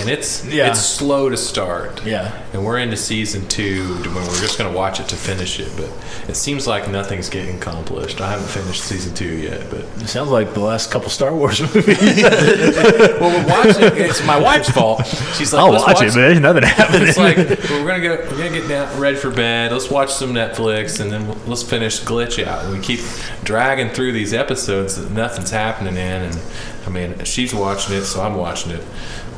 Speaker 4: and it's
Speaker 1: Yeah.
Speaker 4: it's slow to start.
Speaker 1: Yeah.
Speaker 4: and we're into season two to when we're just going to watch it to finish it. But it seems like nothing's getting accomplished. I haven't finished season two yet, but
Speaker 1: It sounds like the last couple Star Wars <laughs> movies.
Speaker 4: well, we're watching. It's my wife's fault. <laughs> She's like,
Speaker 1: I'll
Speaker 4: "Let's
Speaker 1: watch, it, but there's <laughs> nothing happening.
Speaker 4: It's <laughs> like we're gonna go, we're gonna get down, ready for bed. Let's watch some Netflix, and then we'll, let's finish Glitch out. And we keep dragging through these episodes that nothing's happening in. And I mean, she's watching it, so I'm watching it,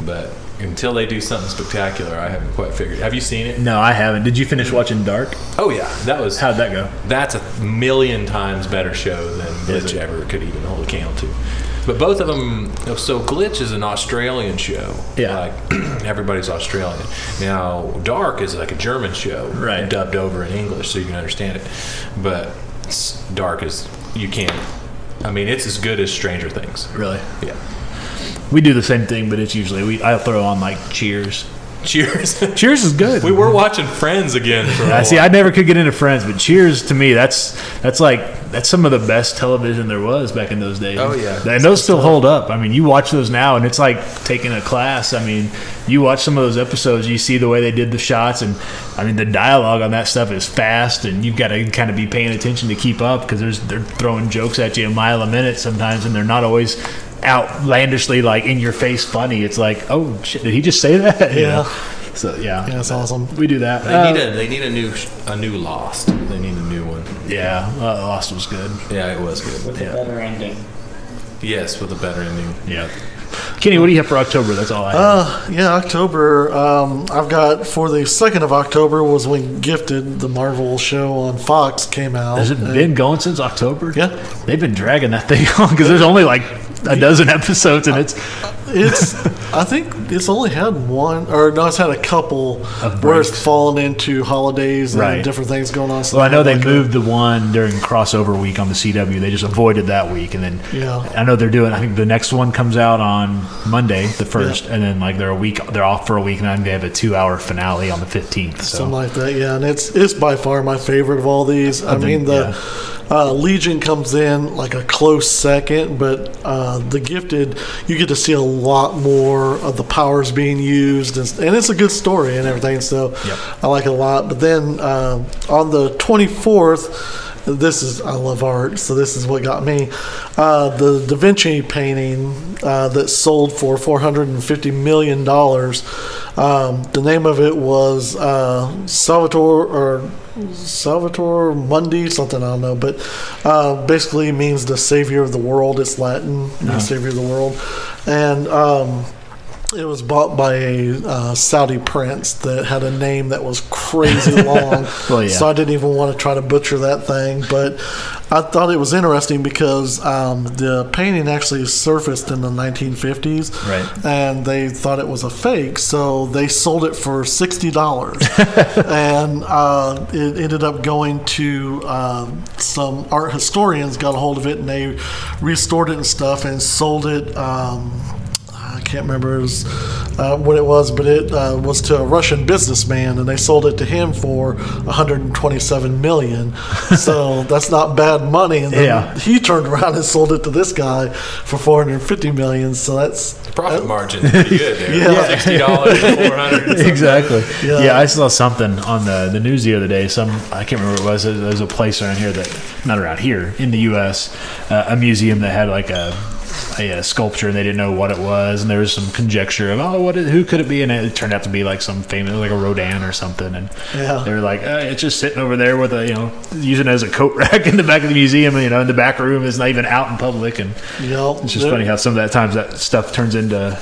Speaker 4: but until they do something spectacular, I haven't quite figured. Have you seen it?
Speaker 1: No, I haven't. Did you finish watching Dark?
Speaker 4: Oh yeah, that was
Speaker 1: How'd that go?
Speaker 4: that's a million times better show than
Speaker 1: Is
Speaker 4: Glitch
Speaker 1: it?
Speaker 4: ever could even hold a candle to. But both of them, so Glitch is an Australian show.
Speaker 1: Yeah.
Speaker 4: Like <clears throat> everybody's Australian. Now, Dark is like a German show.
Speaker 1: Right.
Speaker 4: Dubbed over in English so you can understand it. But s- Dark is, you can't. I mean, it's as good as Stranger Things.
Speaker 1: Really?
Speaker 4: Yeah. <laughs>
Speaker 1: We do the same thing, but it's usually we. I throw on like Cheers.
Speaker 4: Cheers.
Speaker 1: Cheers is good.
Speaker 4: we were watching Friends again for a
Speaker 1: I see.
Speaker 4: while.
Speaker 1: I never could get into Friends, but Cheers to me, that's that's like that's some of the best television there was back in those days.
Speaker 4: Oh, yeah.
Speaker 1: and those still hold up. I mean, you watch those now, and it's like taking a class. I mean, you watch some of those episodes, you see the way they did the shots, and I mean, the dialogue on that stuff is fast, and you've got to kind of be paying attention to keep up because there's they're throwing jokes at you a mile a minute sometimes, and they're not always outlandishly like in your face funny. It's like, oh shit, did he just say that? <laughs> You
Speaker 2: Yeah.
Speaker 1: know? So yeah,
Speaker 2: Yeah, it's awesome.
Speaker 1: we do that. Uh,
Speaker 4: They need, a, they need a new sh- a new Lost. They need a new one.
Speaker 1: Yeah, uh, Lost was good.
Speaker 4: Yeah, it was good.
Speaker 6: with a
Speaker 1: Yeah.
Speaker 6: better ending.
Speaker 4: Yes, with a better ending.
Speaker 1: Yeah. Kenny, what do you have for October? That's all I have.
Speaker 2: Uh, yeah, October. Um, I've got for the second of October was when Gifted, the Marvel show on Fox, came out.
Speaker 1: Has it
Speaker 2: And-
Speaker 1: been going since October?
Speaker 2: Yeah.
Speaker 1: They've been dragging that thing <laughs> on because there's only like a dozen episodes and it's
Speaker 2: It's. I think it's only had one, or no, it's had a couple
Speaker 1: Of
Speaker 2: where it's
Speaker 1: breaks.
Speaker 2: fallen into holidays and
Speaker 1: Right.
Speaker 2: different things going on. So
Speaker 1: well I know they
Speaker 2: like a-
Speaker 1: moved the one during crossover week on the CW. They just avoided that week and then
Speaker 2: Yeah.
Speaker 1: I know they're doing I think the next one comes out on Monday, the first, and then like they're a week they're off for a week and then they have a two hour finale on the fifteenth. So
Speaker 2: Something like that, yeah. And it's it's by far my favorite of all these. I,
Speaker 1: think-
Speaker 2: mean, the uh, Legion comes in like a close second, but uh, the Gifted, you get to see a lot more of the powers being used, and, and it's a good story and everything. So
Speaker 1: Yep.
Speaker 2: I like it a lot. But then um on the 24th, this is I love art, so this is what got me. Uh, the Da Vinci painting uh, that sold for 450 million dollars. Um, the name of it was uh, Salvatore or Salvatore Mundi, something I don't know, but uh, basically means the savior of the world. It's Latin, the savior of the world, and. Um, it was bought by a uh, Saudi prince that had a name that was
Speaker 1: <laughs>
Speaker 2: crazy long.
Speaker 1: Well, yeah.
Speaker 2: So I didn't even want to try to butcher that thing. But I thought it was interesting because um, the painting actually surfaced in the 1950s.
Speaker 1: Right.
Speaker 2: And they thought it was a fake. So they sold it for $60. and uh, it ended up going to uh, some art historians, got a hold of it, and they restored it and stuff and sold it. Um, I can't remember his, uh, what it was, but it uh, was to a Russian businessman, and they sold it to him for 127 million. so that's not bad money. And then
Speaker 1: Yeah.
Speaker 2: he turned around and sold it to this guy for 450 million. So that's
Speaker 4: Profit margin is pretty good there.
Speaker 2: Yeah.
Speaker 4: Sixty dollars,
Speaker 2: <laughs>
Speaker 4: four hundred.
Speaker 1: exactly. Yeah.
Speaker 2: Yeah.
Speaker 1: I saw something on the, the news the other day. Some I can't remember what it was. There was a place around here that not around here in the U.S. Uh, a museum that had like a, a, uh, sculpture and they didn't know what it was and there was some conjecture of oh what is, who could it be and it turned out to be like some famous like a Rodin or something and
Speaker 2: Yeah.
Speaker 1: they were like uh, it's just sitting over there with a you know using it as a coat rack <laughs> in the back of the museum you know in the back room it's not even out in public and
Speaker 2: you know,
Speaker 1: it's just funny how some of that times that stuff turns into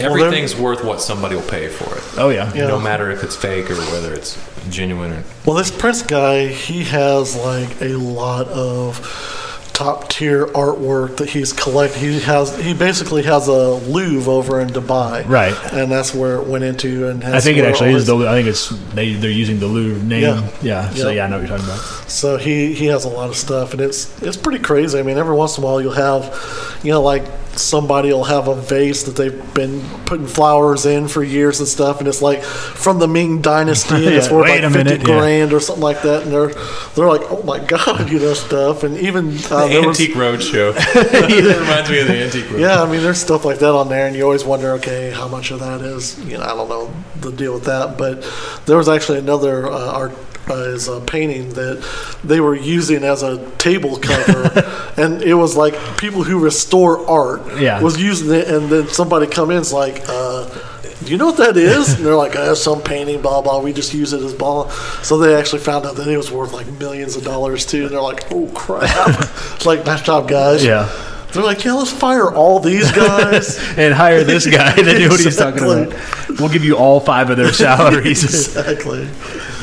Speaker 4: Everything's worth what somebody will pay for it,
Speaker 1: oh yeah
Speaker 2: Yeah.
Speaker 4: no matter if it's fake or whether it's genuine. Or,
Speaker 2: Well, this Prince guy, he has like a lot of top tier artwork that he's collect. He has he basically has a Louvre over in Dubai,
Speaker 1: Right.
Speaker 2: And that's where it went into. And
Speaker 1: I
Speaker 2: that's
Speaker 1: think it
Speaker 2: where
Speaker 1: actually
Speaker 2: all
Speaker 1: is.
Speaker 2: his-
Speaker 1: The, I think it's they. They're using the Louvre name.
Speaker 2: Yeah.
Speaker 1: Yeah. So
Speaker 2: Yeah.
Speaker 1: yeah, I know what you're talking about.
Speaker 2: So he, he has a lot of stuff, and it's it's pretty crazy. I mean, every once in a while you'll have, you know, like somebody will have a vase that they've been putting flowers in for years and stuff, and it's like from the Ming Dynasty, and it's
Speaker 1: <laughs> Yeah,
Speaker 2: worth
Speaker 1: wait
Speaker 2: like
Speaker 1: a
Speaker 2: fifty
Speaker 1: minute, yeah.
Speaker 2: grand or something like that, and they're they're like, oh my god, <laughs> you know, stuff, and even uh,
Speaker 4: the
Speaker 2: there was-
Speaker 4: Antique Roadshow. <laughs> it reminds me of the Antique Roadshow.
Speaker 2: yeah, I mean, there's stuff like that on there, and you always wonder, okay, how much of that is, you know, I don't know the deal with that. But there was actually another uh, art uh, is a painting that they were using as a table
Speaker 1: <laughs>
Speaker 2: cover, and it was like people who restore art
Speaker 1: Yeah.
Speaker 2: was using it, and then somebody come in, it's like. Uh, do you know what that is?
Speaker 1: <laughs>
Speaker 2: And they're like, oh, some painting, blah blah. We just use it as blah. So they actually found out that <laughs> it was worth like millions of dollars too. And they're like, oh crap! like, nice job, guys.
Speaker 1: Yeah.
Speaker 2: They're like, yeah, let's fire all <laughs> these guys.
Speaker 1: and hire this guy <laughs> that knew what he was talking
Speaker 2: Exactly.
Speaker 1: about. We'll give you all five of their <laughs> salaries.
Speaker 2: exactly.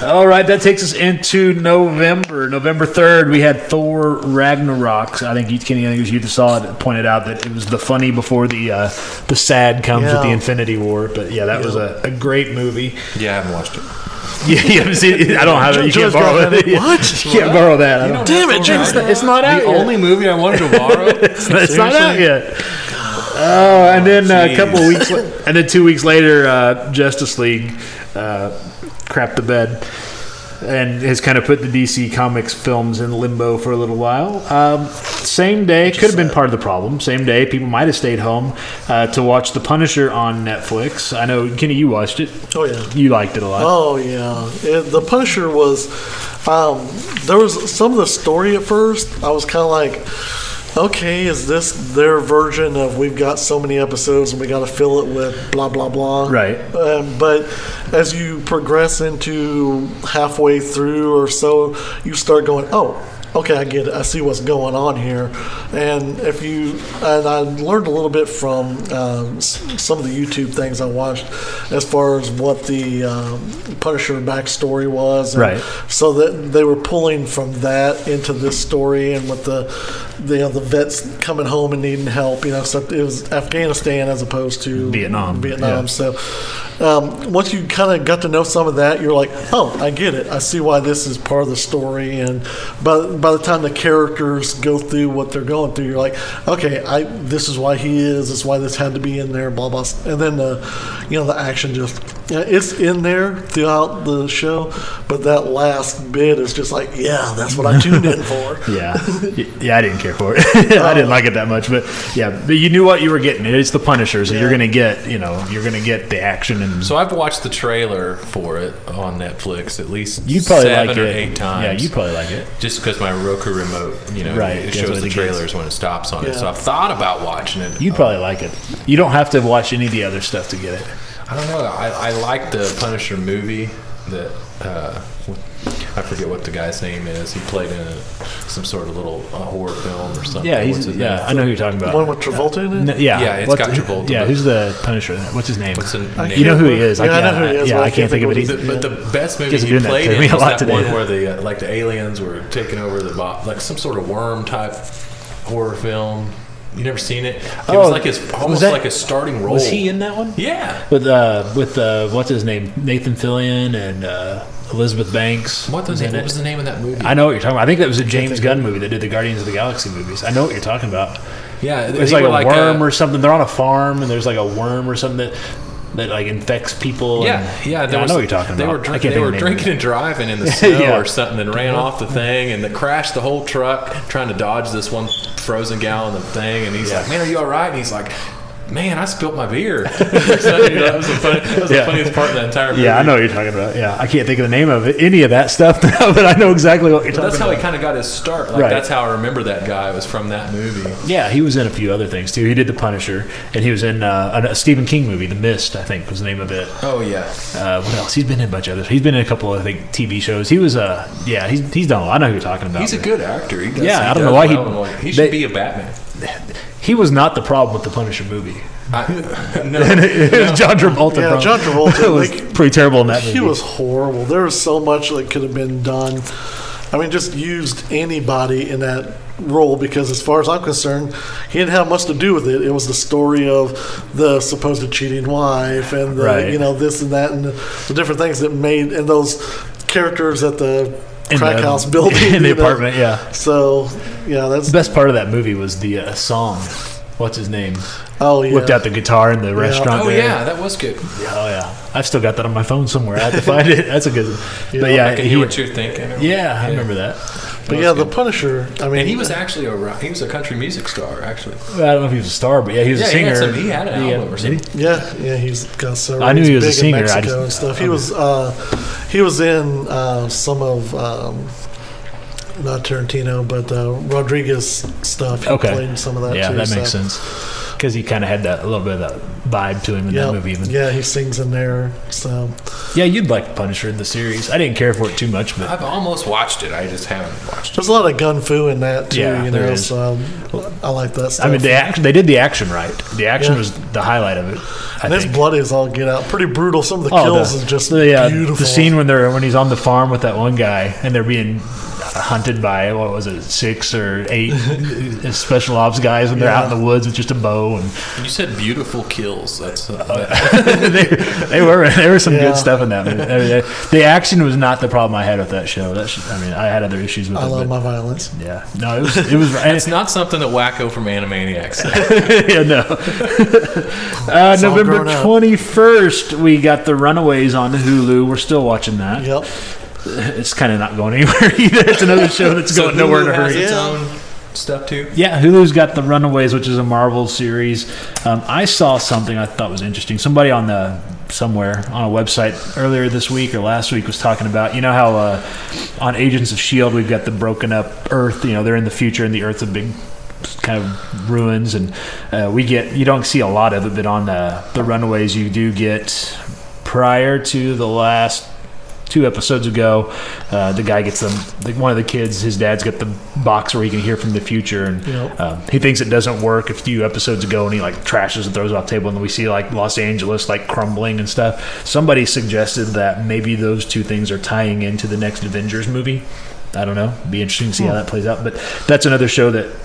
Speaker 1: All right, that takes us into November. November 3rd, we had Thor Ragnarok. I think you, Kenny, I think it was you that saw it, pointed out that it was the funny before the uh, the sad comes with the
Speaker 2: Yeah.
Speaker 1: Infinity War. But yeah, that was a, a great movie. <laughs>
Speaker 4: Yeah, I haven't watched it.
Speaker 1: Yeah, you haven't seen it. I don't have it. You can't
Speaker 2: Joe's
Speaker 1: borrow
Speaker 2: got
Speaker 1: it. <laughs>
Speaker 2: that. What?
Speaker 1: You can't borrow that. I don't.
Speaker 2: Damn it,
Speaker 1: It's
Speaker 2: James.
Speaker 1: not, it's not out
Speaker 4: The
Speaker 1: yet.
Speaker 4: only movie I wanted to borrow.
Speaker 1: it's not out yet. Oh, and then uh, a
Speaker 4: jeez.
Speaker 1: couple of weeks, la- and then two weeks later, uh, Justice League uh, crapped the bed and has kind of put the DC Comics films in limbo for a little while. Um, same day could have been part of the problem. Same day, people might have stayed home uh, to watch The Punisher on Netflix. I know, Kenny, you watched it.
Speaker 2: Oh, yeah.
Speaker 1: You liked it a lot.
Speaker 2: Oh yeah, it, the Punisher was. Um, there was some of the story at first. I was kind of like, okay, is this their version of we've got so many episodes and we got to fill it with blah blah blah?
Speaker 1: Right.
Speaker 2: Um, but as you progress into halfway through or so, you start going, oh. Okay, I get it. I see what's going on here, and if you and I learned a little bit from um, s- some of the YouTube things I watched, as far as what the um, Punisher backstory was, and
Speaker 1: Right.
Speaker 2: so that they were pulling from that into this story, and with the, the you know, the vets coming home and needing help, you know, so it was Afghanistan as opposed to
Speaker 1: Vietnam, yeah.
Speaker 2: Vietnam. So um, once you kind of got to know some of that, you're like, oh, I get it. I see why this is part of the story. And by by the time the characters go through what they're going through, you're like, okay, I this is why he is. This is why this had to be in there. Blah blah. And then the you know the action just yeah, it's in there throughout the show, but that last bit is just like, yeah, that's what I tuned in for.
Speaker 4: <laughs>
Speaker 1: Yeah, Y- yeah, I didn't care for it. <laughs> I
Speaker 4: Oh.
Speaker 1: didn't like it that much, but yeah, but you knew what you were getting. It's the Punisher, so you're gonna get, you know, you're gonna get the action and
Speaker 4: So I've watched the trailer for it on Netflix at least
Speaker 1: you'd probably
Speaker 4: seven
Speaker 1: like
Speaker 4: or
Speaker 1: it.
Speaker 4: eight times.
Speaker 1: Yeah, you'd probably like it.
Speaker 4: just because my Roku remote, you know,
Speaker 1: Right,
Speaker 4: it
Speaker 1: that's what
Speaker 4: shows
Speaker 1: it
Speaker 4: the
Speaker 1: gets.
Speaker 4: trailers when it stops on it.
Speaker 2: Yeah.
Speaker 4: So I've thought about watching it.
Speaker 1: You'd probably like it. You don't have to watch any of the other stuff to get it.
Speaker 4: I don't know. I, I like the Punisher movie that uh, I forget what the guy's name is. He played in a, some sort of little a horror film or something.
Speaker 1: Yeah, he's
Speaker 4: What's his name?
Speaker 1: yeah. I know who you're talking
Speaker 2: The one
Speaker 1: about.
Speaker 2: with Travolta in it.
Speaker 1: N- yeah,
Speaker 4: Yeah, it's
Speaker 1: What's-
Speaker 4: got Travolta,
Speaker 1: Yeah,
Speaker 4: but-
Speaker 1: who's the Punisher? in that? What's his name?
Speaker 4: What's his name?
Speaker 1: you know who he is.
Speaker 2: Yeah, I know who he is,
Speaker 1: Yeah,
Speaker 2: but
Speaker 1: I can't think of
Speaker 2: what
Speaker 1: it.
Speaker 2: he's-
Speaker 1: either.
Speaker 4: The- but the best movie
Speaker 1: Guys are
Speaker 4: he
Speaker 1: doing that
Speaker 4: played
Speaker 1: to
Speaker 4: in
Speaker 1: me <laughs>
Speaker 4: was
Speaker 1: a lot
Speaker 4: that one
Speaker 1: today.
Speaker 4: where the uh, like the aliens were taking over the bo- like some sort of worm type horror film. You never seen it? It
Speaker 1: Oh,
Speaker 4: was like his
Speaker 1: was
Speaker 4: almost
Speaker 1: that-
Speaker 4: like a starting role.
Speaker 1: Was he in that one?
Speaker 4: Yeah.
Speaker 1: With uh, with uh, what's his name? Nathan Fillion and uh, Elizabeth Banks.
Speaker 4: What
Speaker 1: was
Speaker 4: was,
Speaker 1: in
Speaker 4: what
Speaker 1: it.
Speaker 4: was the name of that movie?
Speaker 1: I know what you're talking about. I think that was a James Gunn movie that did the Guardians of the Galaxy movies. I know what you're talking about.
Speaker 4: yeah,
Speaker 1: It's like a
Speaker 4: uh,
Speaker 1: worm or something. They're on a farm and there's like a worm or something that that like infects people.
Speaker 4: Yeah,
Speaker 1: and,
Speaker 4: yeah.
Speaker 1: I know what you're talking
Speaker 4: they
Speaker 1: about.
Speaker 4: Were
Speaker 1: I
Speaker 4: drink,
Speaker 1: can't think
Speaker 4: they were
Speaker 1: of the name of
Speaker 4: drinking
Speaker 1: it.
Speaker 4: and driving in the
Speaker 1: <laughs>
Speaker 4: snow
Speaker 1: Yeah.
Speaker 4: or something and ran off the thing and they crashed the whole truck trying to dodge this one frozen gallon of thing. And he's
Speaker 1: Yeah.
Speaker 4: like, man, are you all right? And he's like, man, I spilt my
Speaker 1: <laughs>
Speaker 4: beer. <laughs> So, you know, that was, the, funny, that was
Speaker 1: Yeah.
Speaker 4: the funniest part of that entire movie.
Speaker 1: Yeah, I know what you're talking about. Yeah, I can't think of the name of it, any of that stuff <laughs> now, but I know exactly what you're
Speaker 4: But
Speaker 1: talking
Speaker 4: that's how
Speaker 1: about.
Speaker 4: he kind of got his start. Like
Speaker 1: Right.
Speaker 4: that's how I remember that guy. It was from that movie.
Speaker 1: yeah, he was in a few other things too. He did The Punisher, and he was in uh, a Stephen King movie, The Mist, I think was the name of it.
Speaker 4: Oh yeah,
Speaker 1: Uh, what else? He's been in a bunch of others. He's been in a couple, I think, TV shows. He was, uh, yeah, he's, he's done a lot. I know who you're talking about.
Speaker 4: he's a good actor. He does,
Speaker 1: Yeah,
Speaker 4: he
Speaker 1: I don't
Speaker 4: does
Speaker 1: know why he-
Speaker 4: well in what- he
Speaker 1: they-
Speaker 4: should be a Batman.
Speaker 1: He was not the problem with The Punisher <laughs> movie.
Speaker 4: I, <laughs> no,
Speaker 1: it <laughs> was John Travolta.
Speaker 2: Yeah,
Speaker 1: probably. <laughs>
Speaker 2: John Travolta,
Speaker 1: was
Speaker 2: like-
Speaker 1: pretty terrible in that movie.
Speaker 2: He was horrible. There was so much that could have been done. I mean, just used anybody in that role because, as far as I'm concerned, he didn't have much to do with it. It was the story of the supposed cheating wife and the,
Speaker 1: Right.
Speaker 2: you know this and that and the different things that made and those characters at the
Speaker 1: <laughs> In
Speaker 2: crack
Speaker 1: the-
Speaker 2: house building
Speaker 1: in the
Speaker 2: you know.
Speaker 1: apartment. Yeah,
Speaker 2: So yeah, that's
Speaker 1: the best part of that movie was the uh, song. What's his name?
Speaker 2: oh yeah.
Speaker 1: Whipped out the guitar in the restaurant.
Speaker 4: oh
Speaker 1: there.
Speaker 4: yeah, that was good.
Speaker 1: Oh yeah, I've still got that on my phone somewhere. I have to find it. <laughs> That's a good. but yeah,
Speaker 4: I can
Speaker 1: he-
Speaker 4: hear what you're thinking.
Speaker 1: yeah, I remember that.
Speaker 2: but yeah, the Punisher. I mean,
Speaker 4: And he was actually a rock, he was a country music star actually.
Speaker 1: I don't know if he was a star, but yeah, he was
Speaker 4: Yeah,
Speaker 1: a
Speaker 4: he
Speaker 1: singer.
Speaker 4: had some- he had an album or
Speaker 1: did he?
Speaker 2: Yeah, yeah, he's got several.
Speaker 1: I knew
Speaker 2: He's
Speaker 1: he was a
Speaker 2: big in
Speaker 1: singer, I just-
Speaker 2: Mexico and stuff. He was uh, he was in uh, some of um, not Tarantino, but uh, Rodriguez stuff. He
Speaker 1: Okay.
Speaker 2: played in some of that
Speaker 1: yeah,
Speaker 2: too.
Speaker 1: that makes
Speaker 2: so-
Speaker 1: sense. Because he kind of had that a little bit of that vibe to him in
Speaker 2: Yeah,
Speaker 1: that movie. Even. Yeah.
Speaker 2: yeah, he sings in there. So
Speaker 1: you'd like the Punisher in the series. I didn't care for it too much, but
Speaker 4: I've almost watched it. I just haven't watched it.
Speaker 2: there's a lot of gun fu in that too.
Speaker 1: Yeah,
Speaker 2: you
Speaker 1: there
Speaker 2: know,
Speaker 1: is.
Speaker 2: so I like that stuff.
Speaker 1: I mean, they act, they did the action right. The action
Speaker 2: Yeah.
Speaker 1: was the highlight of it. I
Speaker 2: and it's
Speaker 1: think.
Speaker 2: bloody as all get out. Pretty brutal. Some of the
Speaker 1: Oh,
Speaker 2: kills is just
Speaker 1: the, uh,
Speaker 2: beautiful.
Speaker 1: The scene when they're when he's on the farm with that one guy and they're being hunted by what was it six or
Speaker 2: <laughs>
Speaker 1: eight special ops guys and they're out in the woods with just a bow
Speaker 2: <laughs>
Speaker 1: and <laughs>
Speaker 4: You said beautiful kills. That's
Speaker 1: they, they were there was some
Speaker 2: Yeah.
Speaker 1: good stuff in that movie. I mean, the- the action was not the problem I had with that show. That sh- I mean, I had other issues with
Speaker 2: I
Speaker 1: it.
Speaker 2: love
Speaker 1: but-
Speaker 2: my violence.
Speaker 1: yeah, no, it was it
Speaker 2: <laughs>
Speaker 1: was
Speaker 4: it's not something that Wacko from Animaniacs. <laughs>
Speaker 1: <laughs>
Speaker 4: said.
Speaker 1: yeah, no. uh,
Speaker 2: all
Speaker 1: November
Speaker 2: grown up.
Speaker 1: twenty first, we got the Runaways on Hulu. We're still watching that.
Speaker 2: Yep.
Speaker 1: It's kind of not going anywhere <laughs> either. It's another show that's
Speaker 4: So
Speaker 1: going nowhere in
Speaker 4: Hulu
Speaker 1: a
Speaker 4: has
Speaker 1: hurry.
Speaker 4: its
Speaker 2: Yeah.
Speaker 4: own stuff too.
Speaker 1: Yeah, Hulu's got The Runaways, which is a Marvel series. Um, I saw something I thought was interesting. Somebody on the somewhere on a website earlier this week or last week was talking about you know how uh, on Agents of Shield E we've got the broken up Earth. You know they're in the future and the Earth's a big kind of ruins, and uh, we get you don't see a lot of it, but on the the Runaways you do get prior to the last two episodes ago, uh, the guy gets them. The, one of the kids, his dad's got the box where he can hear from the future, and
Speaker 2: Yep.
Speaker 1: um, he thinks it doesn't work. A few episodes ago, and he like trashes and throws it off the table, and we see like Los Angeles like crumbling and stuff. Somebody suggested that maybe those two things are tying into the next Avengers movie. I don't know. Be interesting to see how that plays out. But that's another show that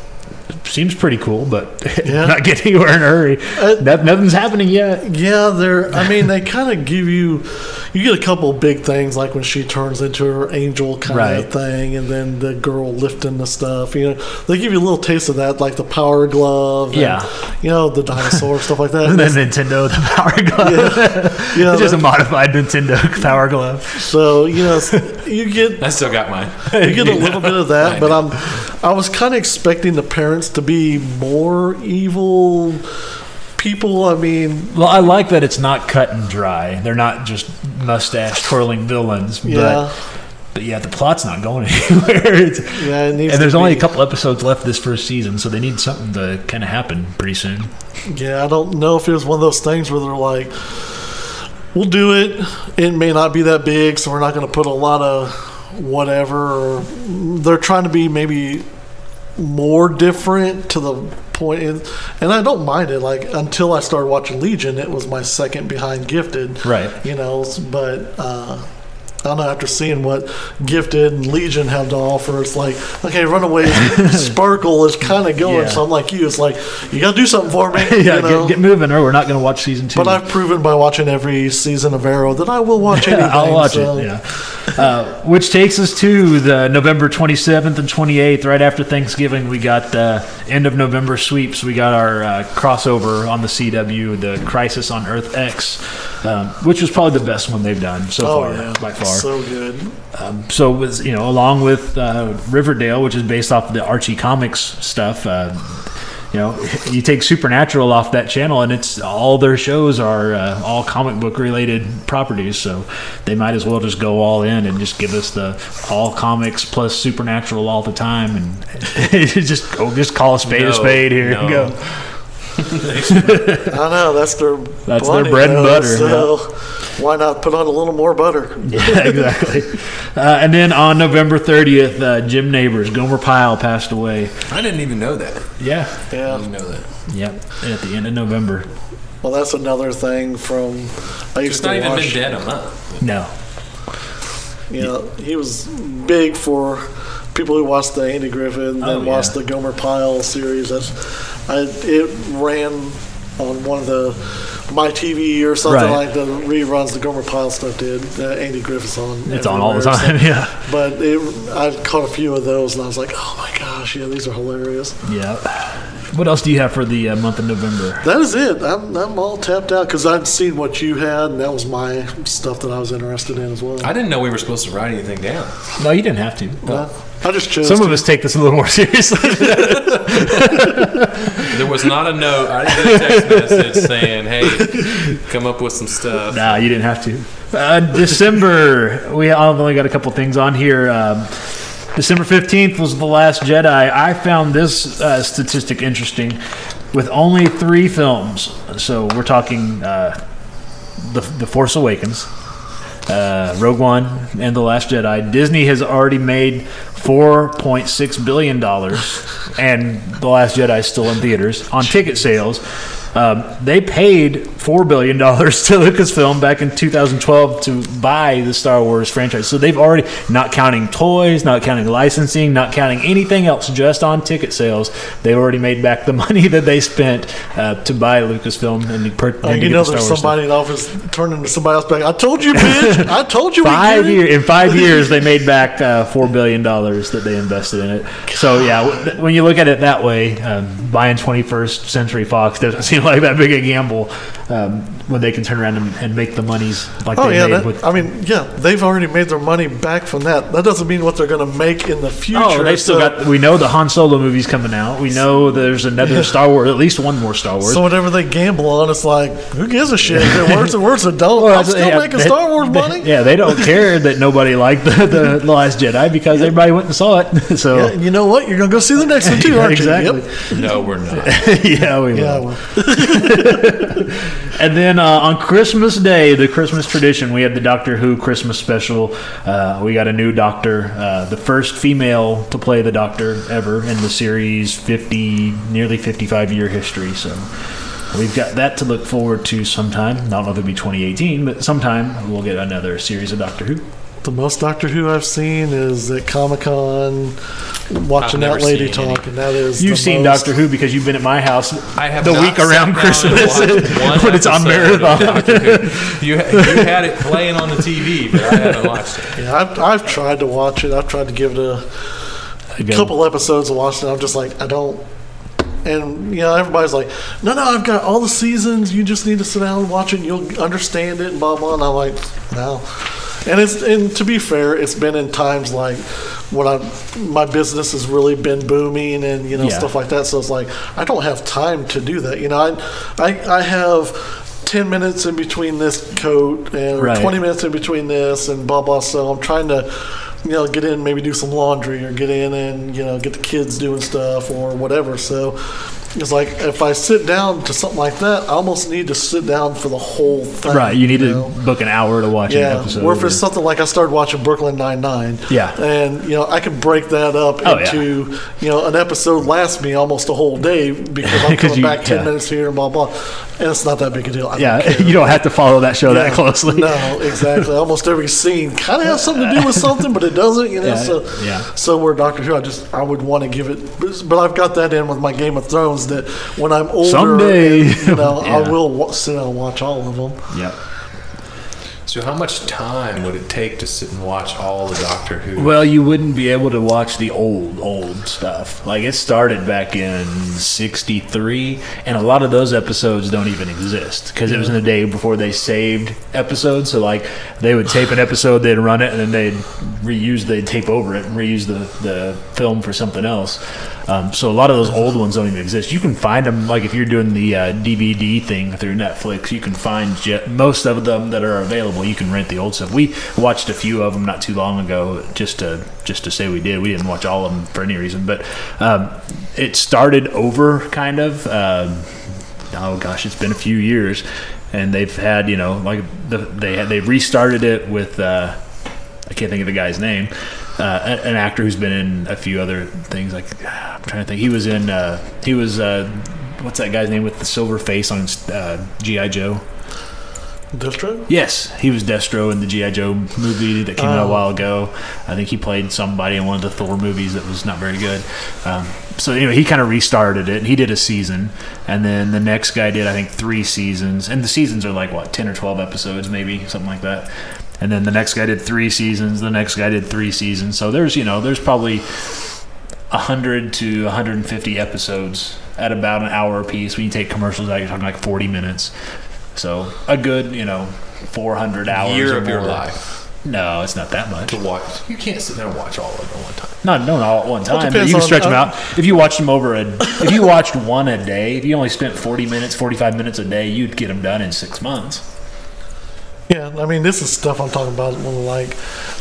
Speaker 1: seems pretty cool, but <laughs>
Speaker 2: Yeah.
Speaker 1: not getting anywhere in a hurry.
Speaker 2: Uh,
Speaker 1: Noth- nothing's happening yet.
Speaker 2: Yeah, they're. I mean, they kind of give you. You get a couple big things like when she turns into her angel kind
Speaker 1: Right.
Speaker 2: of thing, and then the girl lifting the stuff. You know, they give you a little taste of that, like the power glove. and,
Speaker 1: Yeah.
Speaker 2: You know, the dinosaur stuff
Speaker 1: <laughs>
Speaker 2: like that.
Speaker 1: And then Nintendo, the Power <laughs> Glove.
Speaker 2: yeah,
Speaker 1: It's just a <laughs> modified Nintendo Power Glove.
Speaker 2: so you know, s- you get
Speaker 4: I still got mine.
Speaker 2: you get a little bit
Speaker 1: <laughs>
Speaker 2: of that,
Speaker 4: I
Speaker 2: but I'm I was kind of expecting the parents to be more evil people. I mean,
Speaker 1: Well, I like that it's not cut and dry. They're not just mustache twirling villains. But,
Speaker 2: yeah,
Speaker 1: but yeah, the plot's not going <laughs> anywhere. It's,
Speaker 2: yeah. It needs
Speaker 1: and there's
Speaker 2: to
Speaker 1: only a
Speaker 2: be.
Speaker 1: couple episodes left this first season, so they need something to kind of happen pretty soon. <laughs>
Speaker 2: Yeah, I don't know if it was one of those things where they're like, "We'll do it. It may not be that big, so we're not going to put a lot of whatever." Or they're trying to be maybe more different to the point, and, and I don't mind it. Like until I started watching Legion, it was my second behind Gifted,
Speaker 1: Right.
Speaker 2: You know, s- but. Uh, I don't know. After seeing what Gifted and Legion have to offer, it's like,
Speaker 1: <laughs>
Speaker 2: okay, Runaways Sparkle is kind of going.
Speaker 1: Yeah.
Speaker 2: So I'm like you. It's like you got to do something for me.
Speaker 1: <laughs> yeah,
Speaker 2: you know?
Speaker 1: get, get moving, or we're not going to watch season two.
Speaker 2: But I've proven by watching every season of Arrow that I will watch anything.
Speaker 1: <laughs> I'll watch
Speaker 2: so-
Speaker 1: it. Yeah. Uh, which takes us to the November 27th and 28th, right after Thanksgiving. We got the end of November sweeps. We got our uh, crossover on the CW, the Crisis on Earth X, um, which was probably the best one they've done so
Speaker 2: Oh
Speaker 1: far,
Speaker 2: yeah,
Speaker 1: by far.
Speaker 2: so good.
Speaker 1: So it was you know along with uh, Riverdale, which is based off of the Archie comics stuff. Uh, you know, you take Supernatural off that channel, and it's all their shows are uh, all comic book related properties. So they might as well just go all in and just give us the all comics plus Supernatural all the time, and <laughs> just go, just call a spade
Speaker 4: No,
Speaker 1: a spade. Here
Speaker 4: no.
Speaker 1: you go.
Speaker 2: I know that's
Speaker 1: <laughs>
Speaker 2: their
Speaker 1: That's their
Speaker 2: bunny,
Speaker 1: bread and
Speaker 2: though,
Speaker 1: butter,
Speaker 2: So why not put on a little more butter?
Speaker 1: Yeah, exactly. uh, and then on November 30th, uh, Jim Neighbors, Gomer Pyle passed away.
Speaker 4: I didn't even know that.
Speaker 1: Yeah,
Speaker 4: I
Speaker 2: Yeah.
Speaker 4: didn't know that.
Speaker 1: yep. At the end of November.
Speaker 2: Well, that's another thing from I used
Speaker 4: It's not
Speaker 2: to
Speaker 4: even been
Speaker 2: watch.
Speaker 4: dead a month.
Speaker 1: No,
Speaker 2: You know, he was big for people who watched the Andy Griffin and
Speaker 1: Oh, yeah.
Speaker 2: watched the Gomer Pyle series. That's, I, it ran on one of the my TV or something
Speaker 1: Right.
Speaker 2: like the reruns the Gomer Pyle stuff did. Uh, Andy Griffith's on.
Speaker 1: it's on all the
Speaker 2: everywhere, so-
Speaker 1: time. <laughs> Yeah.
Speaker 2: But it, I caught a few of those and I was like, oh my gosh, yeah, these are hilarious.
Speaker 1: Yeah. What else do you have for the uh, month of November?
Speaker 2: That is it. I'm, I'm all tapped out because I'd seen what you had and that was my stuff that I was interested in as well.
Speaker 4: I didn't know we were supposed to write anything down.
Speaker 1: No, you didn't have to.
Speaker 2: I just chose.
Speaker 1: Some
Speaker 2: to-
Speaker 1: of us take this a little more <laughs> seriously.
Speaker 4: There was not a note. I didn't get a text message saying, "Hey, come up with some <laughs> stuff."
Speaker 1: nah, you didn't have to. Uh, December, we I've only got a couple things on here. Um, December 15th was The Last Jedi. I found this uh, statistic interesting with only three films. So we're talking uh, the, the Force Awakens, uh, Rogue One, and The Last Jedi. Disney has already made $4.6 billion, and The Last Jedi is still in theaters on ticket sales. Um, they paid four billion dollars to Lucasfilm back in 2012 to buy the Star Wars franchise. So they've already, not counting toys, not counting licensing, not counting anything else, just on ticket sales, they've already made back the <laughs> money that they spent uh, to buy Lucasfilm and to, per- and
Speaker 2: Oh,
Speaker 1: to
Speaker 2: you
Speaker 1: get
Speaker 2: know,
Speaker 1: the Star
Speaker 2: there's
Speaker 1: Wars. stuff.
Speaker 2: somebody in office turning to somebody else back. I told
Speaker 1: <laughs>
Speaker 2: you, bitch. I told you. we
Speaker 1: Five
Speaker 2: get it."
Speaker 1: year in <laughs> five years, they made back uh, four billion dollars that they invested in it. So yeah, w- when you look at it that way, um, buying 21st Century Fox doesn't <laughs> seem like that big a gamble um, when they can turn around and, and make the monies like
Speaker 2: Oh
Speaker 1: they
Speaker 2: yeah,
Speaker 1: made
Speaker 2: that,
Speaker 1: with.
Speaker 2: I mean, yeah, they've already made their money back from that. That doesn't mean what they're going to make in the future.
Speaker 1: Oh, they still
Speaker 2: so,
Speaker 1: got. We know the Han Solo movie's coming out. We know there's <laughs> another Star Wars, at least one more Star Wars.
Speaker 2: So whatever they gamble on, it's like who gives a shit? If it works, it works. It
Speaker 1: <laughs>
Speaker 2: don't. I'm still
Speaker 1: yeah,
Speaker 2: making
Speaker 1: they-
Speaker 2: Star
Speaker 1: <laughs>
Speaker 2: Wars
Speaker 1: they-
Speaker 2: money.
Speaker 1: yeah, they don't care that nobody liked the, the,
Speaker 2: <laughs>
Speaker 1: the Last Jedi because everybody went and saw it. <laughs> So
Speaker 2: Yeah, and you know what? You're going to go see
Speaker 1: <laughs>
Speaker 2: the next one too, aren't
Speaker 1: exactly.
Speaker 2: you? Yep.
Speaker 4: No, we're not.
Speaker 1: yeah, we
Speaker 2: Yeah.
Speaker 1: will.
Speaker 2: well,
Speaker 1: And then uh, on Christmas Day, the Christmas tradition, we had the Doctor Who Christmas special. Uh, we got a new Doctor, uh, the first female to play the Doctor ever in the series' fifty, nearly fifty-five year history. So we've got that to look forward to sometime. I don't know if it'll be 2018, but sometime we'll get another series of Doctor Who.
Speaker 2: The most Doctor Who I've seen is at Comic Con, watching
Speaker 4: I've never
Speaker 2: that lady
Speaker 4: seen any.
Speaker 2: talk, and that is
Speaker 1: You've
Speaker 2: the
Speaker 1: seen
Speaker 2: most-
Speaker 1: Doctor Who because you've been at my house
Speaker 4: I have
Speaker 1: the
Speaker 4: not
Speaker 1: week
Speaker 4: sat
Speaker 1: around
Speaker 4: down and
Speaker 1: Christmas
Speaker 4: watched <laughs> one
Speaker 1: when it's on
Speaker 4: episode of
Speaker 1: marathon.
Speaker 4: Doctor Who. you, you had it playing on the TV, but I haven't watched it.
Speaker 2: Yeah, I've, I've tried to watch it. I've tried to give it a
Speaker 1: um,
Speaker 2: couple episodes of watching. I'm just like, I don't. And you know, everybody's like, no, no, I've got all the seasons. You just need to sit down and watch it. You'll understand it. And blah blah. And I'm like, no. And it's and to be fair, it's been in times like when I my business has really been booming and you know
Speaker 1: Yeah.
Speaker 2: stuff like that. So it's like I don't have time to do that. You know, I I, I have. 10 minutes in between this coat and
Speaker 1: Right.
Speaker 2: 20 minutes in between this and blah blah so i'm trying to you know get in maybe do some laundry or get in and you know get the kids doing stuff or whatever so it's like if i sit down to something like that i almost need to sit down for the whole thing
Speaker 1: Right, you need
Speaker 2: know?
Speaker 1: to book an hour to watch an
Speaker 2: yeah,
Speaker 1: episode.
Speaker 2: or if
Speaker 1: or-
Speaker 2: it's something like I started watching Brooklyn Nine Nine,
Speaker 1: Yeah.
Speaker 2: and you know I could break that up
Speaker 1: Oh, yeah.
Speaker 2: into you know an episode lasts me almost a whole day because I'm
Speaker 1: <laughs> 'Cause
Speaker 2: coming
Speaker 1: you-
Speaker 2: back ten
Speaker 1: yeah.
Speaker 2: minutes here and blah blah, and it's not that big a deal. I don't
Speaker 1: Yeah, <laughs>
Speaker 2: care.
Speaker 1: you don't have to follow that show that
Speaker 2: Yeah.
Speaker 1: closely.
Speaker 2: No, exactly. Almost every scene kind of has something to do with something, but it doesn't. You know,
Speaker 1: Yeah,
Speaker 2: so
Speaker 1: yeah.
Speaker 2: so where Doctor Who, I just I would want to give it, but- but I've got that in with my Game of Thrones that when I'm older,
Speaker 1: Someday.
Speaker 2: and,
Speaker 1: <laughs>
Speaker 2: you know,
Speaker 1: Yeah.
Speaker 2: I will wa- sit down and watch all of them.
Speaker 1: Yep.
Speaker 4: So, how much time would it take to sit and watch all the Doctor Who?
Speaker 1: Well, you wouldn't be able to watch the old, old stuff. Like, it started back in 63, and a lot of those episodes don't even exist because it was in the day before they saved episodes. So, like, they would tape an episode, they'd run it, and then they'd reuse, they'd tape over it and reuse the, the film for something else. Um, so, a lot of those old ones don't even exist. You can find them, like, if you're doing the uh, DVD thing through Netflix, you can find je- most of them that are available. You can rent the old stuff. We watched a few of them not too long ago, just to just to say we did. We didn't watch all of them for any reason, but um, it started over kind of. Um, oh gosh, it's been a few years, and they've had you know like the, they had, they restarted it with. Uh, I can't think of the guy's name. Uh, a- an actor who's been in a few other things. Like ah, I'm trying to think. He was in. Uh, he was. Uh, what's that guy's name with the silver face on uh, GI Joe?
Speaker 2: Distro.
Speaker 1: Yes, he was Destro in the GI Joe movie that came out a
Speaker 2: Oh.
Speaker 1: while ago. I think he played somebody in one of the Thor movies that was not very good. Um, so anyway, he kind of restarted it. and He did a season, and then the next guy did I think three seasons, and the seasons are like what ten or twelve episodes, maybe something like that. And then the next guy did three seasons. The next guy did three seasons. So there's you know there's probably 100 to 150 episodes at about an hour apiece. When you take commercials out, you're talking like 40 minutes. So a good, you know, 400 hours.
Speaker 4: year
Speaker 1: or
Speaker 4: of your
Speaker 1: more.
Speaker 4: life
Speaker 1: No, it's not that much.
Speaker 4: to watch. You can't sit there and watch all of it at one time.
Speaker 1: Not, no, not all at one time. But
Speaker 2: depends
Speaker 1: you can
Speaker 2: on-
Speaker 1: stretch them
Speaker 2: uh,
Speaker 1: out. If you watched them over a, if you watched one a day, if you only spent 40 minutes, 45 minutes a day, you'd get them done in six months.
Speaker 2: Yeah, I mean, this is stuff I'm talking about when, like,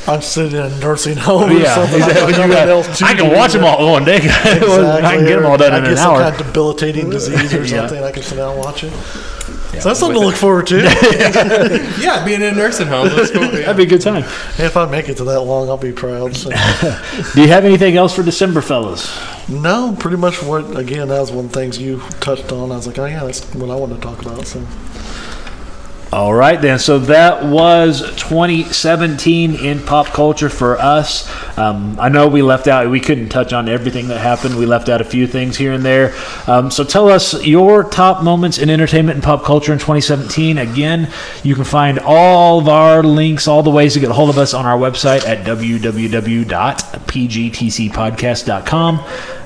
Speaker 2: I'm sitting in a nursing home or
Speaker 1: yeah,
Speaker 2: Oh, something.
Speaker 1: exactly.
Speaker 2: I've got
Speaker 1: <laughs> You
Speaker 2: nothing
Speaker 1: got-
Speaker 2: else to
Speaker 1: I
Speaker 2: do
Speaker 1: can watch them
Speaker 2: than-
Speaker 1: all in one day. <laughs> I can get them all done
Speaker 2: I
Speaker 1: in
Speaker 2: get
Speaker 1: an
Speaker 2: some
Speaker 1: hour.
Speaker 2: kind of debilitating disease or
Speaker 1: <laughs> Yeah.
Speaker 2: something. I can sit down and watch it. so that's something to look forward to.
Speaker 4: Yeah, being in a nursing home. That's cool. yeah.
Speaker 1: That'd be a good time.
Speaker 2: if I make it to that long, I'll be proud. <laughs> So.
Speaker 1: Do you have anything else for December, fellas?
Speaker 2: no, pretty much what, again, that was one of the things you touched on. I was like, oh, yeah, that's what I wanted to talk about. So
Speaker 1: All right, then. So that was 2017 in pop culture for us. Um, I know we left out, we couldn't touch on everything that happened. We left out a few things here and there. Um, so tell us your top moments in entertainment and pop culture in 2017. Again, you can find all of our links, all the ways to get a hold of us on our website at www.pgtcpodcast.com.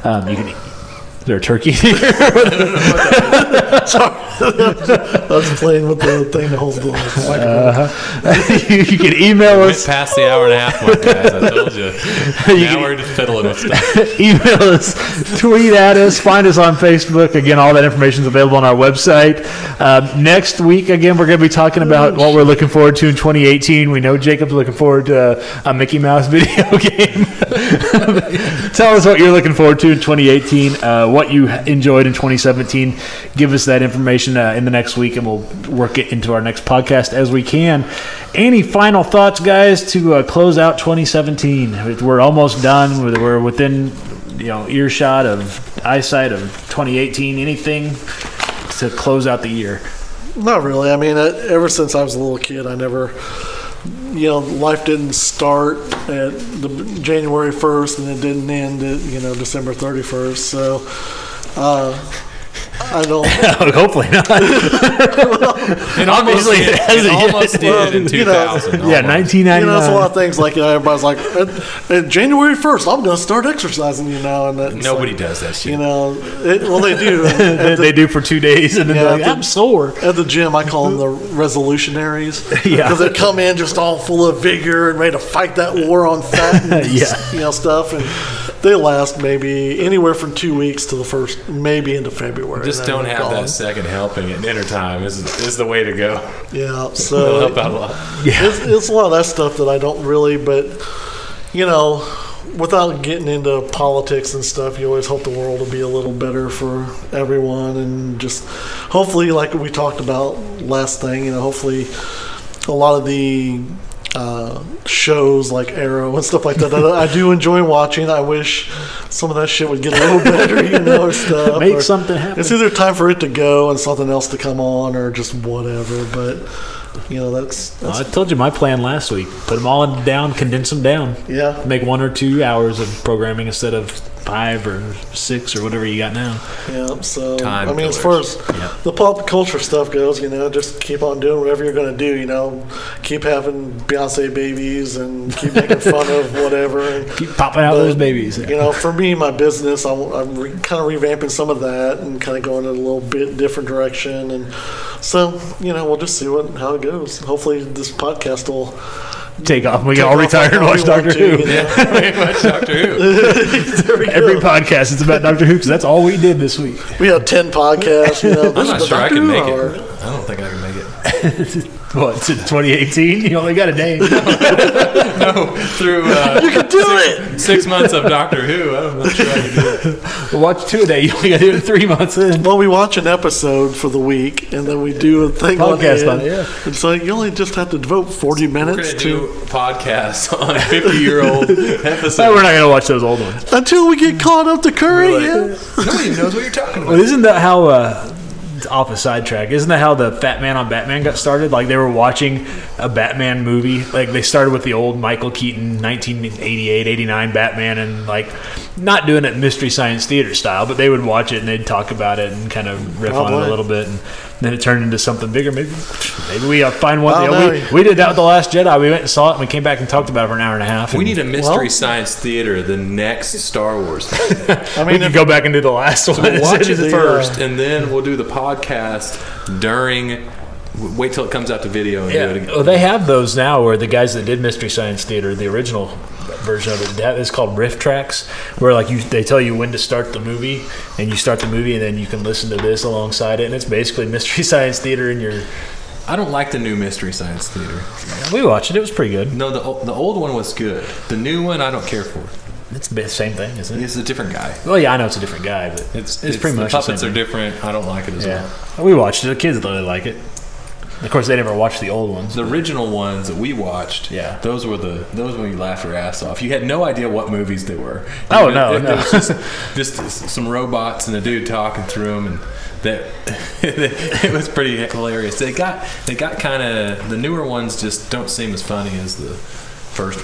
Speaker 1: Um, you can. <laughs> Is there a turkey? <laughs>
Speaker 2: I was playing with the thing that holds the microphone.
Speaker 1: you, you can email
Speaker 4: Went
Speaker 1: us.
Speaker 4: past the hour and a half mark, guys. I told <laughs> you. Now we're just fiddling with
Speaker 1: <laughs>
Speaker 4: stuff.
Speaker 1: email us, tweet at us, find us on Facebook. Again, all that information is available on our website. Um, next week, again, we're going to be talking about what we're looking forward to in 2018. We know Jacob's looking forward to uh, a Mickey Mouse <laughs> video game. Tell us what you're looking forward to in 2018, uh, what you enjoyed in 2017. Give us that information uh, in the next week, and we'll work it into our next podcast as we can. Any final thoughts, guys, to uh, close out 2017? We're almost done. We're- We're within, you know, earshot of eyesight of 2018. Anything to close out the year?
Speaker 2: <laughs> Not really. I mean, uh, ever since I was a little kid, I never, you know, life didn't start at the January 1st and it didn't end at, you know, December 31st. So, uh, I <laughs> don't.
Speaker 1: <laughs> Hopefully not.
Speaker 4: <laughs> It almost
Speaker 1: Obviously, it
Speaker 4: did. It,
Speaker 1: hasn't yet.
Speaker 4: almost did in
Speaker 2: you know,
Speaker 4: 2000.
Speaker 1: Yeah,
Speaker 4: almost.
Speaker 1: 1999.
Speaker 2: You know, that's a lot of things like, you know, everybody's like, at, at January 1st, I'm going to start exercising, you know. And it's
Speaker 4: Nobody
Speaker 2: like,
Speaker 4: does that shit.
Speaker 2: You know, it, well, they
Speaker 1: <laughs>
Speaker 2: do. At
Speaker 1: That
Speaker 2: the-
Speaker 1: they do for two days, and then
Speaker 2: Yeah,
Speaker 1: they're like,
Speaker 2: the-
Speaker 1: I'm sore.
Speaker 2: At the gym, I call them the resolutionaries.
Speaker 1: <laughs> Yeah.
Speaker 2: Because they come in just all full of vigor and ready to fight that war
Speaker 1: <laughs>
Speaker 2: on fat and
Speaker 1: Yeah.
Speaker 2: you know, stuff. And they last maybe anywhere from two weeks to the first, maybe into February.
Speaker 4: just
Speaker 2: Then
Speaker 4: don't
Speaker 2: they're
Speaker 4: have
Speaker 2: gone.
Speaker 4: that second helping at dinner time is, is the way to go. <laughs>
Speaker 2: Yeah.
Speaker 4: It'll help
Speaker 2: So
Speaker 4: out a lot.
Speaker 2: it's, it's a lot of that stuff that I don't really, but, you know, without getting into politics and stuff, you always hope the world will be a little better for everyone. And just hopefully, like we talked about last thing, you know, hopefully a lot of the uh, shows like Arrow and stuff like that, that I do enjoy watching. I wish some of that shit would get a little better, you know, or stuff.
Speaker 1: Make
Speaker 2: or-
Speaker 1: something happen.
Speaker 2: It's either time for it to go and something else to come on, or just whatever. But you know, that's, that's
Speaker 1: I told you my plan last week. Put them all in down, condense them down.
Speaker 2: Yeah.
Speaker 1: Make one or two hours of programming instead of five or six or whatever you got now.
Speaker 2: Yeah, so
Speaker 4: Time
Speaker 2: I mean, as far
Speaker 4: killers.
Speaker 2: as the pop culture stuff goes, you know, just keep on doing whatever you're going to do. You know, keep having Beyonce babies and keep making fun
Speaker 4: <laughs>
Speaker 2: of whatever.
Speaker 1: Keep popping out
Speaker 4: Oh,
Speaker 2: But,
Speaker 1: those babies.
Speaker 2: You know, for me, my business, I'm, I'm re- kind of revamping some of that and kind of going in a little bit different direction. And so, you know, we'll just see what how it goes. Hopefully, this podcast will
Speaker 1: Take off. We
Speaker 2: take
Speaker 1: can all
Speaker 2: off
Speaker 1: retire
Speaker 2: like
Speaker 1: and
Speaker 2: how we
Speaker 1: watch
Speaker 2: want
Speaker 1: Doctor Who.
Speaker 2: to,
Speaker 1: <laughs>
Speaker 2: you know? <laughs>
Speaker 4: Pretty much Doctor <laughs> Who.
Speaker 2: There we
Speaker 1: Every
Speaker 2: go.
Speaker 1: podcast is about Doctor Who because that's all we did this week.
Speaker 2: we have ten podcasts. You know,
Speaker 4: I'm not sure I can make it.
Speaker 2: Or-
Speaker 4: I don't think I can make it. <laughs>
Speaker 1: What? 2018? You only got a day.
Speaker 4: No, through uh, you can do six, it. Six months of Doctor Who. I'm not sure I can do
Speaker 1: <laughs>
Speaker 4: it.
Speaker 1: watch two a day. You only got to do it three months in.
Speaker 2: Well, we watch an episode for the week, and then we do a thing
Speaker 1: Podcast on
Speaker 2: on it.
Speaker 1: it, yeah.
Speaker 2: And so you only just have to devote 40
Speaker 4: We're
Speaker 2: minutes to
Speaker 4: gonna do podcasts <laughs> on a 50 year <laughs> old
Speaker 1: No,
Speaker 4: episode.
Speaker 1: we're not going to watch those old ones.
Speaker 2: until we get caught up to current. Yeah.
Speaker 4: Nobody knows what you're talking about.
Speaker 1: Well, isn't that how? Uh, off a sidetrack, isn't that how the Fat Man on Batman got started? Like they were watching a Batman movie. Like they started with the old Michael Keaton 1988, 89 Batman, and like not doing it mystery science theater style, but they would watch it and they'd talk about it and kind of riff on it
Speaker 2: Probably.
Speaker 1: a little bit, and then it turned into something bigger. Maybe maybe we uh, find
Speaker 2: I
Speaker 4: Oh,
Speaker 1: one.
Speaker 2: don't
Speaker 1: you know,
Speaker 2: know.
Speaker 1: we, we did that with the Last Jedi. We went and saw it, and we came back and talked about it for an hour and a half.
Speaker 4: We
Speaker 1: and
Speaker 4: need a mystery
Speaker 2: Well-
Speaker 4: science theater, the next Star <laughs> Wars.
Speaker 2: I
Speaker 1: we
Speaker 2: mean,
Speaker 1: could
Speaker 2: if,
Speaker 1: go back and do the last one. <laughs>
Speaker 4: We'll watch it
Speaker 1: The, uh,
Speaker 4: first, and then we'll do the podcast during. w- Wait till it comes out to video and do it
Speaker 1: Yeah.
Speaker 4: again.
Speaker 1: Well, they have those now where the guys that did Mystery Science Theater, the original version of it, that is called riff tracks, where like you, they tell you when to start the movie, <laughs> and you start the movie, and then you can listen to this alongside it, and it's basically Mystery Science Theater in your
Speaker 4: I don't like the new Mystery Science Theater.
Speaker 1: We watched it. It was pretty good.
Speaker 4: No, the o- the old one was good. The new one, I don't care for.
Speaker 1: It's the same thing, isn't it?
Speaker 4: It's a different guy.
Speaker 1: Well, yeah, I know it's a different guy, but
Speaker 4: It's
Speaker 1: it's, pretty
Speaker 4: the
Speaker 1: much the
Speaker 4: puppets
Speaker 1: same.
Speaker 4: are different. I don't like it as
Speaker 1: yeah,
Speaker 4: well.
Speaker 1: we watched it. The kids really like it. Of course, they never watched the old ones.
Speaker 4: The original ones that we watched,
Speaker 1: Yeah.
Speaker 4: those were the those when you laughed your ass off. You had no idea what movies they were.
Speaker 1: Oh,
Speaker 4: You
Speaker 1: no,
Speaker 4: it-
Speaker 1: no.
Speaker 4: it was just, just <laughs> s- some robots and a dude talking through them, and that <laughs> it was pretty hilarious. They got they got kind of the newer ones just don't seem as funny as the first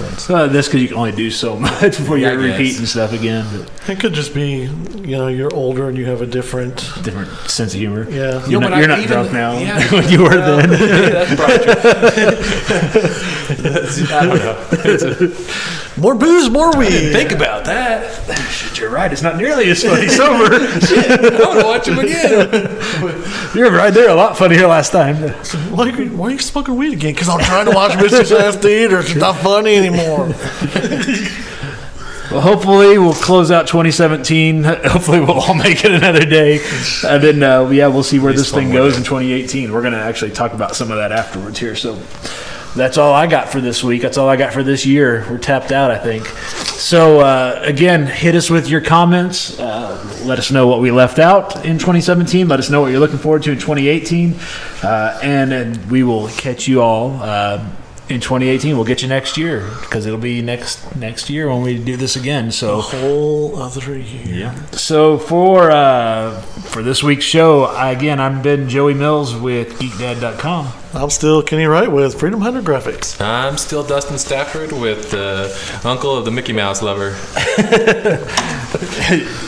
Speaker 1: <laughs>
Speaker 4: ones.
Speaker 1: Uh, that's because you can only do so <laughs> much before
Speaker 4: Yeah,
Speaker 1: you're
Speaker 4: I guess.
Speaker 1: repeating stuff again. But
Speaker 2: It could just be, you know, you're older and you have a different.
Speaker 1: different sense of humor.
Speaker 2: Yeah.
Speaker 1: You're
Speaker 4: No,
Speaker 1: not,
Speaker 4: but I
Speaker 1: you're not
Speaker 4: even-
Speaker 1: drunk now <laughs>
Speaker 4: yeah.
Speaker 1: when you were
Speaker 4: Well,
Speaker 1: then.
Speaker 4: that's probably true. That's- I don't know.
Speaker 2: More booze, more weed.
Speaker 4: Think about that.
Speaker 1: You're right. It's not nearly as funny <laughs> sober.
Speaker 4: I want to watch
Speaker 1: <laughs>
Speaker 4: them again.
Speaker 1: you were right there a lot funnier last time.
Speaker 2: <laughs> Why, are you- why are you smoking weed again? Because I'm trying to watch <laughs> Mr. Science Theater. It's not funny anymore.
Speaker 1: Well, hopefully we'll close out 2017. <laughs> Hopefully we'll all make it another day, and then uh, yeah, we'll see where this
Speaker 4: one
Speaker 1: thing
Speaker 4: more
Speaker 1: goes in 2018. We're gonna actually talk about some of that afterwards here. So that's all I got for this week. That's all I got for this year. We're tapped out, I think. So uh, again, hit us with your comments. Uh, let us know what we left out in 2017. Let us know what you're looking forward to in 2018, uh, and, and we will catch you all. um in 2018, we'll get you next year because it'll be next next year when we do this again. So
Speaker 2: Whole other year.
Speaker 1: yeah. So for uh, for this week's show, I- again, I've been Joey Mills with GeekDad.com.
Speaker 2: I'm still Kenny Wright with Freedom Hunter Graphics.
Speaker 7: I'm still Dustin Stafford with uh, Uncle of the Mickey Mouse Lover.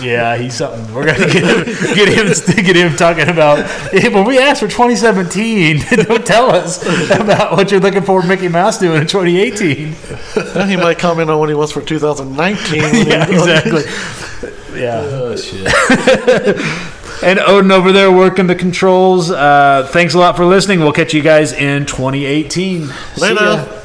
Speaker 1: Yeah, he's something. We're gonna get him, get him, <laughs> get him talking about when we asked for 2017. <laughs> Don't tell us about what you're looking for Mickey Mouse doing in 2018.
Speaker 2: He might comment on what he wants for
Speaker 1: <laughs>
Speaker 2: 2019. <laughs>
Speaker 1: Yeah, <laughs> exactly. Yeah.
Speaker 7: Oh, shit.
Speaker 1: And Odin over there working the controls. Uh, thanks a lot for listening. We'll catch you guys in 2018. See
Speaker 2: Later.
Speaker 1: ya.